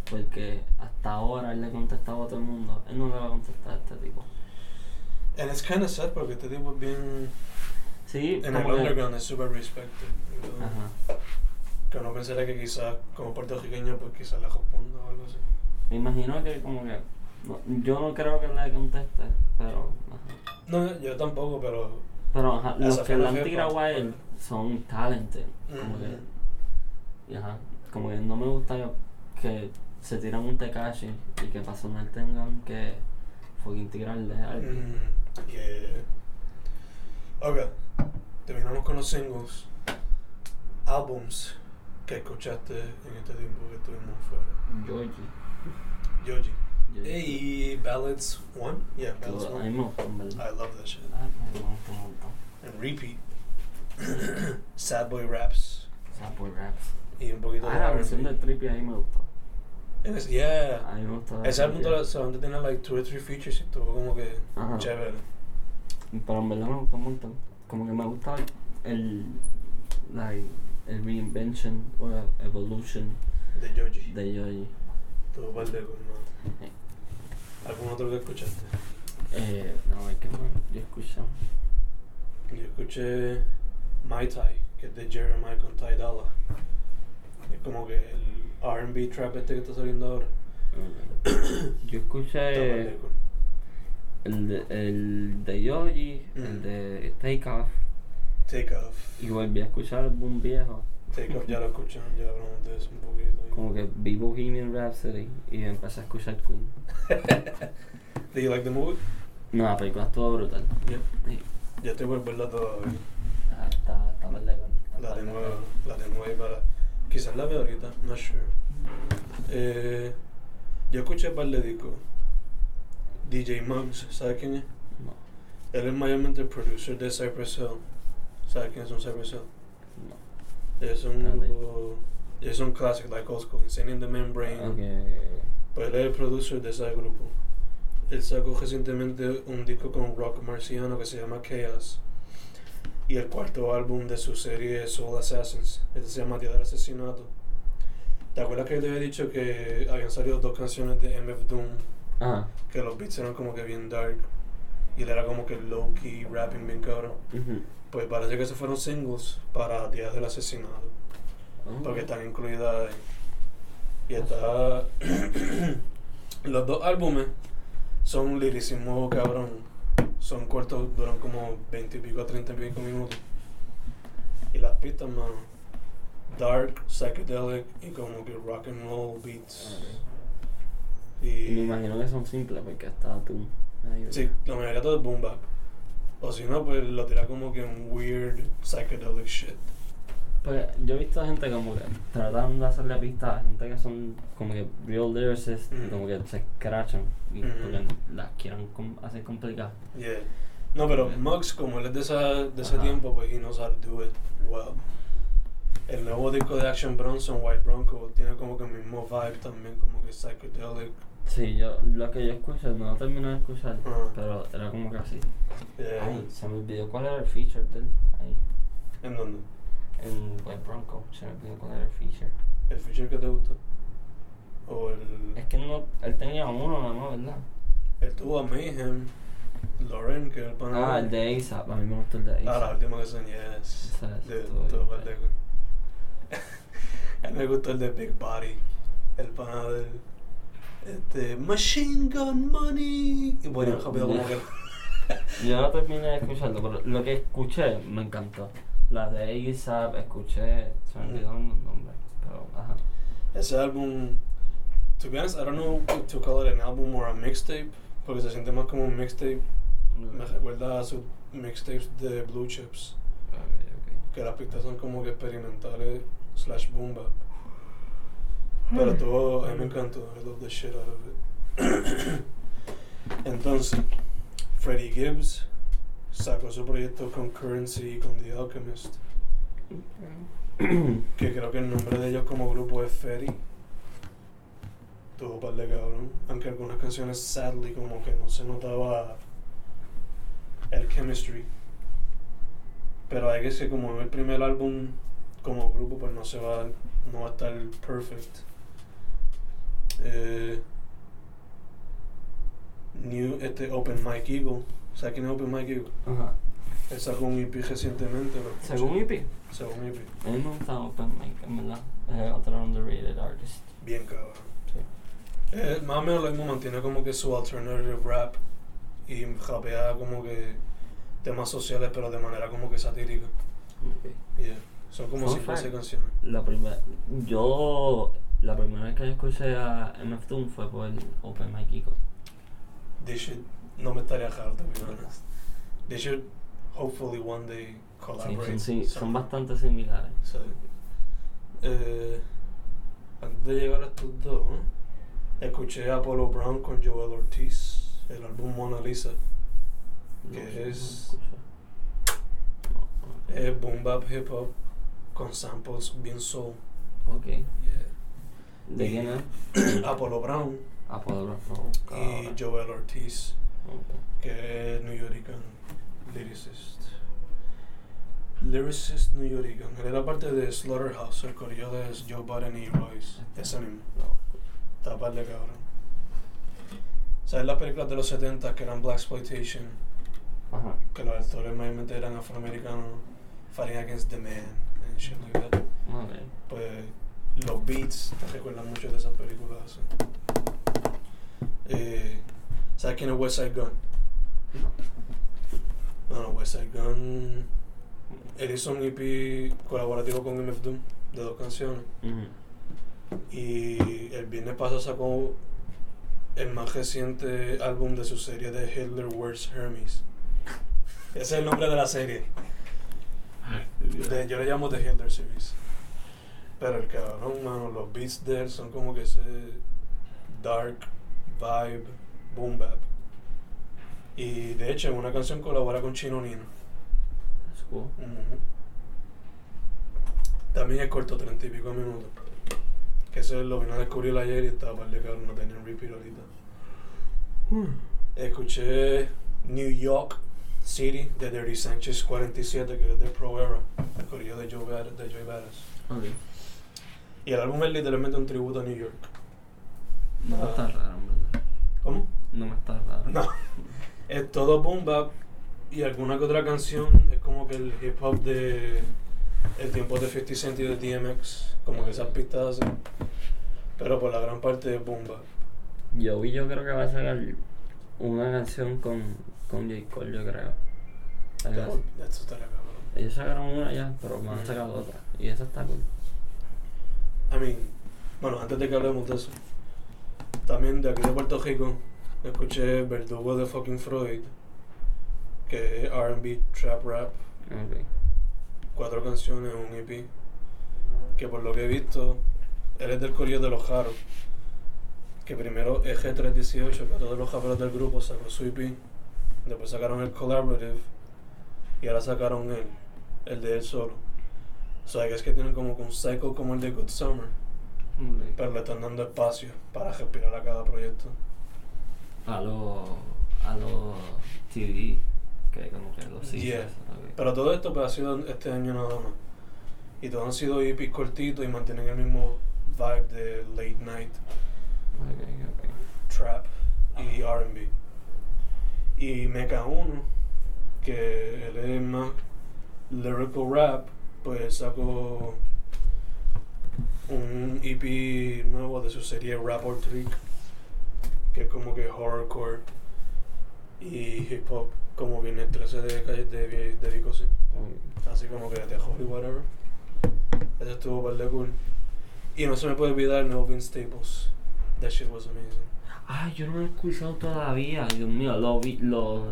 [SPEAKER 1] porque hasta ahora él le contestaba a todo el mundo. Él no le va a contestar a este tipo.
[SPEAKER 2] And it's kind of sad porque este tipo es bien.
[SPEAKER 1] Sí,
[SPEAKER 2] En el
[SPEAKER 1] como que-
[SPEAKER 2] underground es super respected. you know.
[SPEAKER 1] Ajá.
[SPEAKER 2] Que uno pensaría que quizás como puertorriqueño pues quizás la responda o algo así.
[SPEAKER 1] Me imagino que como que... no, yo no creo que le conteste, pero... ajá.
[SPEAKER 2] No, yo tampoco, pero...
[SPEAKER 1] Pero ajá, los
[SPEAKER 2] Esa fue
[SPEAKER 1] que
[SPEAKER 2] pues.
[SPEAKER 1] le
[SPEAKER 2] la
[SPEAKER 1] han
[SPEAKER 2] jefa.
[SPEAKER 1] tirado a él son talented. Como que...
[SPEAKER 2] mm,
[SPEAKER 1] Y ajá, como que no me gusta que- que se tiran un Tekashi y que para sonar tengan que fucking tirarle a alguien.
[SPEAKER 2] mm, yeah. Ok, terminamos con los singles. Álbums que escuchaste en este tiempo que estuvimos fuera.
[SPEAKER 1] Georgie.
[SPEAKER 2] Yoji.
[SPEAKER 1] Georgie.
[SPEAKER 2] Hey, Ballads 1? Yeah, Ballads
[SPEAKER 1] Todo- a mí me
[SPEAKER 2] 1.
[SPEAKER 1] gusta, en
[SPEAKER 2] I
[SPEAKER 1] verdad.
[SPEAKER 2] love that shit.
[SPEAKER 1] Ah, me gusta un montón.
[SPEAKER 2] And repeat. Sad Boy Raps.
[SPEAKER 1] Subway Raps.
[SPEAKER 2] Y un poquito
[SPEAKER 1] Ah, la
[SPEAKER 2] R&B.
[SPEAKER 1] versión de Trippy ahí me gustó.
[SPEAKER 2] And it's- yeah.
[SPEAKER 1] A mí me gusta.
[SPEAKER 2] Eh, Ese álbum solo- solamente tenía like two or three features y estuvo como que
[SPEAKER 1] Ajá.
[SPEAKER 2] chévere.
[SPEAKER 1] Pero en verdad me gustó un montón. Como que me gusta el. Like, el reinvention o la evolution
[SPEAKER 2] De Georgie.
[SPEAKER 1] de Yoyi.
[SPEAKER 2] Tuvo un par de cosas, ¿no?
[SPEAKER 1] Sí.
[SPEAKER 2] ¿Algún otro que escuchaste?
[SPEAKER 1] Eh, no, es que no, yo escucho.
[SPEAKER 2] Yo escuché My Tai, que es de Jeremiah con Ty Dolla. Es como que el R&B trap este que está saliendo ahora.
[SPEAKER 1] eh, Yo
[SPEAKER 2] Está eh. par
[SPEAKER 1] escuché
[SPEAKER 2] de cosas.
[SPEAKER 1] el de, el de Yoyi, el
[SPEAKER 2] Mm.
[SPEAKER 1] de Take Off,
[SPEAKER 2] Take Off.
[SPEAKER 1] y volví a escuchar el boom viejo.
[SPEAKER 2] Take Off ya lo escucharon, ya hablamos de eso un poquito. ahí.
[SPEAKER 1] Como que vi Bohemian Rhapsody y empecé a escuchar Queen.
[SPEAKER 2] Do you like the movie?
[SPEAKER 1] No, la película estuvo brutal.
[SPEAKER 2] Yeah.
[SPEAKER 1] Sí.
[SPEAKER 2] Ya estoy por verla todavía.
[SPEAKER 1] Ah, Está, está mal de con-
[SPEAKER 2] La
[SPEAKER 1] está mal de
[SPEAKER 2] tengo,
[SPEAKER 1] con-
[SPEAKER 2] la tengo ahí para. Quizás la veo ahorita, no sure. Eh, yo escuché un par de discos. DJ Muggs, ¿sabes quién es?
[SPEAKER 1] No,
[SPEAKER 2] Él es mayormente el producer de Cypress Hill. ¿Sabes quién son Cypress Hill?
[SPEAKER 1] no.
[SPEAKER 2] Ellos son
[SPEAKER 1] Ah,
[SPEAKER 2] un
[SPEAKER 1] de-
[SPEAKER 2] grupo. Ellos son clásicos, like old school, Insane in the Membrane.
[SPEAKER 1] Ok, ok,
[SPEAKER 2] Pero Pues él es el producer de ese grupo. Él sacó recientemente un disco con rock marciano que se llama Chaos. Y el cuarto álbum de su serie Soul Assassins. Este se llama Día del Asesinato. ¿Te acuerdas que yo te había dicho que habían salido dos canciones de MF Doom?
[SPEAKER 1] ok. Ajá.
[SPEAKER 2] Que los beats eran como que bien dark. Y él era como que low key, rapping bien cabrón.
[SPEAKER 1] ujú.
[SPEAKER 2] Pues parece que esos fueron singles para Días del Asesinato
[SPEAKER 1] Oh,
[SPEAKER 2] porque están incluidas ahí. Y está. los dos álbumes son un liricismo cabrón. Son cortos, duran como 20 y pico a 30 y pico minutos. Y las pistas, mano. Dark, psychedelic y como que rock and roll beats.
[SPEAKER 1] ok. Y me
[SPEAKER 2] Y.
[SPEAKER 1] imagino que son simples porque está tú. ahí,
[SPEAKER 2] Sí, la mayoría todo es boom bap. O si no, pues lo tira como que un weird psychedelic shit.
[SPEAKER 1] Porque Pues, yo he visto gente como que tratan de hacerle pistas a gente que son como que real lyricists y
[SPEAKER 2] Mm.
[SPEAKER 1] como que se escrachan y
[SPEAKER 2] Mm.
[SPEAKER 1] porque las quieran com- hacer complicadas.
[SPEAKER 2] Yeah. No, pero
[SPEAKER 1] Ok.
[SPEAKER 2] Mux, como él es de, esa, de ese
[SPEAKER 1] Ajá.
[SPEAKER 2] tiempo, pues he knows how to do it well. El nuevo disco de Action Bronson, White Bronco, tiene como que el mismo vibe también, como que psychedelic.
[SPEAKER 1] Sí, yo lo que yo escucho, no lo terminé de escuchar,
[SPEAKER 2] Ajá.
[SPEAKER 1] pero era como que así.
[SPEAKER 2] Ah. Yeah.
[SPEAKER 1] Ay, se me olvidó cuál era el feature de él. Ahí.
[SPEAKER 2] ¿En dónde?
[SPEAKER 1] En White Bronco, se me olvidó cuál era el feature.
[SPEAKER 2] ¿El feature que te gusta? ¿O el...?
[SPEAKER 1] Es que no, él tenía uno nada más, ¿verdad?
[SPEAKER 2] Él tuvo a Mayhem, Lauren, que es el pana
[SPEAKER 1] Ah, el de ASAP, a mí me gustó el de ASAP.
[SPEAKER 2] Ah, la última que son, yes.
[SPEAKER 1] Esa es
[SPEAKER 2] De
[SPEAKER 1] todo
[SPEAKER 2] todo
[SPEAKER 1] igual.
[SPEAKER 2] pendejo. A mí me gustó el de Big Body. El pana del. Este. Machine Gun Money. Y bueno,
[SPEAKER 1] Yo-
[SPEAKER 2] rápido como
[SPEAKER 1] yo-
[SPEAKER 2] que.
[SPEAKER 1] Yo no terminé de escucharlo, pero lo que escuché me encantó. La de ASAP, escuché, se me olvidó el nombre, pero ajá.
[SPEAKER 2] Ese álbum. To be honest, I don't know if to call it an album or a mixtape. Porque se siente más como un mixtape. Me recuerda a sus mixtapes de Blue Chips.
[SPEAKER 1] Ok,
[SPEAKER 2] Que las pistas son como que experimentales. Slash boom bap. Pero todo, a mí me encantó. I love the shit out of it. Entonces, Freddie Gibbs sacó su proyecto con Currency y con The Alchemist.
[SPEAKER 1] ok.
[SPEAKER 2] Que creo que el nombre de ellos como grupo es Ferry. Tuvo un par de cabrón. Aunque algunas canciones, sadly, como que no se notaba el chemistry. Pero hay que ser como en el primer álbum como grupo, pues no se va, no va a estar perfect. Eh, new, este Open Mike Eagle. ¿Sabes quién es Open Mike Eagle?
[SPEAKER 1] Ajá.
[SPEAKER 2] Él sacó un EP recientemente. lo escuché.
[SPEAKER 1] Según IP,
[SPEAKER 2] Según EP.
[SPEAKER 1] a mí me gusta Open Mic, en verdad. Es otro underrated artist.
[SPEAKER 2] Bien cabrón.
[SPEAKER 1] Sí.
[SPEAKER 2] Eh, más o menos lo mismo mantiene como que su alternative rap y rapea como que temas sociales pero de manera como que satírica. Yeah. Son como
[SPEAKER 1] Fun
[SPEAKER 2] si fuese
[SPEAKER 1] fact.
[SPEAKER 2] canciones.
[SPEAKER 1] La primera, yo, la primera vez que escuché a MF Doom fue por el Open Mic Eagle.
[SPEAKER 2] They should, no me estaría harto, to be honest. They should hopefully one day
[SPEAKER 1] Sí,
[SPEAKER 2] collaborate.
[SPEAKER 1] son, sí, son
[SPEAKER 2] somehow.
[SPEAKER 1] bastante similares.
[SPEAKER 2] Sí. Eh, antes de llegar a estos dos, ¿eh? escuché a Apollo Brown con Joel Ortiz, el álbum Mona Lisa.
[SPEAKER 1] No,
[SPEAKER 2] Que
[SPEAKER 1] yo no
[SPEAKER 2] es- Eh,
[SPEAKER 1] escucho. No, no.
[SPEAKER 2] Es boom bap hip hop con samples bien soul.
[SPEAKER 1] Ok.
[SPEAKER 2] Yeah.
[SPEAKER 1] ¿De quién es?
[SPEAKER 2] Apollo Brown
[SPEAKER 1] Apollo Brown.
[SPEAKER 2] y Joel Ortiz,
[SPEAKER 1] Ok.
[SPEAKER 2] que es newyoricano, lyricist. Lyricist newyoricano. Él era parte de Slaughterhouse, el corillo de Joe Budden y Royce. Ese mismo. Está par de cabrón. ¿Sabes las películas de los 70 que eran Black Exploitation?
[SPEAKER 1] Ajá.
[SPEAKER 2] Que los actores mayormente eran afroamericanos. Fighting Against the Man and shit like that.
[SPEAKER 1] Ok.
[SPEAKER 2] pues los beats te recuerdan mucho de esas películas así. Eh, ¿Sabes quién es West Side Gun? No, no, West Side Gun.
[SPEAKER 1] Eh,
[SPEAKER 2] Él hizo un EP colaborativo con MF Doom de dos canciones.
[SPEAKER 1] Ujú.
[SPEAKER 2] Y el viernes pasado sacó el más reciente álbum de su serie de Hitler Wears Hermes. Ese es el nombre de la serie. De- yo le llamo The Hitler Series. Pero el cabrón, mano, los beats de él son como que ese dark vibe, boom bap. Y de hecho, en una canción colabora con Chino Nino.
[SPEAKER 1] That's cool.
[SPEAKER 2] Ujú. También es corto, treinta y pico minutos. Que eso lo vino a descubrir ayer y estaba par de cabrón, no tenía en repeat ahorita. Escuché New York City de Dirty Sanchez 47, que es de Pro Era, el corillo de Joe Bad- de Joey Badass.
[SPEAKER 1] Ok.
[SPEAKER 2] Y el álbum es literalmente un tributo a New York.
[SPEAKER 1] No me está raro, en verdad.
[SPEAKER 2] ¿Cómo?
[SPEAKER 1] No me está raro.
[SPEAKER 2] No. Es todo boom bap y alguna que otra canción es como que el hip hop de el tiempo de 50 Cent y de DMX, como que esas pistas así. Pero por la gran parte es boom bap.
[SPEAKER 1] Yo vi, yo creo que va a sacar una canción con, con J. Cole, yo creo. Algo así.
[SPEAKER 2] Ya esto está la cabrón.
[SPEAKER 1] Ellos sacaron una ya, pero van a sacar otra. Y esa está cool.
[SPEAKER 2] I mean, bueno, antes de que hablemos de eso, también de aquí de Puerto Rico, escuché Verdugo de fucking Freud, que es RB, trap rap,
[SPEAKER 1] Ok.
[SPEAKER 2] cuatro canciones, un EP, que por lo que he visto, él es del corillo de los Jaros, que primero Eje 318, que todos los japeros del grupo sacó su EP, después sacaron el Collaborative, y ahora sacaron él, el de él solo. O sea, que es que tienen como que un cycle como el de Good Summer.
[SPEAKER 1] Ok.
[SPEAKER 2] Pero le están dando espacio para respirar a cada proyecto.
[SPEAKER 1] A los. a los TV. Que como que los
[SPEAKER 2] Yeah.
[SPEAKER 1] sitios.
[SPEAKER 2] Pero todo esto pues, ha sido este año nada más. Y todos han sido EPs cortitos y mantienen el mismo vibe de late night,
[SPEAKER 1] Ok,
[SPEAKER 2] trap y RB. Y Mecha 1, que él es más lyrical rap, pues sacó un EP nuevo de su serie Rap or Trick, que es como que horrorcore y hip hop, como viene el 13 de calle de, de, de Vico, sí.
[SPEAKER 1] ok.
[SPEAKER 2] Así como que de Holly, whatever. Eso estuvo par de cool. Y no se me puede olvidar el nuevo Vince Staples. That shit was amazing.
[SPEAKER 1] Ay, yo no lo he escuchado todavía. Dios mío, lo vi. Lo,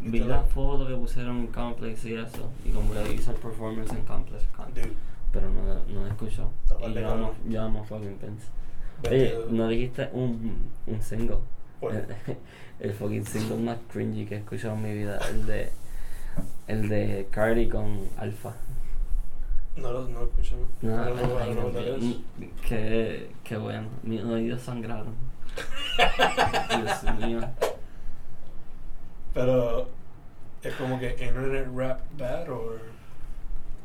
[SPEAKER 1] vi
[SPEAKER 2] ¿Viste
[SPEAKER 1] la
[SPEAKER 2] la-
[SPEAKER 1] foto que pusieron en Complex y eso. Y como le hice el performance en Complex. con-
[SPEAKER 2] Dude,
[SPEAKER 1] Pero no, no lo he escuchado.
[SPEAKER 2] Está
[SPEAKER 1] Y
[SPEAKER 2] mal de
[SPEAKER 1] yo amo,
[SPEAKER 2] cabrón.
[SPEAKER 1] yo amo fucking Pence. Oye,
[SPEAKER 2] vete-
[SPEAKER 1] no dijiste eh, un, un single.
[SPEAKER 2] ¿Cuál?
[SPEAKER 1] El, el fucking single más cringy que he escuchado en mi vida. El de. El de Cardi con Alfa.
[SPEAKER 2] No lo no lo escucho, ¿no?
[SPEAKER 1] No,
[SPEAKER 2] no, no,
[SPEAKER 1] ay,
[SPEAKER 2] no,
[SPEAKER 1] Dios
[SPEAKER 2] no,
[SPEAKER 1] mío, qué, qué bueno. Mis oídos sangraron. Dios mío.
[SPEAKER 2] Pero es como que internet rap bad or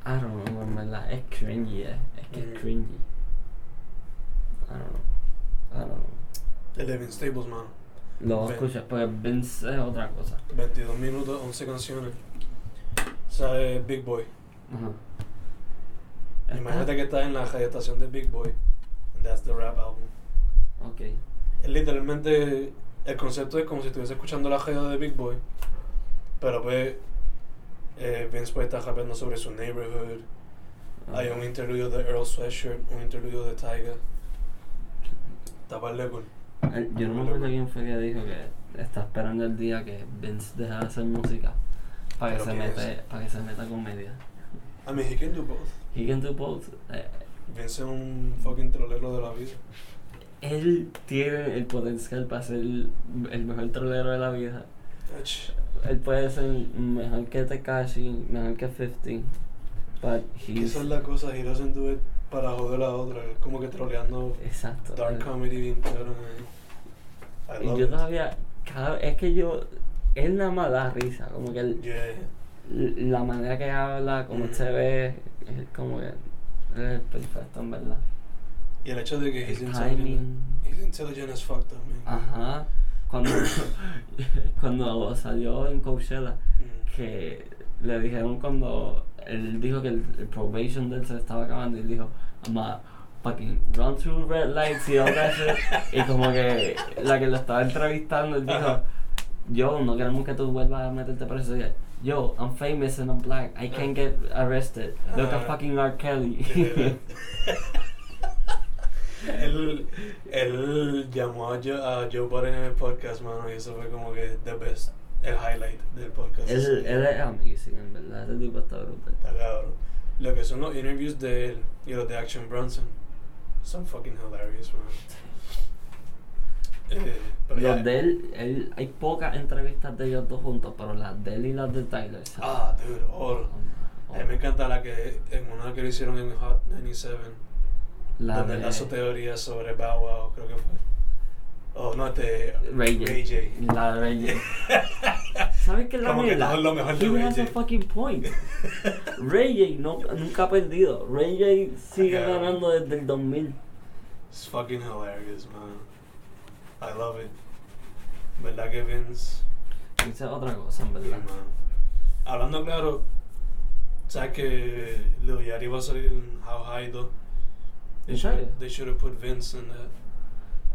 [SPEAKER 1] I don't know, en verdad. Es cringy, eh. Es que
[SPEAKER 2] Mm.
[SPEAKER 1] es cringy. I don't know. I don't know.
[SPEAKER 2] el de Vince Staples, mano.
[SPEAKER 1] Lo
[SPEAKER 2] Ve-
[SPEAKER 1] escuchas, pues Vince es otra cosa.
[SPEAKER 2] 22 minutos, 11 canciones. ¿Sabes? Big Boy.
[SPEAKER 1] Ajá.
[SPEAKER 2] Imagínate que estás en la estación de Big Boy. And that's the rap album.
[SPEAKER 1] Ok.
[SPEAKER 2] Es literalmente. El concepto es como si estuviese escuchando la radio de Big Boy. Pero pues. eh, Vince Boy está rapeando sobre su neighborhood. Hay un interludio de Earl Sweatshirt, un interludio de Tiger. Está par de cool.
[SPEAKER 1] Eh, Yo no me acuerdo quién fue que dijo que está esperando el día que Vince deja de hacer música para que,
[SPEAKER 2] Pero
[SPEAKER 1] se
[SPEAKER 2] ¿quién
[SPEAKER 1] mete,
[SPEAKER 2] es?
[SPEAKER 1] para que se meta comedia.
[SPEAKER 2] I mean, he can do both.
[SPEAKER 1] He can do both. Eh,
[SPEAKER 2] Vince es un fucking trolero de la vida.
[SPEAKER 1] él tiene el potencial para ser el el mejor trolero de la vida.
[SPEAKER 2] Ach,
[SPEAKER 1] Él puede ser mejor que Tekashi, mejor que 50. But
[SPEAKER 2] que
[SPEAKER 1] he's,
[SPEAKER 2] Esa es la cosa, he doesn't do it para joder a otra, es como que troleando
[SPEAKER 1] Exacto.
[SPEAKER 2] dark comedy bien cabrón ahí. I
[SPEAKER 1] Y
[SPEAKER 2] love
[SPEAKER 1] yo
[SPEAKER 2] it.
[SPEAKER 1] todavía, cada- es que yo, él nada más da risa, como que él-
[SPEAKER 2] Yeah. Mm.
[SPEAKER 1] l- la manera que habla, como él se ve, es como que él es perfecto en verdad.
[SPEAKER 2] Y el hecho de que he's
[SPEAKER 1] El
[SPEAKER 2] intelligent,
[SPEAKER 1] timing.
[SPEAKER 2] he's intelligent as fuck también.
[SPEAKER 1] Ajá, cuando, cuando salió en Coachella,
[SPEAKER 2] Mm.
[SPEAKER 1] que le dijeron cuando él dijo que el, el probation de él se le estaba acabando y él dijo, I'm a fucking run through red lights y all that shit". Y como que la que lo estaba entrevistando, él dijo,
[SPEAKER 2] Ajá.
[SPEAKER 1] yo no queremos que tú vuelvas a meterte preso. Y él, Yo, I'm famous and I'm black. I can't get arrested. Look at
[SPEAKER 2] Ajá.
[SPEAKER 1] fucking R. Kelly.
[SPEAKER 2] él, él llamó a Joe, a Joe Biden en el podcast, mano, y eso fue como que the best, el highlight del podcast.
[SPEAKER 1] él, él es amazing, en verdad. Ese tipo está brutal.
[SPEAKER 2] Está cabrón. Lo que son los interviews de él y los de Action Bronson son fucking hilarious, man. Eh, pero ya-
[SPEAKER 1] Los de él, él- hay pocas entrevistas de ellos dos juntos, pero las de él y las de Tyler. ¿sabes?
[SPEAKER 2] Ah, dude, oro.
[SPEAKER 1] Oh,
[SPEAKER 2] A mí me encanta la que en una que lo hicieron en Hot 97,
[SPEAKER 1] La
[SPEAKER 2] donde él da su teoría sobre Bow Wow, creo que fue. Oh, no, este.
[SPEAKER 1] Ray J.
[SPEAKER 2] Ray J.
[SPEAKER 1] La de Ray J. ¿Sabes qué es la
[SPEAKER 2] Como que
[SPEAKER 1] mierda?
[SPEAKER 2] todo es lo mejor de
[SPEAKER 1] He
[SPEAKER 2] Ray
[SPEAKER 1] has a
[SPEAKER 2] J.
[SPEAKER 1] fucking point. Ray J no, nunca ha perdido. Ray J sigue
[SPEAKER 2] Claro.
[SPEAKER 1] ganando desde el 2000.
[SPEAKER 2] It's fucking hilarious, man. I love it. ¿Verdad que Vince?
[SPEAKER 1] Esa es otra cosa, en
[SPEAKER 2] Sí,
[SPEAKER 1] verdad.
[SPEAKER 2] man. Hablando claro, sabes que Lil Yachty va a salir en How High 2. They
[SPEAKER 1] ¿En
[SPEAKER 2] should,
[SPEAKER 1] serio?
[SPEAKER 2] they should have put Vince in that.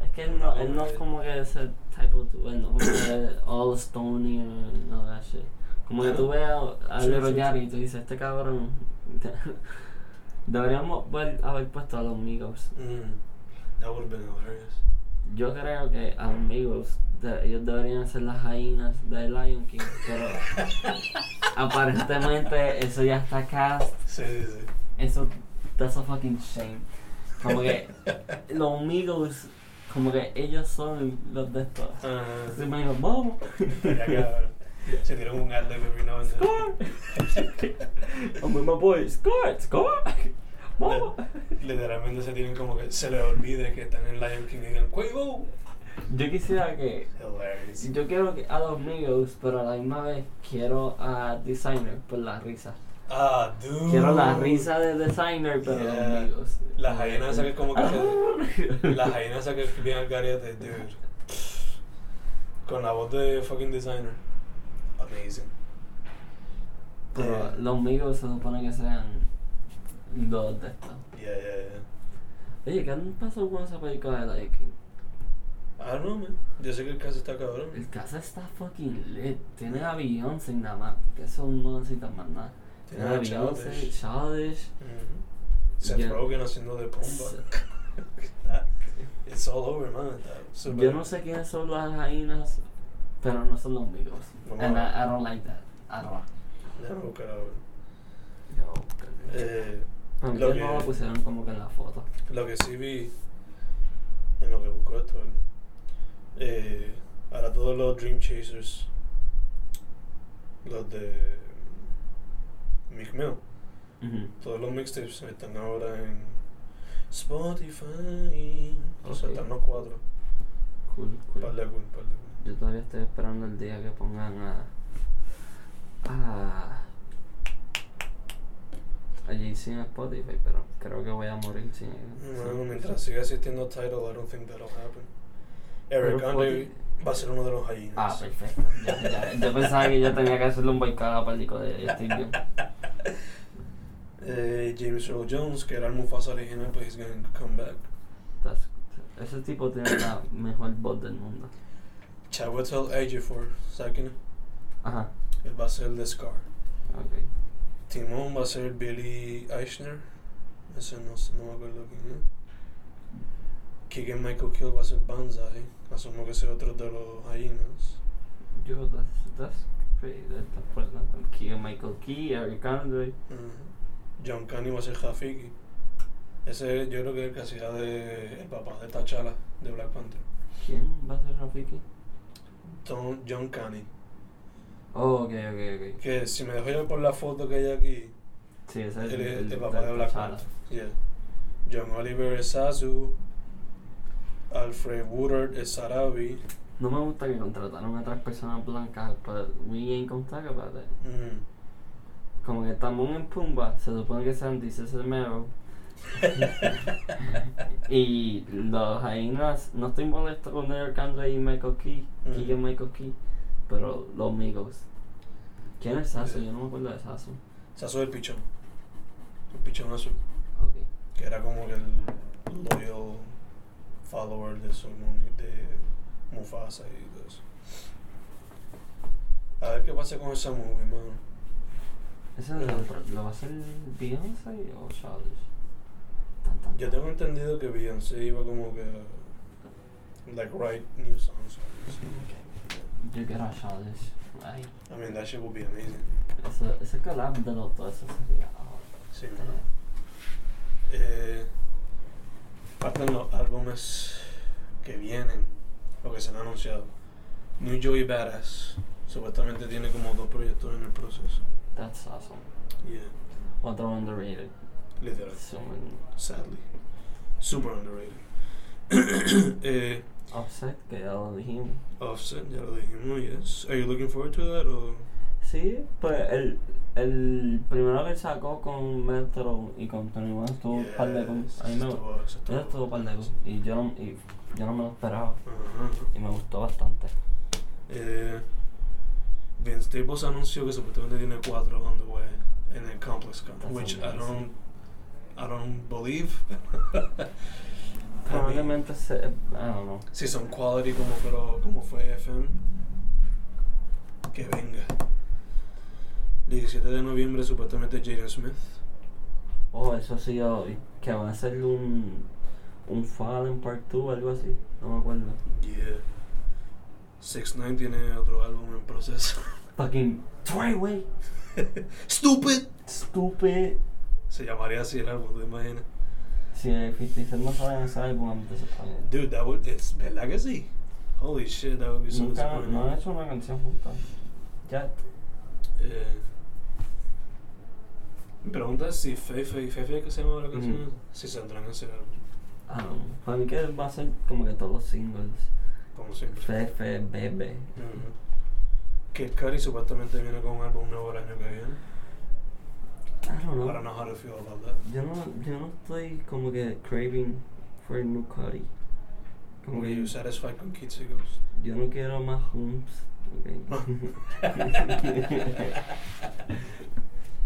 [SPEAKER 1] Es que él
[SPEAKER 2] Ah,
[SPEAKER 1] no, él no es como que ese tipo de. Él no es como que all stony and all that shit. Como que tú ves a, a
[SPEAKER 2] Sí,
[SPEAKER 1] Little
[SPEAKER 2] sí,
[SPEAKER 1] Yachty
[SPEAKER 2] sí.
[SPEAKER 1] y tú dices, este cabrón. Deberíamos haber, haber puesto a los Migos.
[SPEAKER 2] Mm, that would have been hilarious.
[SPEAKER 1] Yo creo que a los Migos, de- ellos deberían ser las hainas de Lion King, pero aparentemente eso ya está cast.
[SPEAKER 2] Sí, sí, sí.
[SPEAKER 1] Eso, that's a fucking shame. Como que los Migos, como que ellos son los de estos.
[SPEAKER 2] Ajá.
[SPEAKER 1] Se me dijo, vamos.
[SPEAKER 2] Ah, Ya, cabrón. Se tiró un ad lib every now and
[SPEAKER 1] Score. I'm
[SPEAKER 2] then.
[SPEAKER 1] with my boys. Score, score. Vamos.
[SPEAKER 2] Literalmente se tienen como que se les olvide que están en Lion King y digan ¡Cuego!
[SPEAKER 1] Yo quisiera que.
[SPEAKER 2] Hilarious.
[SPEAKER 1] Yo quiero que a los amigos, pero a la misma vez quiero a Designer por la risa.
[SPEAKER 2] Ah, dude.
[SPEAKER 1] Quiero la risa de Designer, pero a
[SPEAKER 2] Yeah.
[SPEAKER 1] los amigos. Ah,
[SPEAKER 2] La hyena esa que es como que se- La
[SPEAKER 1] jaina
[SPEAKER 2] hyena esa que viene al garete, dude. Con la voz de fucking designer. Amazing. Eh,
[SPEAKER 1] Pero los amigos se supone que sean dos de estos.
[SPEAKER 2] Yeah, yeah, yeah.
[SPEAKER 1] Oye, ¿qué pasó con esa película de Lion King?
[SPEAKER 2] I don't know, man. Yo sé que el caso está cabrón.
[SPEAKER 1] El caso está fucking lit. Tiene a Beyoncé nada más. Que eso no necesitan más nada.
[SPEAKER 2] Tiene
[SPEAKER 1] Tiene a
[SPEAKER 2] a
[SPEAKER 1] Ah, Beyoncé,
[SPEAKER 2] Childish.
[SPEAKER 1] Childish.
[SPEAKER 2] Mhm. Seth
[SPEAKER 1] Yo-
[SPEAKER 2] Rogen haciendo de
[SPEAKER 1] Se-
[SPEAKER 2] Pumba. Está- It's all over, man. Está súper-
[SPEAKER 1] Yo no sé quiénes son las hainas, pero no son los amigos.
[SPEAKER 2] No.
[SPEAKER 1] And I, I don't like that. at all.
[SPEAKER 2] Ya no, cabrón.
[SPEAKER 1] Yo,
[SPEAKER 2] Eh,
[SPEAKER 1] Aunque
[SPEAKER 2] lo
[SPEAKER 1] no
[SPEAKER 2] que-
[SPEAKER 1] lo pusieron como que en la foto.
[SPEAKER 2] Lo que sí vi en lo que busco esto, ¿verdad? eh, ahora todos los Dream Chasers, los de Mick Mill,
[SPEAKER 1] Ujú.
[SPEAKER 2] todos los mixtapes están ahora en Spotify. O sea,
[SPEAKER 1] Ok.
[SPEAKER 2] están los cuatro.
[SPEAKER 1] Cool, cool.
[SPEAKER 2] Par de cool, par de cool.
[SPEAKER 1] Yo todavía estoy esperando el día que pongan a. a. a Jay-Z en Spotify, pero creo que voy a morir sin.
[SPEAKER 2] Mm, Bueno,
[SPEAKER 1] sin-
[SPEAKER 2] mientras siga existiendo Tidal, I don't think that'll happen. Eric
[SPEAKER 1] Pero
[SPEAKER 2] Andre
[SPEAKER 1] Spotify-
[SPEAKER 2] va a ser uno de los hyenas.
[SPEAKER 1] Ah, perfecto. Ya, ya. Yo pensaba que yo tenía que hacerle un boicot a la película de Steve Jobs.
[SPEAKER 2] Eh, James Earl Jones, que era el Mufasa original, pues he's gonna come back.
[SPEAKER 1] Estás- Ese tipo tiene la mejor voz del mundo.
[SPEAKER 2] Chadwick Ejiofor, ¿sabes quién es?
[SPEAKER 1] Ajá,
[SPEAKER 2] Él va a ser The Scar.
[SPEAKER 1] ok.
[SPEAKER 2] Timón va a ser Billy Eichner. Ese no, sé- no me acuerdo quién es. Keegan Michael Kill va a ser Banzai. Asumo que ese es otro de los hyenas.
[SPEAKER 1] Yo, that's, that's pretty, that- that's pretty not bad. Key, Michael Key, Eric Andre.
[SPEAKER 2] Ujú. John Candy va a ser Rafiki. Ese yo creo que es el que hacía de el papá de T'Challa, de Black Panther.
[SPEAKER 1] ¿Quién va a ser Rafiki?
[SPEAKER 2] Tom- John Candy.
[SPEAKER 1] Oh, ok, ok, ok.
[SPEAKER 2] Que si me dejo llevar por la foto que hay aquí,
[SPEAKER 1] Sí, ese es
[SPEAKER 2] él
[SPEAKER 1] el,
[SPEAKER 2] es
[SPEAKER 1] el-
[SPEAKER 2] el papá de Black
[SPEAKER 1] T'Challa.
[SPEAKER 2] Panther. Yeah. John Oliver es Sasu, Alfred Woodard es Sarabi.
[SPEAKER 1] No me gusta que contrataron a tres personas blancas, pero we ain't gonna talk about that.
[SPEAKER 2] Ujú.
[SPEAKER 1] Como que Tamón en Pumba se supone que sean Dices Mero. y los hyenas, no estoy molesto con Eric Andre y Michael Key,
[SPEAKER 2] Mm.
[SPEAKER 1] Key y Michael Key, pero los amigos. ¿Quién es Sasso?
[SPEAKER 2] Sí.
[SPEAKER 1] Yo no me acuerdo de Sasso.
[SPEAKER 2] Sasu es el pichón. El pichón azul.
[SPEAKER 1] Ok.
[SPEAKER 2] Que era como que el loyal follower de, su, de Mufasa y todo eso. A ver qué pasa con esa movie, mano.
[SPEAKER 1] ¿Ese lo, lo va a hacer Beyoncé o Childish? Tan, tan,
[SPEAKER 2] Yo
[SPEAKER 1] tan.
[SPEAKER 2] tengo entendido que Beyoncé iba como que. Like, write new songs.
[SPEAKER 1] Yo quiero a Childish. Ay,
[SPEAKER 2] I mean, that shit would be amazing.
[SPEAKER 1] eso- ese collab de los dos, eso sería... oh.
[SPEAKER 2] Sí, mano. Eh, faltan los álbumes que vienen o que se han anunciado. New Joey Badass supuestamente tiene como dos proyectos en el proceso.
[SPEAKER 1] That's awesome.
[SPEAKER 2] Yeah,
[SPEAKER 1] Otro underrated.
[SPEAKER 2] literal.
[SPEAKER 1] So many.
[SPEAKER 2] Sadly. Super underrated. eh,
[SPEAKER 1] Offset, que ya lo dijimos.
[SPEAKER 2] Offset, ya lo dijimos, yes. Are you looking forward to that? O...
[SPEAKER 1] Sí, pues el, el primero que sacó con Metro y con Tony One estuvo un par de con. A mí me gustó. Eso estuvo un par de con. Y yo no, y yo no me lo esperaba. Y me gustó bastante.
[SPEAKER 2] Eh, Vince Staples anunció que supuestamente tiene cuatro on the way en el complex camp,
[SPEAKER 1] That's
[SPEAKER 2] which I don't,
[SPEAKER 1] amazing.
[SPEAKER 2] I don't believe.
[SPEAKER 1] Probablemente se. eh, I don't know.
[SPEAKER 2] Si son quality como fue, lo- como fue FM, que venga. 17 de noviembre supuestamente Jaden Smith.
[SPEAKER 1] Oh, eso sí, yo. Que van a hacer un. Un Fallen Part 2, algo así. No me acuerdo.
[SPEAKER 2] Yeah. 6ix9ine tiene otro álbum en proceso.
[SPEAKER 1] Fucking. Try, wey.
[SPEAKER 2] Stupid.
[SPEAKER 1] Stupid.
[SPEAKER 2] Se llamaría así el álbum, ¿te imaginas?
[SPEAKER 1] Si el 50 Cent no sale en ese álbum, I'm disappointed.
[SPEAKER 2] Dude, that would, it's verdad que sí. Holy shit, that would be so
[SPEAKER 1] Nunca
[SPEAKER 2] disappointing.
[SPEAKER 1] no han hecho una canción juntas. Ya.
[SPEAKER 2] Eh, me pregunta si Fefe y Fefe que se llama la canción,
[SPEAKER 1] Ujú.
[SPEAKER 2] si saldrán a hacer álbum,
[SPEAKER 1] I don't know. Ah, Para mí que va a ser como que todos los singles.
[SPEAKER 2] como siempre.
[SPEAKER 1] Fefe, Bebe.
[SPEAKER 2] Ujú. Kid Cudi supuestamente viene con un álbum nuevo el año que viene.
[SPEAKER 1] I don't know.
[SPEAKER 2] I don't know how to feel about that.
[SPEAKER 1] Yo no, yo no estoy como que craving for a new Cudi. Como
[SPEAKER 2] Were
[SPEAKER 1] que
[SPEAKER 2] you satisfied con Kids y Ghosts?
[SPEAKER 1] yo no quiero más Homes.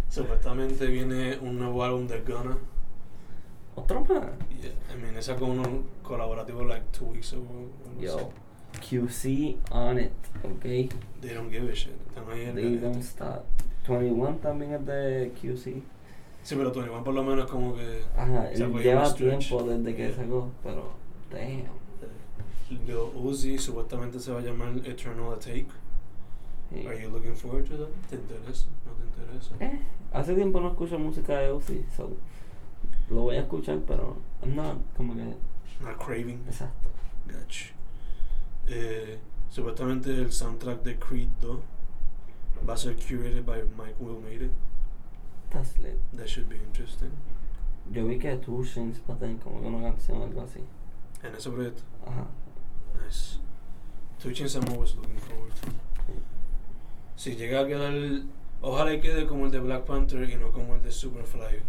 [SPEAKER 2] Supuestamente viene un nuevo álbum de Gunna.
[SPEAKER 1] Otro más.
[SPEAKER 2] Yeah, I mean, esa con un colaborativo like two weeks ago. algo
[SPEAKER 1] Yo.
[SPEAKER 2] así.
[SPEAKER 1] QC on it, ok.
[SPEAKER 2] They don't give a shit. Están ahí en
[SPEAKER 1] They
[SPEAKER 2] el-
[SPEAKER 1] don't stop. 21 también es de QC.
[SPEAKER 2] Sí, pero Tony Juan por lo menos como que...
[SPEAKER 1] Ajá,
[SPEAKER 2] sacó ahí una
[SPEAKER 1] lleva
[SPEAKER 2] stretch.
[SPEAKER 1] tiempo desde que
[SPEAKER 2] Yeah.
[SPEAKER 1] sacó, pero damn.
[SPEAKER 2] Lil eh, Uzi supuestamente se va a llamar Eternal Attack.
[SPEAKER 1] Sí.
[SPEAKER 2] Are you looking forward to that? ¿Te interesa? ¿No te interesa?
[SPEAKER 1] Eh, hace tiempo no escucho música de Uzi, so lo voy a escuchar, pero I'm not como que
[SPEAKER 2] Not craving.
[SPEAKER 1] exacto.
[SPEAKER 2] Gotcha. Eh, supuestamente el soundtrack de Creed 2 va a ser curated by Mike Wilmade.
[SPEAKER 1] That's lit.
[SPEAKER 2] That should be interesting.
[SPEAKER 1] Yo vi que Two Chainz va a tener como que una canción o algo así.
[SPEAKER 2] En ese proyecto.
[SPEAKER 1] Ajá.
[SPEAKER 2] Nice. Two Chainz I'm always looking forward to. Si llega a quedar... Ojalá y quede como el de Black Panther y no como el de Superfly.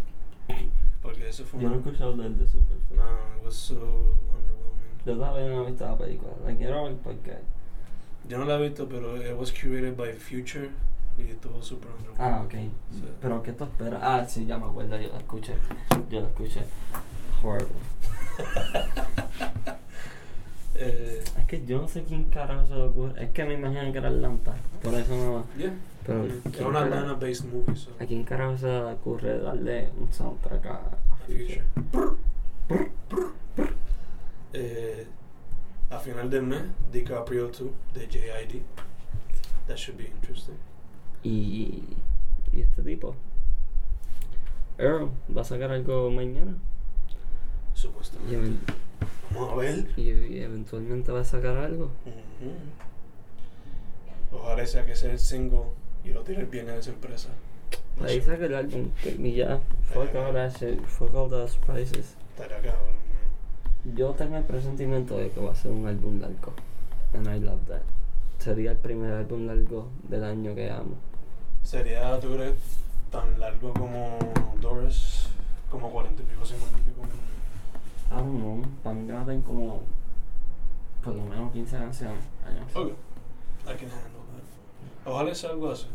[SPEAKER 2] Porque ese fue
[SPEAKER 1] Yo no he
[SPEAKER 2] un...
[SPEAKER 1] escuchado del de Superfly.
[SPEAKER 2] No, it was so underwhelming.
[SPEAKER 1] Yo todavía no he visto la película. La quiero ver porque.
[SPEAKER 2] Yo no la he visto, pero it was curated by Future y estuvo super underwhelming.
[SPEAKER 1] Ah, ok.
[SPEAKER 2] Sí.
[SPEAKER 1] Pero ¿qué tú esperas? Ah, sí, ya me acuerdo, yo la escuché. Yo la escuché. Horrible.
[SPEAKER 2] eh,
[SPEAKER 1] Es que yo no sé quién carajo se le ocurre. Es que me imagino que era Atlanta. Por eso no va.
[SPEAKER 2] yeah.
[SPEAKER 1] Pero
[SPEAKER 2] Era
[SPEAKER 1] ¿quién
[SPEAKER 2] una
[SPEAKER 1] carajo-
[SPEAKER 2] Atlanta based movie, so.
[SPEAKER 1] ¿A quién carajo se le ocurre darle un soundtrack a,
[SPEAKER 2] A
[SPEAKER 1] a
[SPEAKER 2] Future.
[SPEAKER 1] Future?
[SPEAKER 2] Eh, a final del mes, DiCaprio 2 de JID. That should be interesting.
[SPEAKER 1] Y, y este tipo. Earl va a sacar algo mañana. Y,
[SPEAKER 2] Supuestamente.
[SPEAKER 1] even-
[SPEAKER 2] Vamos a ver.
[SPEAKER 1] y- y eventualmente va a sacar algo.
[SPEAKER 2] Ujú. Ojalá sea que sea el single y lo tire bien a esa empresa.
[SPEAKER 1] Le hice aquel álbum que mi ya. Fuck all that shit. Fuck all those prices.
[SPEAKER 2] Estaría cabrón, ¿no?
[SPEAKER 1] Yo tengo el presentimiento de que va a ser un álbum largo. And I love that. Sería el primer álbum largo del año que amo.
[SPEAKER 2] Sería, ¿tú crees, tan largo como Doris? Como cuarenta y pico, cincuenta y pico. ¿no?
[SPEAKER 1] I don't know. Para mí que maten como. Por lo menos 15 canciones. I don't know.
[SPEAKER 2] Ok. I can handle that. Ojalá sea algo así.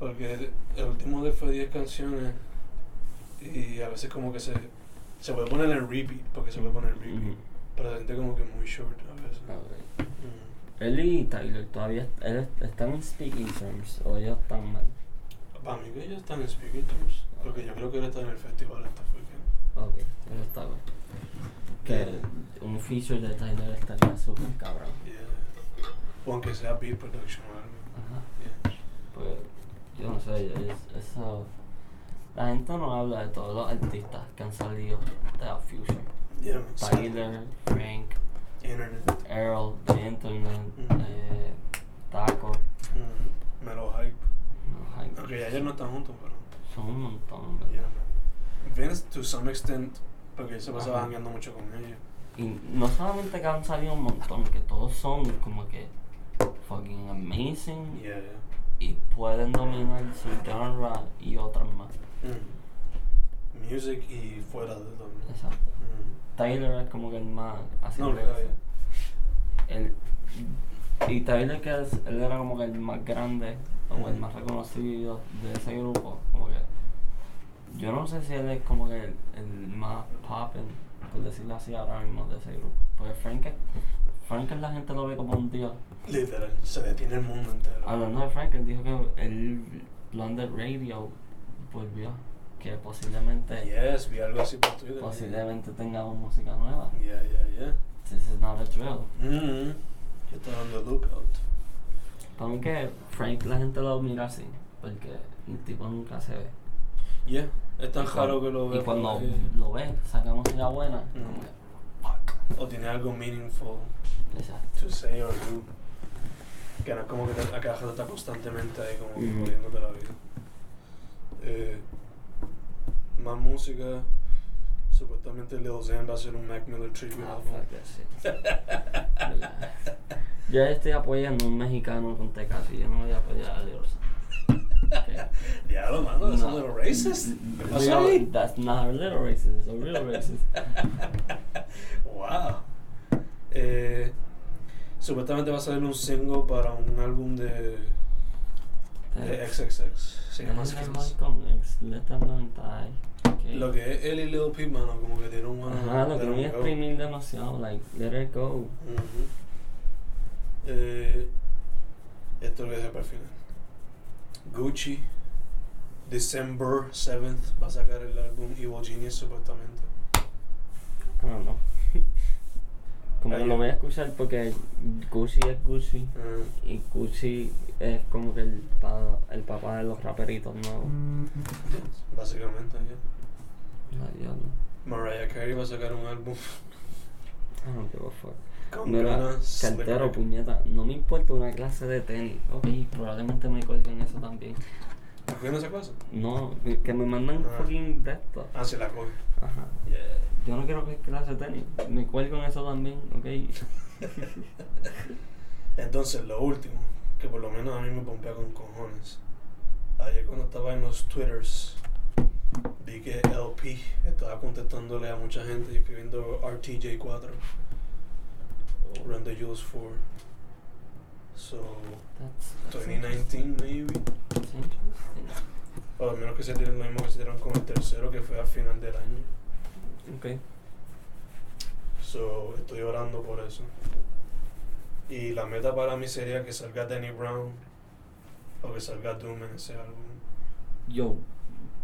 [SPEAKER 2] Porque el último de fue 10 canciones y a veces como que se, se puede poner en repeat, porque se puede poner en repeat.
[SPEAKER 1] Ujú.
[SPEAKER 2] Pero se siente como que muy short a veces.
[SPEAKER 1] Ok.
[SPEAKER 2] Mm.
[SPEAKER 1] Él y Tyler todavía él es- están en speaking terms o ellos están mal.
[SPEAKER 2] Para mí que ellos están en speaking terms, porque yo creo que él está en el festival hasta fue que...
[SPEAKER 1] Ok, eso está bueno. Que un feature de Tyler estaría súper cabrón.
[SPEAKER 2] Yeah. O aunque sea beat production o algo.
[SPEAKER 1] Ajá.
[SPEAKER 2] Yeah.
[SPEAKER 1] Pues yo no sé, yo- es- eso. La gente no habla de todos los artistas que han salido de la Fusion.
[SPEAKER 2] Yeah, man.
[SPEAKER 1] Tyler, Frank,
[SPEAKER 2] Internet.
[SPEAKER 1] Earl, Gentleman, eh, Taco.
[SPEAKER 2] Mm. Melo Hype.
[SPEAKER 1] no, hay-
[SPEAKER 2] Aunque ya ellos no están juntos, pero...
[SPEAKER 1] Son un montón, ¿verdad?
[SPEAKER 2] Yeah, man. Vince, to some extent, porque él se pasaba
[SPEAKER 1] Ajá.
[SPEAKER 2] jangueando mucho con ella.
[SPEAKER 1] Y no solamente que han salido un montón, que todos son como que fucking amazing
[SPEAKER 2] Yeah,
[SPEAKER 1] y pueden dominar su genre y otras más.
[SPEAKER 2] yeah. Mm. Music y fuera de también.
[SPEAKER 1] Exacto.
[SPEAKER 2] Mm.
[SPEAKER 1] Tyler es como que el más así
[SPEAKER 2] No,
[SPEAKER 1] que-
[SPEAKER 2] verdad,
[SPEAKER 1] el y Tyler que es, él era como que el más grande o el más reconocido de ese grupo, como que yo no sé si él es como que el, el más poppin, por decirlo así ahora mismo de ese grupo. Porque Frank es- Frank es la gente lo ve como un dios.
[SPEAKER 2] Literal, se detiene el mundo entero.
[SPEAKER 1] Hablando de Frank, él dijo que el Blonde Radio volvió, que posiblemente
[SPEAKER 2] Yes, vi algo así por Twitter.
[SPEAKER 1] posiblemente tengamos música nueva.
[SPEAKER 2] Yeah, yeah, yeah.
[SPEAKER 1] This is not a drill.
[SPEAKER 2] Mm. Yo estaba on the lookout.
[SPEAKER 1] Para mí que Frank la gente lo mira así, porque el tipo nunca se ve.
[SPEAKER 2] Yeah, es tan
[SPEAKER 1] Y cuan-
[SPEAKER 2] raro que lo veo.
[SPEAKER 1] Y cuando
[SPEAKER 2] porque-
[SPEAKER 1] lo ve, saca música buena.
[SPEAKER 2] Mm.
[SPEAKER 1] como que, fuck.
[SPEAKER 2] O tiene algo meaningful
[SPEAKER 1] Exacto.
[SPEAKER 2] to say or do. Que no es como que te- la caja está constantemente ahí como que
[SPEAKER 1] Ujú.
[SPEAKER 2] jodiéndote la vida. Eh, más música. Supuestamente Lil Xan va a hacer un Mac Miller tribute
[SPEAKER 1] Ah,
[SPEAKER 2] album.
[SPEAKER 1] fuck that shit. Verdad. Yo estoy apoyando a un mexicano con Tecasi, yo no voy a apoyar a Lil Ok.
[SPEAKER 2] Diablo, mano, that's a
[SPEAKER 1] No.
[SPEAKER 2] little racist. ¿Qué pasó
[SPEAKER 1] Real-
[SPEAKER 2] ahí?
[SPEAKER 1] That's not a little racist, it's a real racist.
[SPEAKER 2] wow. Eh, supuestamente va a salir un single para un álbum de, de XXX. Se llama
[SPEAKER 1] Skins.
[SPEAKER 2] Skins.
[SPEAKER 1] Con ex, Let them Long Die. ok.
[SPEAKER 2] Lo que es él y Lil Peep, mano, como que dieron una.
[SPEAKER 1] Ajá, lo que
[SPEAKER 2] dieron
[SPEAKER 1] voy a
[SPEAKER 2] go.
[SPEAKER 1] exprimir demasiado, like, let it go.
[SPEAKER 2] Ujú. Eh, esto lo voy a dejar para el final. Gucci, December 7th, va a sacar el álbum Evil Genius, supuestamente.
[SPEAKER 1] I don't know. Como que
[SPEAKER 2] Ahí.
[SPEAKER 1] lo voy a escuchar porque Gucci es Gucci.
[SPEAKER 2] Eh,
[SPEAKER 1] Y Gucci es como que el, pa- el papá de los raperitos nuevos.
[SPEAKER 2] básicamente, ya.
[SPEAKER 1] Ay, diablo.
[SPEAKER 2] Mariah Carey va a sacar un álbum
[SPEAKER 1] I don't give a fuck.
[SPEAKER 2] con
[SPEAKER 1] Mira,
[SPEAKER 2] ganas.
[SPEAKER 1] cartero, puñeta. No me importa una clase de tenis. Ok, probablemente me colguen eso también.
[SPEAKER 2] ¿Estás cogiendo esa clase?
[SPEAKER 1] No, que me mandan
[SPEAKER 2] Ah.
[SPEAKER 1] fucking de esto.
[SPEAKER 2] Ah, sí, la coge.
[SPEAKER 1] Ajá. Yo no quiero que clase de tenis. Me cuelgan eso también, ok.
[SPEAKER 2] Entonces, lo último, que por lo menos a mí me pompea con cojones. Ayer cuando estaba en los twitters, vi que LP estaba contestándole a mucha gente y escribiendo RTJ4 o Run the Jules 4. So,
[SPEAKER 1] That's, that's
[SPEAKER 2] 2019 maybe.
[SPEAKER 1] That's interesting.
[SPEAKER 2] O al menos que se tiren lo mismo que se tiraron con el tercero que fue al final del año.
[SPEAKER 1] Ok.
[SPEAKER 2] So, estoy orando por eso. Y la meta para mí sería que salga Danny Brown o que salga Doom en ese álbum.
[SPEAKER 1] Yo,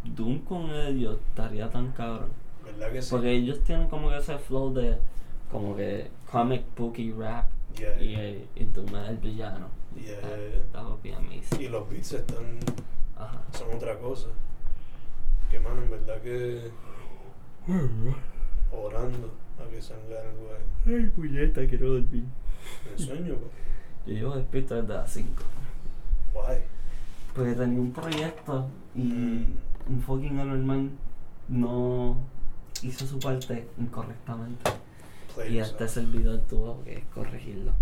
[SPEAKER 1] Doom con ellos estaría tan cabrón.
[SPEAKER 2] ¿Verdad que sí?
[SPEAKER 1] Porque ellos tienen como que ese flow de como que comic book y rap.
[SPEAKER 2] Yeah,
[SPEAKER 1] Y,
[SPEAKER 2] yeah.
[SPEAKER 1] eh, y Doom es el villano.
[SPEAKER 2] Yeah,
[SPEAKER 1] That-
[SPEAKER 2] yeah, yeah.
[SPEAKER 1] That would be amazing.
[SPEAKER 2] Y los beats están,
[SPEAKER 1] Ajá.
[SPEAKER 2] son otra cosa. Que mano, en verdad que orando a que salga algo ahí.
[SPEAKER 1] Ay, puñeta, quiero dormir.
[SPEAKER 2] Me sueño, pues.
[SPEAKER 1] Yo llevo despierto desde las 5.
[SPEAKER 2] guay.
[SPEAKER 1] Porque tenía un proyecto y
[SPEAKER 2] Mm.
[SPEAKER 1] un fucking anormal no hizo su parte incorrectamente.
[SPEAKER 2] Played
[SPEAKER 1] Y este
[SPEAKER 2] himself.
[SPEAKER 1] servidor tuvo que corregirlo.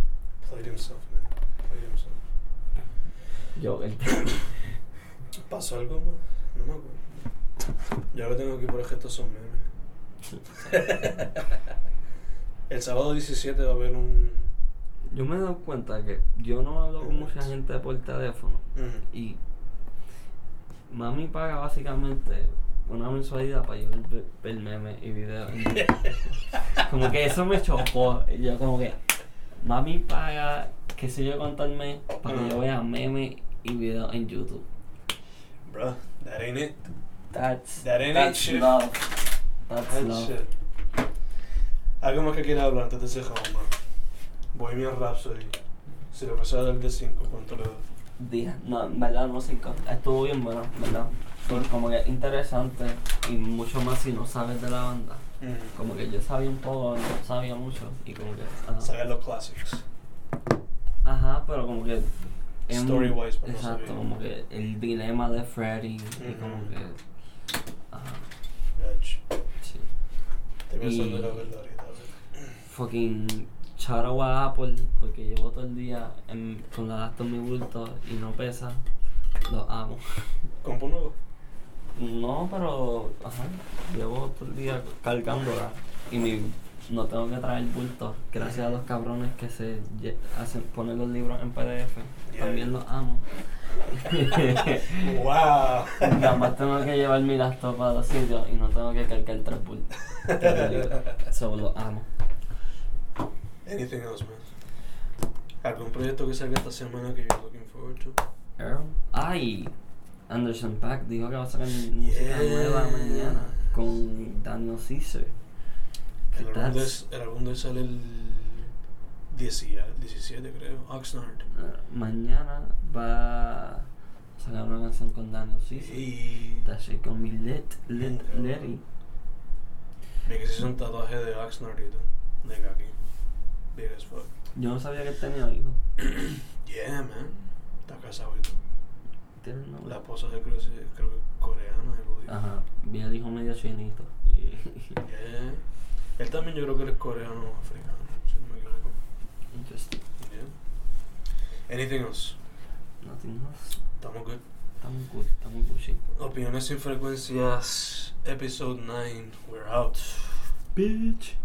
[SPEAKER 2] Played himself, man. Played himself.
[SPEAKER 1] Yo, el
[SPEAKER 2] ¿Pasó algo más? No me acuerdo. Yo lo tengo aquí por ejemplo, son memes. El sábado 17 va a haber un.
[SPEAKER 1] Yo me he dado cuenta que yo no hablo con mucha gente por teléfono.
[SPEAKER 2] Ujú.
[SPEAKER 1] Y mami paga básicamente una mensualidad para yo ver, ver memes y videos. en YouTube. como que eso me chocó. Y Yo como que mami paga, qué sé yo, contarme para que yo vea memes y videos en YouTube.
[SPEAKER 2] Bruh, that ain't it.
[SPEAKER 1] That's,
[SPEAKER 2] That ain't it,
[SPEAKER 1] that's
[SPEAKER 2] shit.
[SPEAKER 1] love. That's
[SPEAKER 2] That
[SPEAKER 1] love.
[SPEAKER 2] shit. Algo más que quiera hablar antes de ese jamba. Bohemian Rhapsody. Si lo pasara del de 5, ¿cuánto le das?
[SPEAKER 1] Día. No, en verdad no cinco. Estuvo bien bueno, en verdad. Fue como que interesante y mucho más si no sabes de la banda. Como que yo sabía un poco, no sabía mucho y como que... ajá.
[SPEAKER 2] Saber los clásicos.
[SPEAKER 1] Ajá, pero como que. es un-
[SPEAKER 2] Story wise, pero no
[SPEAKER 1] Exacto,
[SPEAKER 2] sabía.
[SPEAKER 1] como que el dilema de Freddy. Y
[SPEAKER 2] Ujú.
[SPEAKER 1] como que. Ajá,
[SPEAKER 2] Gach.
[SPEAKER 1] sí.
[SPEAKER 2] Te pensando
[SPEAKER 1] Y-
[SPEAKER 2] en la verdad ahorita. a ver.
[SPEAKER 1] Fucking. Charo a Apple, porque llevo todo el día en- con la gasto en mi bulto y no pesa. Lo amo.
[SPEAKER 2] ¿Compo nuevo?
[SPEAKER 1] No, pero. Ajá, llevo todo el día cargándola. Y mi- no tengo que traer bulto. Gracias a los cabrones que se lle- hacen ponen los libros en PDF.
[SPEAKER 2] Yeah.
[SPEAKER 1] También los amo.
[SPEAKER 2] ¡Wow!
[SPEAKER 1] Nada más tengo que llevar mi laptop a los sitios y no tengo que cargar tres bultos. Solo lo amo.
[SPEAKER 2] Anything else, man? ¿Algún proyecto que salga esta semana que you're looking forward to?
[SPEAKER 1] Earl. Ay, Anderson Pack dijo que va a sacar música
[SPEAKER 2] Yeah.
[SPEAKER 1] nueva mañana con Daniel Caesar. Que
[SPEAKER 2] El álbum, de,
[SPEAKER 1] that's-
[SPEAKER 2] el álbum de él sale el 17, 17 creo, Oxnard.
[SPEAKER 1] eh, mañana va a sacar una canción con Daniel Caesar.
[SPEAKER 2] Y
[SPEAKER 1] That shit con mi Let, Let,
[SPEAKER 2] Yeah.
[SPEAKER 1] Letty.
[SPEAKER 2] vi que se hizo un tatuaje de Oxnard y todo, de Kaki. Big as fuck.
[SPEAKER 1] Yo no sabía que él tenía hijos.
[SPEAKER 2] Yeah, man. Está casado y todo.
[SPEAKER 1] Tiene un nombre.
[SPEAKER 2] La esposa de creo, que- creo que coreana, I believe.
[SPEAKER 1] Ajá, vi al hijo medio chinito.
[SPEAKER 2] Yeah. Él también yo creo que él es coreano o africano, si no me equivoco.
[SPEAKER 1] Interesting.
[SPEAKER 2] Yeah. Anything else?
[SPEAKER 1] Nothing else.
[SPEAKER 2] Estamos good.
[SPEAKER 1] Estamos good, estamos good.
[SPEAKER 2] Opiniones sin frecuencias, episode 9, we're out.
[SPEAKER 1] Bitch.